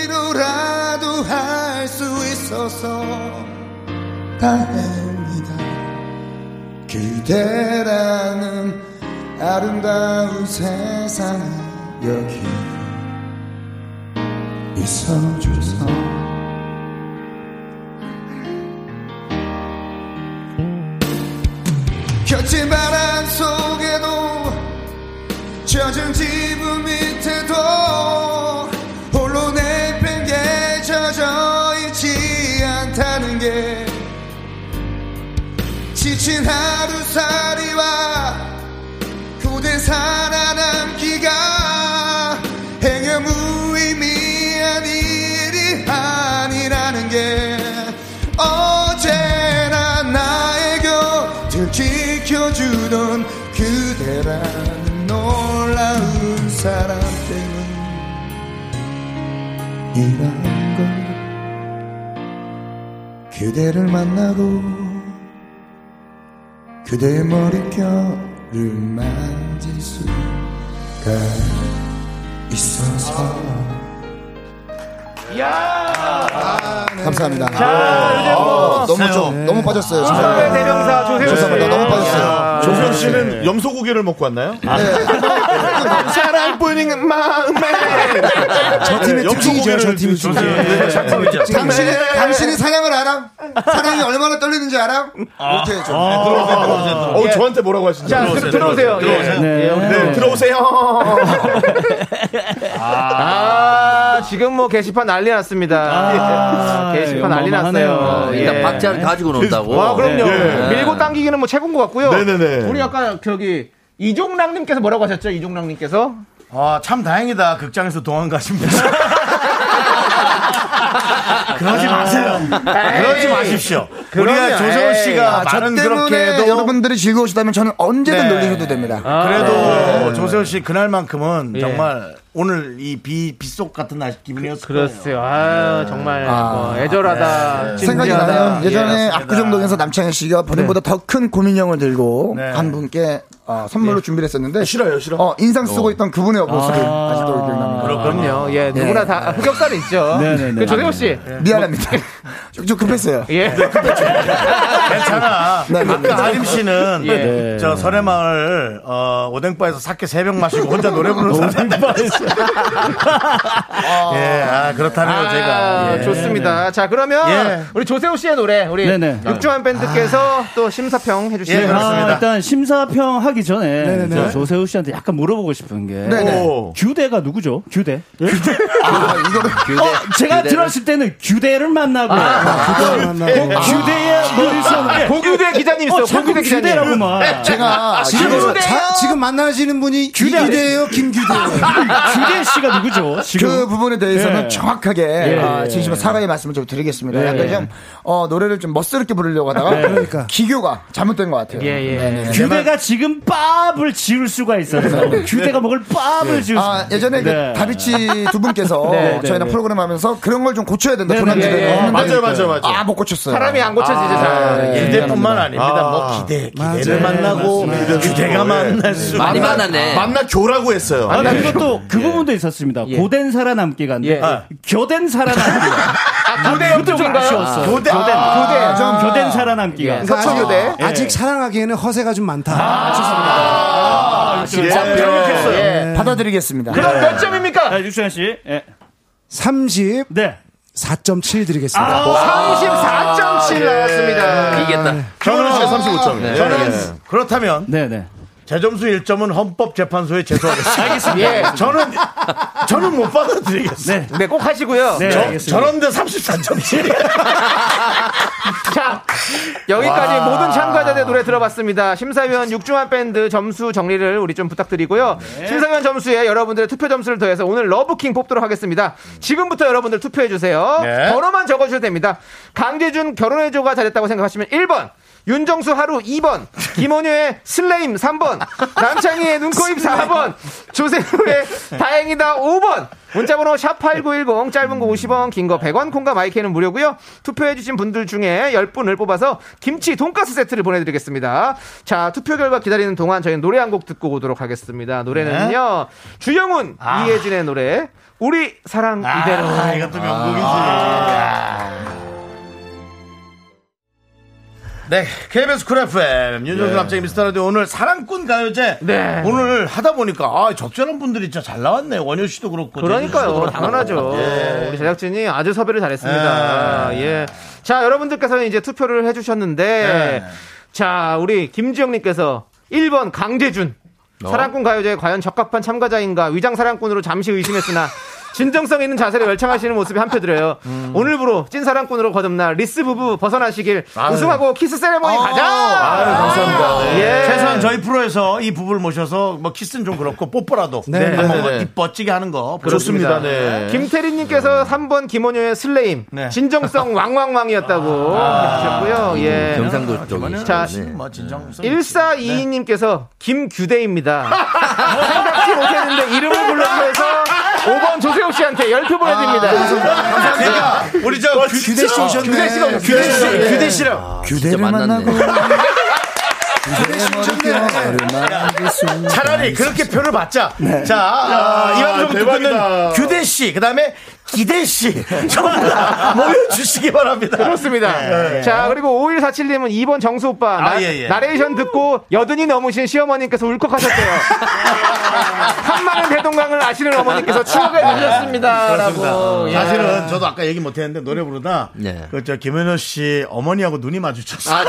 S11: 위로라도 할 수 있어서 다행이다 그대라는 아름다운 세상 여기 있어줘서 겹친 바람 속에도 젖은 지붕 밑에도 홀로 내팽개 젖어 있지 않다는 게 지친 하루살이와 고된 살아남기가 행여 무의미한 일이 아니라는 게 언제나 나의 곁을 지켜주던 그대라는 놀라운 사람 때문이란 걸 그대를 만나고 그대의 머릿결을 만질 수가 있어서 감사합니다.
S7: 아, 네. 자, 요즘
S8: 어,
S7: 뭐-
S11: 아, 너무 좀 너무 빠졌어요.
S8: 네,
S7: 조선의 대명사 조세호 씨.
S11: 죄송합니다. 너무
S8: 아, 네.
S11: 빠졌어요. 아, 네.
S8: 조세호 씨는 염소고기를 먹고 왔나요?
S7: 사랑뿐인 마음에
S9: 저 팀의
S8: 네, 염소
S9: 특징이죠. 저
S8: 고개를
S9: 팀의
S8: 좀-
S9: 특징.
S8: 네, 저 팀의
S1: 그렇죠.
S8: 특징.
S11: 당신이
S8: 네.
S11: 당신이 사랑을 알아? 사랑이 얼마나 떨리는지 알아? 못해 좀.
S8: 아, 들어오세요, 들어오세요, 들어오세요. 어, 저한테 뭐라고 하시죠?
S11: 자, 들어오세요, 들어오세요.
S8: 들어오세요.
S11: 예.
S8: 네,
S11: 네,
S8: 네, 들어오세요.
S2: 아, 지금 뭐 게시판 난리 났습니다. 예. 게시판 난리 났어요.
S5: 아, 일단 박자를 가지고 논다고.
S2: 아, 그럼요.
S5: 예.
S2: 밀고 당기기는 뭐 최고인 것 같고요.
S5: 네네네.
S2: 우리 아까 저기 이종락님께서 뭐라고 하셨죠? 이종락님께서
S1: 아, 참 다행이다. 극장에서 동안 가신 분. 그러지 마세요. 그러지 마십시오. 우리가 조세호 씨가
S11: 아, 저
S1: 말은
S11: 때문에
S1: 그렇게 해도
S11: 여러분들이 즐거우시다면 저는 언제든
S1: 네.
S11: 놀리셔도 됩니다.
S2: 아,
S1: 그래도
S11: 네.
S1: 조세호 씨 그날만큼은
S11: 예.
S1: 정말 오늘 이 비, 빗속 같은 날 기분이었을 거예요.
S2: 그랬어요. 아, 정말 뭐 애절하다.
S1: 네.
S11: 생각이
S2: 진지하다.
S11: 나요. 네.
S2: 예,
S11: 예전에
S2: 맞습니다.
S11: 압구정동에서 남창희 씨가 본인보다 더 큰 고민형을 들고
S1: 네.
S11: 한 분께 어, 선물로 준비를 했었는데 싫어요, 싫어. 어, 인상 쓰고 있던 그분의 모습을 아~ 직도 기억납니다.
S2: 그렇군요. 예, 누구나 다 흑역사는 있죠.
S11: 네네네.
S6: 그렇죠,
S11: 예.
S2: 그 조세호 씨.
S11: 미안합니다. 아, 좀, 좀 급했어요.
S2: 예.
S1: 네,
S7: 네.
S1: 괜찮아.
S11: 네, 네, 네.
S1: 아까 하림 씨는
S11: 예. 네.
S1: 저 설해마을 어, 오뎅바에서 사케 세 병 마시고 혼자 노래 부르는 사람. 예, 아, 그렇다네요, 제가.
S2: 아,
S1: 예.
S2: 좋습니다. 자, 그러면
S1: 예.
S2: 우리 조세호 씨의 노래 우리
S6: 네네.
S2: 육주한 밴드께서 또 심사평 해 주시면
S6: 아, 일단 심사평 하기 전에
S2: 네네네.
S6: 저 조세호 씨한테 약간 물어보고 싶은 게
S2: 네네.
S6: 오. 규대가 누구죠? 규대?
S5: 규대.
S6: 어, 제가
S5: 규대는-
S6: 들었을 때는 규대를 만나고 어,
S5: 아, 규대를
S6: 고-
S5: 만나고.
S6: 규대의 머릿속에
S2: 고규대 기자님 있어요.
S6: 어, 자꾸
S2: 고규대 기자님.
S6: 규대라고만.
S9: 제가 지금, 자- 지금 만나시는 분이
S6: 규대 아니-
S9: 규대예요, 김규대예요.
S6: 규대 뭐, 씨가 누구죠? 지금?
S11: 그 부분에 대해서는
S6: 예.
S11: 정확하게
S6: 예,
S11: 아,
S6: 예,
S11: 진심으로
S6: 예.
S11: 사과의 말씀을 좀 드리겠습니다.
S6: 예,
S11: 약간
S6: 예.
S11: 좀 어, 노래를 좀 멋스럽게 부르려고 하다가
S6: 네. 그러니까. 예.
S11: 기교가 잘못된 것 같아요. 네네. 네.
S6: 규대가 지금 밥을 지을 수가 있어서 규대가 먹을 밥을 지을 수가
S11: 아, 예전에
S6: 네.
S11: 그 다비치 두 분께서
S6: 네, 네,
S11: 저희랑
S6: 네.
S11: 프로그램 하면서 그런 걸 좀 고쳐야 된다.
S6: 네,
S11: 조남지대
S6: 네, 네.
S11: 는
S6: 맞아요, 맞아요, 맞아요.
S11: 아, 못 고쳤어요.
S2: 사람이 안 고쳐지지, 잘. 예.
S1: 기대뿐만 아닙니다. 뭐 기대, 기대를
S8: 예.
S1: 만나고
S11: 네.
S1: 기대가 만날 수
S8: 만나 교라고 했어요.
S6: 아,
S8: 네.
S6: 그것도 그 부분도 있었습니다. 고된 살아남기가인데
S8: 예. 아.
S6: 교된 살아남기. 아, 그것도 좀 아쉬웠어요.
S9: 교대.
S6: 교된,
S9: 아.
S6: 교대.
S9: 아.
S6: 좀 교된 살아남기가. 예.
S9: 그러니까 아직, 아직 사랑하기에는 허세가 좀 많다. 죄송합니다.
S6: 진짜 예.
S11: 편협했어요.
S9: 네.
S6: 예.
S11: 받아들이겠습니다.
S6: 그럼 몇
S2: 점입니까?
S6: 아, 육수현 씨. 예.
S9: 30.
S6: 네.
S9: 4.7 드리겠습니다.
S6: 아,
S2: 와. 34.7 나왔습니다. 이겼다.
S1: 정은우 씨가 35점.
S2: 네.
S1: 저는
S2: 네.
S1: 그렇다면 제 점수 1점은 헌법재판소에 제소하겠습니다.
S2: 알겠습니다.
S1: 예. 저는 저는 못 받아들이겠어요.
S2: 네, 꼭 하시고요. 네,
S1: 저,
S2: 알겠습니다.
S1: 저런데 34점씩.
S2: 자, 여기까지
S1: 와.
S2: 모든 참가자들 노래 들어봤습니다. 심사위원 육중한 밴드 점수 정리를 우리 좀 부탁드리고요. 심사위원 점수에 여러분들의 투표 점수를 더해서 오늘 러브킹 뽑도록 하겠습니다. 지금부터 여러분들 투표해주세요.
S7: 네.
S2: 번호만 적어주셔도 됩니다. 강재준 결혼해줘가 잘했다고 생각하시면 1번. 윤정수 하루 2번, 김원효의 슬레임 3번, 남창희의 눈코입 4번, 조세호의 다행이다 5번, 문자번호 샵8910, 짧은 거 50원, 긴 거 100원, 콩과 마이크는 무료고요 투표해주신 분들 중에 10분을 뽑아서 김치 돈가스 세트를 보내드리겠습니다. 자, 투표 결과 기다리는 동안 저희는 노래 한 곡 듣고 오도록 하겠습니다. 노래는요, 주영훈, 이혜진의 노래, 우리 사랑 이대로.
S1: 네. 아, 이것도 명곡이지. 네, KBS 쿨 FM 윤정수
S2: 네.
S10: 예.
S1: 남자 미스터라디오 오늘 사랑꾼 가요제
S10: 네.
S1: 오늘 하다 보니까 아 적절한 분들이 진짜 잘 나왔네 원효 씨도 그렇고 제주 씨도
S2: 그러니까요.
S1: 그렇고.
S2: 당연하죠.
S1: 예.
S2: 우리 제작진이 아주 섭외를 잘했습니다.
S1: 예.
S2: 예. 자, 여러분들께서는 이제 투표를 해주셨는데,
S1: 네.
S2: 자, 우리 김지영님께서 1번 강재준.
S7: 어?
S2: 사랑꾼 가요제에 과연 적합한 참가자인가 위장 사랑꾼으로 잠시 의심했으나 진정성 있는 자세로 열창하시는 모습이 한표 드려요.
S1: 음.
S2: 오늘부로 찐 사랑꾼으로 거듭날 리스 부부 벗어나시길
S1: 아유.
S2: 우승하고 키스 세레머니 가자.
S1: 아유, 감사합니다.
S2: 예.
S1: 최소한 저희 프로에서 이 부부를 모셔서 뭐 키스는 좀 그렇고 뽀뽀라도
S2: 네, 네,
S1: 한번 뭐
S2: 네, 네.
S1: 입 멋지게 하는 거
S2: 그렇습니다. 네.
S1: 보여주세요.
S2: 김태리님께서
S1: 네.
S2: 3번 김원효의 슬레임 진정성 왕왕왕이었다고
S1: 아.
S2: 하셨고요.
S1: 음,
S2: 예.
S5: 음, 경상도 쪽이. 네.
S2: 자,
S1: 뭐 진정성 네.
S2: 1422님께서 김규대입니다. 생각지 못했는데 이름을 불러주셔서 5번 조세호 씨한테 열표 보내드립니다.
S1: 감사합니다. 우리 저
S2: 어,
S1: 아, 규-
S2: 진짜.
S1: 규대 씨 오셨네.
S2: 규대 씨가 오셨네.
S1: 규대 씨,
S2: 네.
S1: 규대 씨랑
S11: 아, 규대를 만나고
S1: 차라리 그렇게 표를 받자.
S11: 네.
S1: 자, 아,
S11: 야,
S1: 이 방송 듣고
S11: 대박이다.
S1: 있는 규대 씨, 그 다음에 기대 씨, 전부 다 모여주시기 바랍니다.
S2: 그렇습니다. 네.
S1: 예.
S2: 자, 그리고 5147님은 2번 정수 오빠. 나,
S1: 아, 예, 예.
S2: 나레이션 듣고 여든이 넘으신 시어머님께서 울컥하셨대요. 한마른 대동강을 아시는 어머님께서 추억에 넘겼습니다. 라고.
S1: 네. 그렇습니다. 어,
S2: 예.
S1: 사실은 저도 아까 얘기 못했는데 노래 부르다
S2: 네.
S1: 그저 김현우 씨 어머니하고 눈이 마주쳤어요.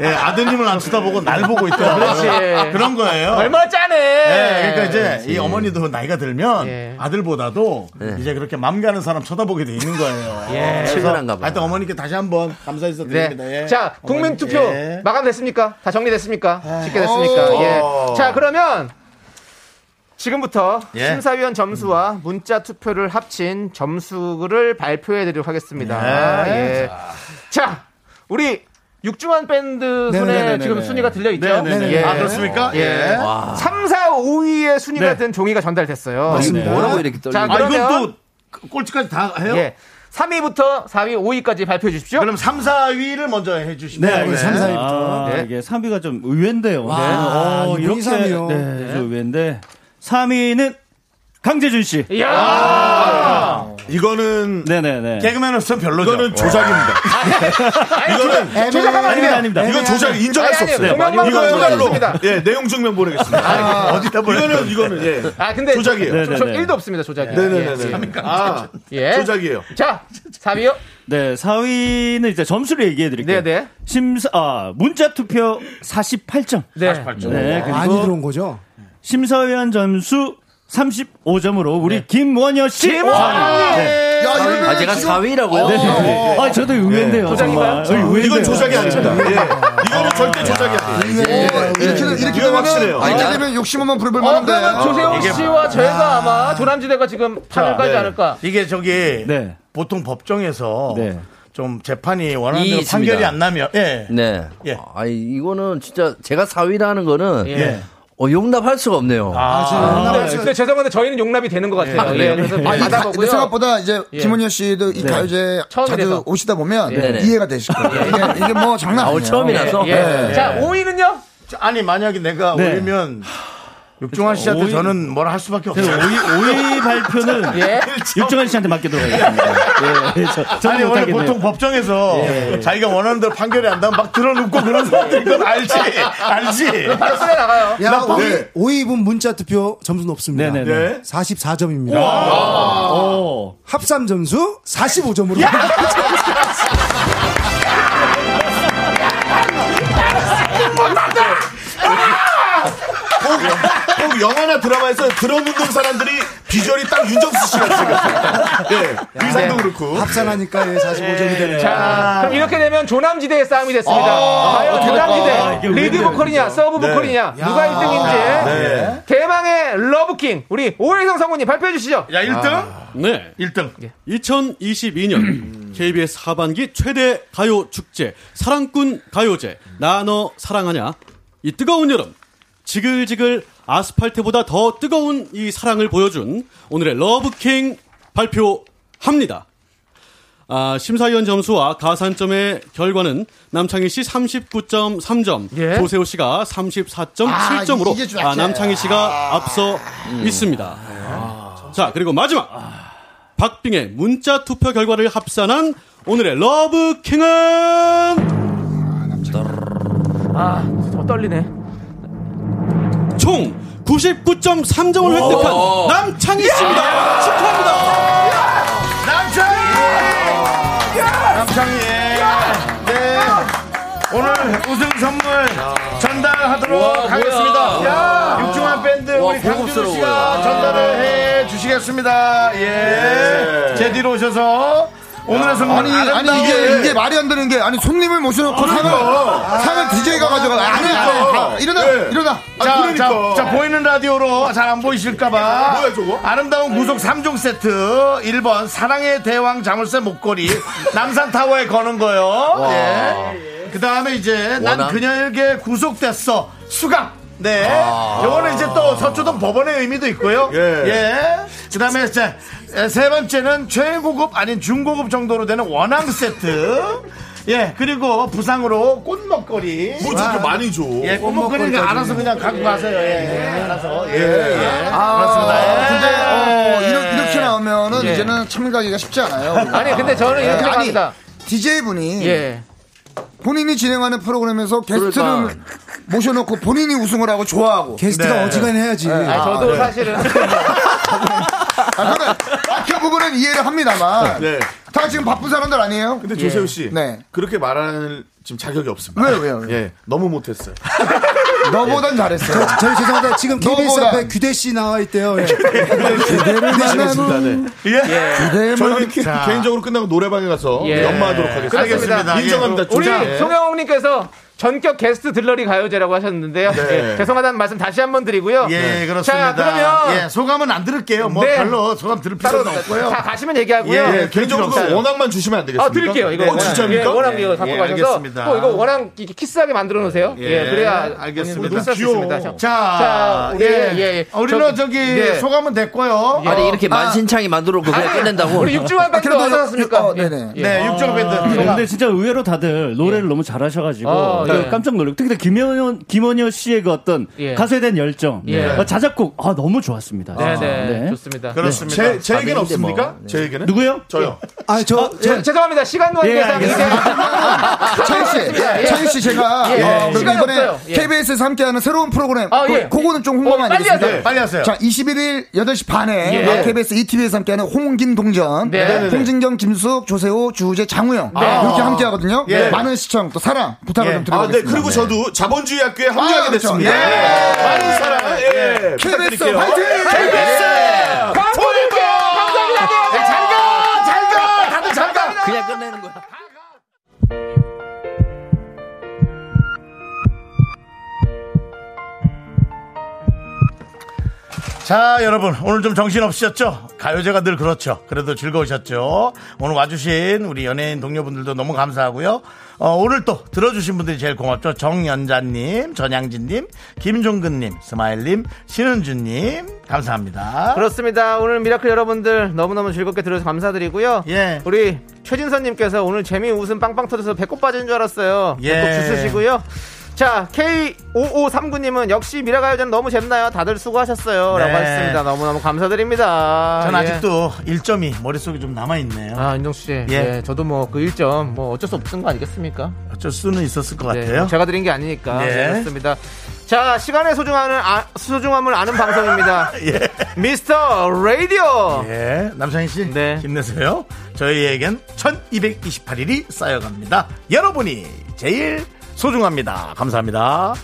S1: 예. 예, 아드님을 안 쳐다보고 날 보고 있더라고요.
S2: 아, 네. 그렇지.
S1: 그런 거예요.
S2: 얼마나 짜네.
S1: 예, 그러니까 이제
S2: 그렇지. 네.
S1: 이 어머니도 나이가 들면
S2: 예.
S1: 아들보다도 이제 그렇게 맘 가는 사람 쳐다보게 돼 있는 거예요.
S2: 예,
S1: 그래서
S2: 친근한가 봐요.
S1: 하여튼 어머니께 다시 한번 감사해서
S2: 네.
S1: 드립니다. 예.
S2: 자, 국민
S1: 어머니,
S2: 투표
S1: 예.
S2: 마감됐습니까? 다 정리됐습니까?
S1: 네.
S2: 집계됐습니까?
S1: 오.
S2: 예.
S1: 오.
S2: 자, 그러면 지금부터
S1: 어. 예.
S2: 심사위원 점수와 문자 투표를 합친 점수를 발표해 드리도록 하겠습니다.
S7: 예.
S1: 네.
S2: 예. 자, 우리 육중한 밴드
S7: 네,
S2: 손에
S7: 네, 네, 네,
S2: 지금
S7: 네.
S2: 순위가 들려 있죠?
S7: 네, 네, 네. 아, 그렇습니까?
S2: 예.
S7: 예. 와. 네.
S2: 3, 4, 5위의 순위가 든 종이가 전달됐어요.
S5: 네.
S2: 네.
S5: 맞습니다. 뭐라고 이렇게 떨리는
S2: 자,
S5: 거예요? 아,
S2: 그러면
S5: 이건
S1: 꼴찌까지 다 해요?
S2: 예. 3위부터 4위, 5위까지 발표해 주십시오.
S1: 그럼 3, 4위를 먼저 해 주시면
S6: 네. 아, 이게 3위가 좀 의외인데요.
S1: 와,
S6: 네.
S1: 이분이 삼위요.
S6: 네,
S1: 네.
S6: 좀 의외인데 3위는 강재준 씨.
S8: 아.
S6: 이거는 네네네.
S1: 개그맨으로서 별로죠.
S8: 이거는 조작입니다. 이거는
S6: 조작하면 안 돼요.
S8: 이건 조작 인정할 수
S2: 아니, 아니,
S8: 없어요.
S2: 공약만
S8: 이건
S2: 보여주면
S8: 조작으로.
S2: 됩니다.
S8: 예, 내용 증명 보내겠습니다.
S2: 아,
S8: 어디다
S2: 보내?
S8: 이거는 이거는 예.
S2: 아, 근데
S8: 조작이에요. 네,
S2: 저, 저 1도 없습니다, 조작이.
S8: 네네네네.
S2: 아, 예.
S6: 조작이에요.
S2: 자, 3위요?
S6: 네, 4위는 이제 점수를 얘기해 드릴게요.
S2: 네네.
S6: 심사 아, 문자 투표 48점.
S2: 네.
S6: 48점.
S9: 많이 들어온 거죠?
S6: 심사위원 점수 35점으로
S2: 네.
S6: 우리 김원효 씨.
S9: 김원효!
S6: 아,
S9: 야, 이러면은
S5: 아, 제가 지금- 4위 라고요?
S6: 네, 네, 네.
S5: 오.
S6: 아, 저도 의외인데요.
S5: 조작인가요?
S6: 정말. 의외인데요. 네.
S8: 이건 조작이 아닙니다. 예. 이거는 절대 조작이
S11: 네.
S2: 뭐
S8: 아니에요. 예.
S11: 이렇게
S8: 이건
S11: 이렇게 되면
S8: 확실해요.
S11: 이렇게 되면 욕심 한번 부를
S2: 어,
S11: 만한데.
S2: 아. 그러면 조세호
S1: 이게
S2: 씨와
S1: 뭐-
S2: 저희가 아마 네. 조남지대가 지금 판을 깔지
S6: 네.
S2: 않을까.
S1: 이게 저기 보통 법정에서
S6: 네.
S1: 좀 재판이 원하는
S5: 이
S1: 대로
S5: 있습니다.
S1: 판결이 안 나면 예.
S5: 네. 아, 이거는 진짜 제가 4위라는 거는
S1: 예.
S5: 어, 용납할 수가 없네요.
S11: 아,
S2: 근데, 근데 죄송한데 저희는 용납이 되는 것 아, 같아요. 예, 그래서 받아보고요.
S11: 생각보다 이제
S2: 예.
S11: 김원효 씨도 이
S2: 네.
S11: 가요제
S2: 처음이라서. 예.
S11: 자주 오시다 보면
S5: 네네.
S11: 이해가 되실 거예요. 이게- 이게, 뭐 장난 아니에요. 네.
S2: 5위는요?
S1: 아니 만약에 내가
S11: 네.
S1: 올리면 육종환 씨한테
S6: 오이-
S1: 저는 뭐라 할 수밖에 없어요.
S6: 제가 그렇죠. 네, 오이- 오이 발표는
S2: 예?
S6: 육정환 씨한테 맡기도록 하겠습니다. 예, 저- 저는
S1: 아니 원래
S6: 못하겠네요.
S1: 보통 법정에서
S6: 예.
S1: 자기가 원하는 대로 판결이 안 나면 막 들어눕고 그런 사람들인 건 알지 알지
S2: 바로 쏘려 나가요.
S9: 야,
S1: 나
S9: 오이,
S1: 오늘
S9: 오이 분 문자 투표 점수는 없습니다.
S1: 네네네. 네.
S9: 44점입니다.
S1: 와.
S9: 합산 점수 45점으로.
S8: 꼭, 꼭 영화나 드라마에서 들어묻는 사람들이 비주얼이
S7: 네.
S8: 딱 윤정수 씨가 생겼어요. 예. 의상도 그렇고.
S9: 합산하니까
S7: 예,
S9: 45점이 되네요.
S2: 예. 자,
S7: 아.
S2: 그럼 이렇게 되면 조남지대의 싸움이 됐습니다.
S9: 아,
S2: 과연
S9: 어떻게 될까?
S2: 조남지대
S9: 이게
S2: 리드
S9: 의외네요,
S2: 보컬이냐,
S9: 진짜.
S2: 서브
S9: 네.
S2: 보컬이냐,
S9: 야.
S2: 누가 1등인지
S8: 네.
S2: 대망의 러브킹 우리 오해성 성우님 발표해 주시죠.
S1: 야,
S4: 네.
S1: 1등. 음.
S4: 2022년 KBS 하반기 최대 가요 축제 사랑꾼 가요제 나너 사랑하냐 이 뜨거운 여름 지글지글 아스팔트보다 더 뜨거운 이 사랑을 보여준 오늘의 러브킹 발표합니다. 아, 심사위원 점수와 가산점의 결과는 남창희 씨 39.3점,
S2: 예.
S4: 조세호 씨가 34.7점으로
S11: 아, 이게 좀
S4: 아,
S11: 약해. 음.
S4: 남창희 씨가 앞서 있습니다.
S11: 아, 네.
S4: 자, 그리고 마지막 박빙의 문자 투표 결과를 합산한 오늘의 러브 킹은
S2: 아, 더 떨리네.
S4: 총 99.3점을 획득한 남창희 씨입니다. 축하합니다.
S1: 남창희 남창희 네 오늘 우승 선물 전달하도록
S8: 와, 뭐야.
S1: 하겠습니다
S8: 야.
S1: 육중한 밴드
S8: 와,
S1: 우리 강준호
S8: 고급스러워요.
S1: 씨가
S8: 아.
S1: 전달을 해주시겠습니다 예.
S11: 네.
S1: 제 뒤로 오셔서 오늘의 예. 선물
S11: 아니, 아니 이게, 이게 말이 안 되는 게 아니 손님을 모셔놓고 상을
S1: 그러니까.
S11: 상을 DJ가 가져가. 아. 아니 아니 일어나 일어나.
S1: 예. 자,
S11: 아, 그러니까.
S1: 자, 자, 보이는 라디오로 잘 안 보이실까봐. 아름다운
S11: 네.
S1: 구속 3종 세트. 1번, 사랑의 대왕 자물쇠 목걸이. 남산타워에 거는 거요.
S8: 와.
S1: 예. 그 다음에 이제, 난
S8: 원함?
S1: 그녀에게 구속됐어. 수감. 네.
S8: 아.
S1: 요거는 이제 또 서초동 법원의 의미도 있고요.
S8: 예.
S1: 그 다음에 이제, 세 번째는 최고급 아닌 중고급 정도로 되는 원앙 세트. 예, 그리고 부상으로 꽃목걸이.
S8: 뭐 저렇게 많이 줘.
S1: 예, 꽃목걸이는 알아서 그냥 갖고 가세요. 예, 예. 알아서. 예, 예.
S11: 아,
S1: 그렇습니다. 예.
S11: 근데
S2: 아,
S11: 어, 이렇게, 이렇게 나오면은
S1: 예.
S11: 이제는 참가하기가 쉽지 않아요.
S2: 네. 아니, 근데 저는 이렇게 생각합니다.
S11: DJ 분이
S2: 예.
S11: 본인이 진행하는 프로그램에서 게스트를
S2: 그러니까.
S11: 모셔놓고 본인이 우승을 하고 좋아하고
S9: 게스트가 네. 어지간히 해야지.
S11: 네.
S9: 아니, 저도
S2: 사실은
S11: 아, 근데 아, 그 부분은 이해를 합니다만
S8: 네.
S11: 다 지금 바쁜 사람들 아니에요?
S8: 근데 조세호 씨,
S11: 네.
S8: 그렇게 말할 지금 자격이 없습니다.
S11: 왜요, 왜요, 왜요?
S8: 예, 너무 못했어요. 예.
S11: 너보단 잘했어요.
S9: 저, 저희 죄송한데 지금 KBS
S11: 너보다.
S9: 앞에 규대 씨 나와 있대요. 예.
S11: 네,
S8: 기대를
S9: 만나는
S8: 예.
S9: 기대만
S8: 저희는 개-
S9: 자.
S8: 개인적으로 끝나고 노래방에 가서
S2: 예.
S8: 네, 연마하도록 하겠습니다.
S2: 그렇습니다.
S8: 인정합니다.
S2: 예. 우리
S8: 조세호. 예.
S2: 송영옥님께서 전격 게스트 들러리 가요제라고 하셨는데요.
S8: 네.
S2: 예, 죄송하다는 말씀 다시 한번 드리고요.
S1: 예, 그렇습니다.
S2: 자, 그러면
S1: 예, 소감은 안 들을게요. 뭐
S2: 네.
S1: 별로 소감 들을
S2: 따로
S1: 필요는 없고요.
S2: 다 가시면 얘기하고요. 네,
S1: 예, 예,
S8: 개인적으로 그
S2: 없어요.
S8: 원악만 주시면 안 되겠습니까?
S2: 아, 드릴게요. 이거
S8: 어, 진짜입니까?
S2: 예, 워낙 이거 갖고
S8: 예,
S2: 가셔서
S8: 알겠습니다.
S2: 또 어, 이거 워낙 이렇게 키스하게 만들어 놓으세요. 예,
S1: 예,
S2: 그래야
S1: 알겠습니다.
S2: 눈쓸 수 있습니다.
S1: 귀여워. 자,
S2: 우리 예, 예, 예.
S1: 우리는 어, 저기
S2: 네.
S1: 소감은 됐고요.
S5: 아니, 이렇게 만신창이 만들어놓고
S2: 아.
S5: 그냥 끝낸다고.
S2: 그래도 어디서 어. 샀습니까? 예.
S11: 네네.
S1: 네, 육종 밴드.
S6: 아, 근데 진짜 의외로 다들 노래를 너무 잘하셔가지고
S2: 아,
S6: 저
S2: 예.
S6: 깜짝 놀랐고 특히 김원효 김원효 씨의 그 어떤
S2: 예.
S6: 가수에 대한 열정
S2: 예.
S6: 어, 자작곡 아 너무 좋았습니다.
S2: 네,
S6: 진짜.
S2: 네, 좋습니다.
S8: 그렇습니다. 제, 제
S6: 아,
S8: 얘기는
S6: 근데 뭐,
S8: 없습니까?
S6: 네.
S8: 제 얘기는?
S6: 누구요?
S8: 저요.
S9: 아, 저,
S2: 예, 죄송합니다. 시간 관계상 이제
S11: 창희 씨,
S2: 예.
S11: 창희 씨 제가
S2: 예.
S11: 어, 그리고
S2: 시간이
S11: 이번에
S2: 없어요. 예.
S11: KBS에서 함께하는 새로운 프로그램,
S2: 아,
S11: 그,
S2: 예.
S11: 그거는 좀 홍보
S2: 어,
S11: 많이
S2: 빨리
S11: 하겠습니다.
S2: 하세요. 빨리 하세요.
S11: 자, 21일 8시 반에 네,
S2: 예.
S11: KBS ETV에서 함께하는 홍긴 동전,
S2: 네. 네네네.
S11: 홍진경, 김숙, 조세호, 주우재, 장우영
S8: 네.
S11: 이렇게
S8: 아.
S11: 함께하거든요.
S8: 예.
S11: 많은 시청 또 사랑 부탁을
S8: 예.
S11: 좀 드리겠습니다.
S8: 아, 네. 그리고 저도 자본주의 학교에 합류하게
S11: 아, 그렇죠.
S8: 됐습니다.
S11: 예.
S8: 예. 많은 사랑, 예.
S11: KBS
S8: 부탁드릴게요.
S11: 화이팅!
S8: KBS!
S2: 예.
S8: 예.
S2: 광고일게요. 네. 감사합니다. 네, 잘 가, 잘 가, 다들 잘 가.
S5: 그냥 끝내는 거야.
S1: 자, 여러분. 오늘 좀 정신 없으셨죠? 가요제가 늘 그렇죠. 그래도 즐거우셨죠? 오늘 와주신 우리 연예인 동료분들도 너무 감사하고요. 어, 오늘 또 들어주신 분들이 제일 고맙죠. 정연자님, 전양진님, 김종근님, 스마일님, 신은주님. 감사합니다.
S2: 그렇습니다. 오늘 미라클 여러분들 너무너무 즐겁게 들어서 감사드리고요.
S1: 예.
S2: 우리 최진선님께서 오늘 재미 웃음 빵빵 터져서 배꼽 빠지는 줄 알았어요.
S1: 예.
S2: 배꼽 주스시고요. 자, K5539님은 역시 미라가요제는 너무 잼나요. 다들 수고하셨어요. 라고
S1: 네.
S2: 하셨습니다. 그렇죠, 너무너무 감사드립니다.
S1: 전
S2: 예.
S1: 아직도 1점이 머릿속에 좀 남아있네요.
S2: 아, 윤정씨. 예.
S1: 예.
S2: 저도 뭐 그 1점 뭐 어쩔 수 없은 거 아니겠습니까?
S1: 어쩔 수는 있었을 것
S2: 네,
S1: 같아요.
S2: 제가 드린 게 아니니까.
S1: 예.
S2: 네, 그렇습니다. 자, 시간의 소중함을, 아, 소중함을 아는 방송입니다. 미스터 라디오. 네.
S1: 예, 남창희 씨. 힘내세요. 저희에겐 1228일이 쌓여갑니다. 여러분이 제일 소중합니다. 감사합니다.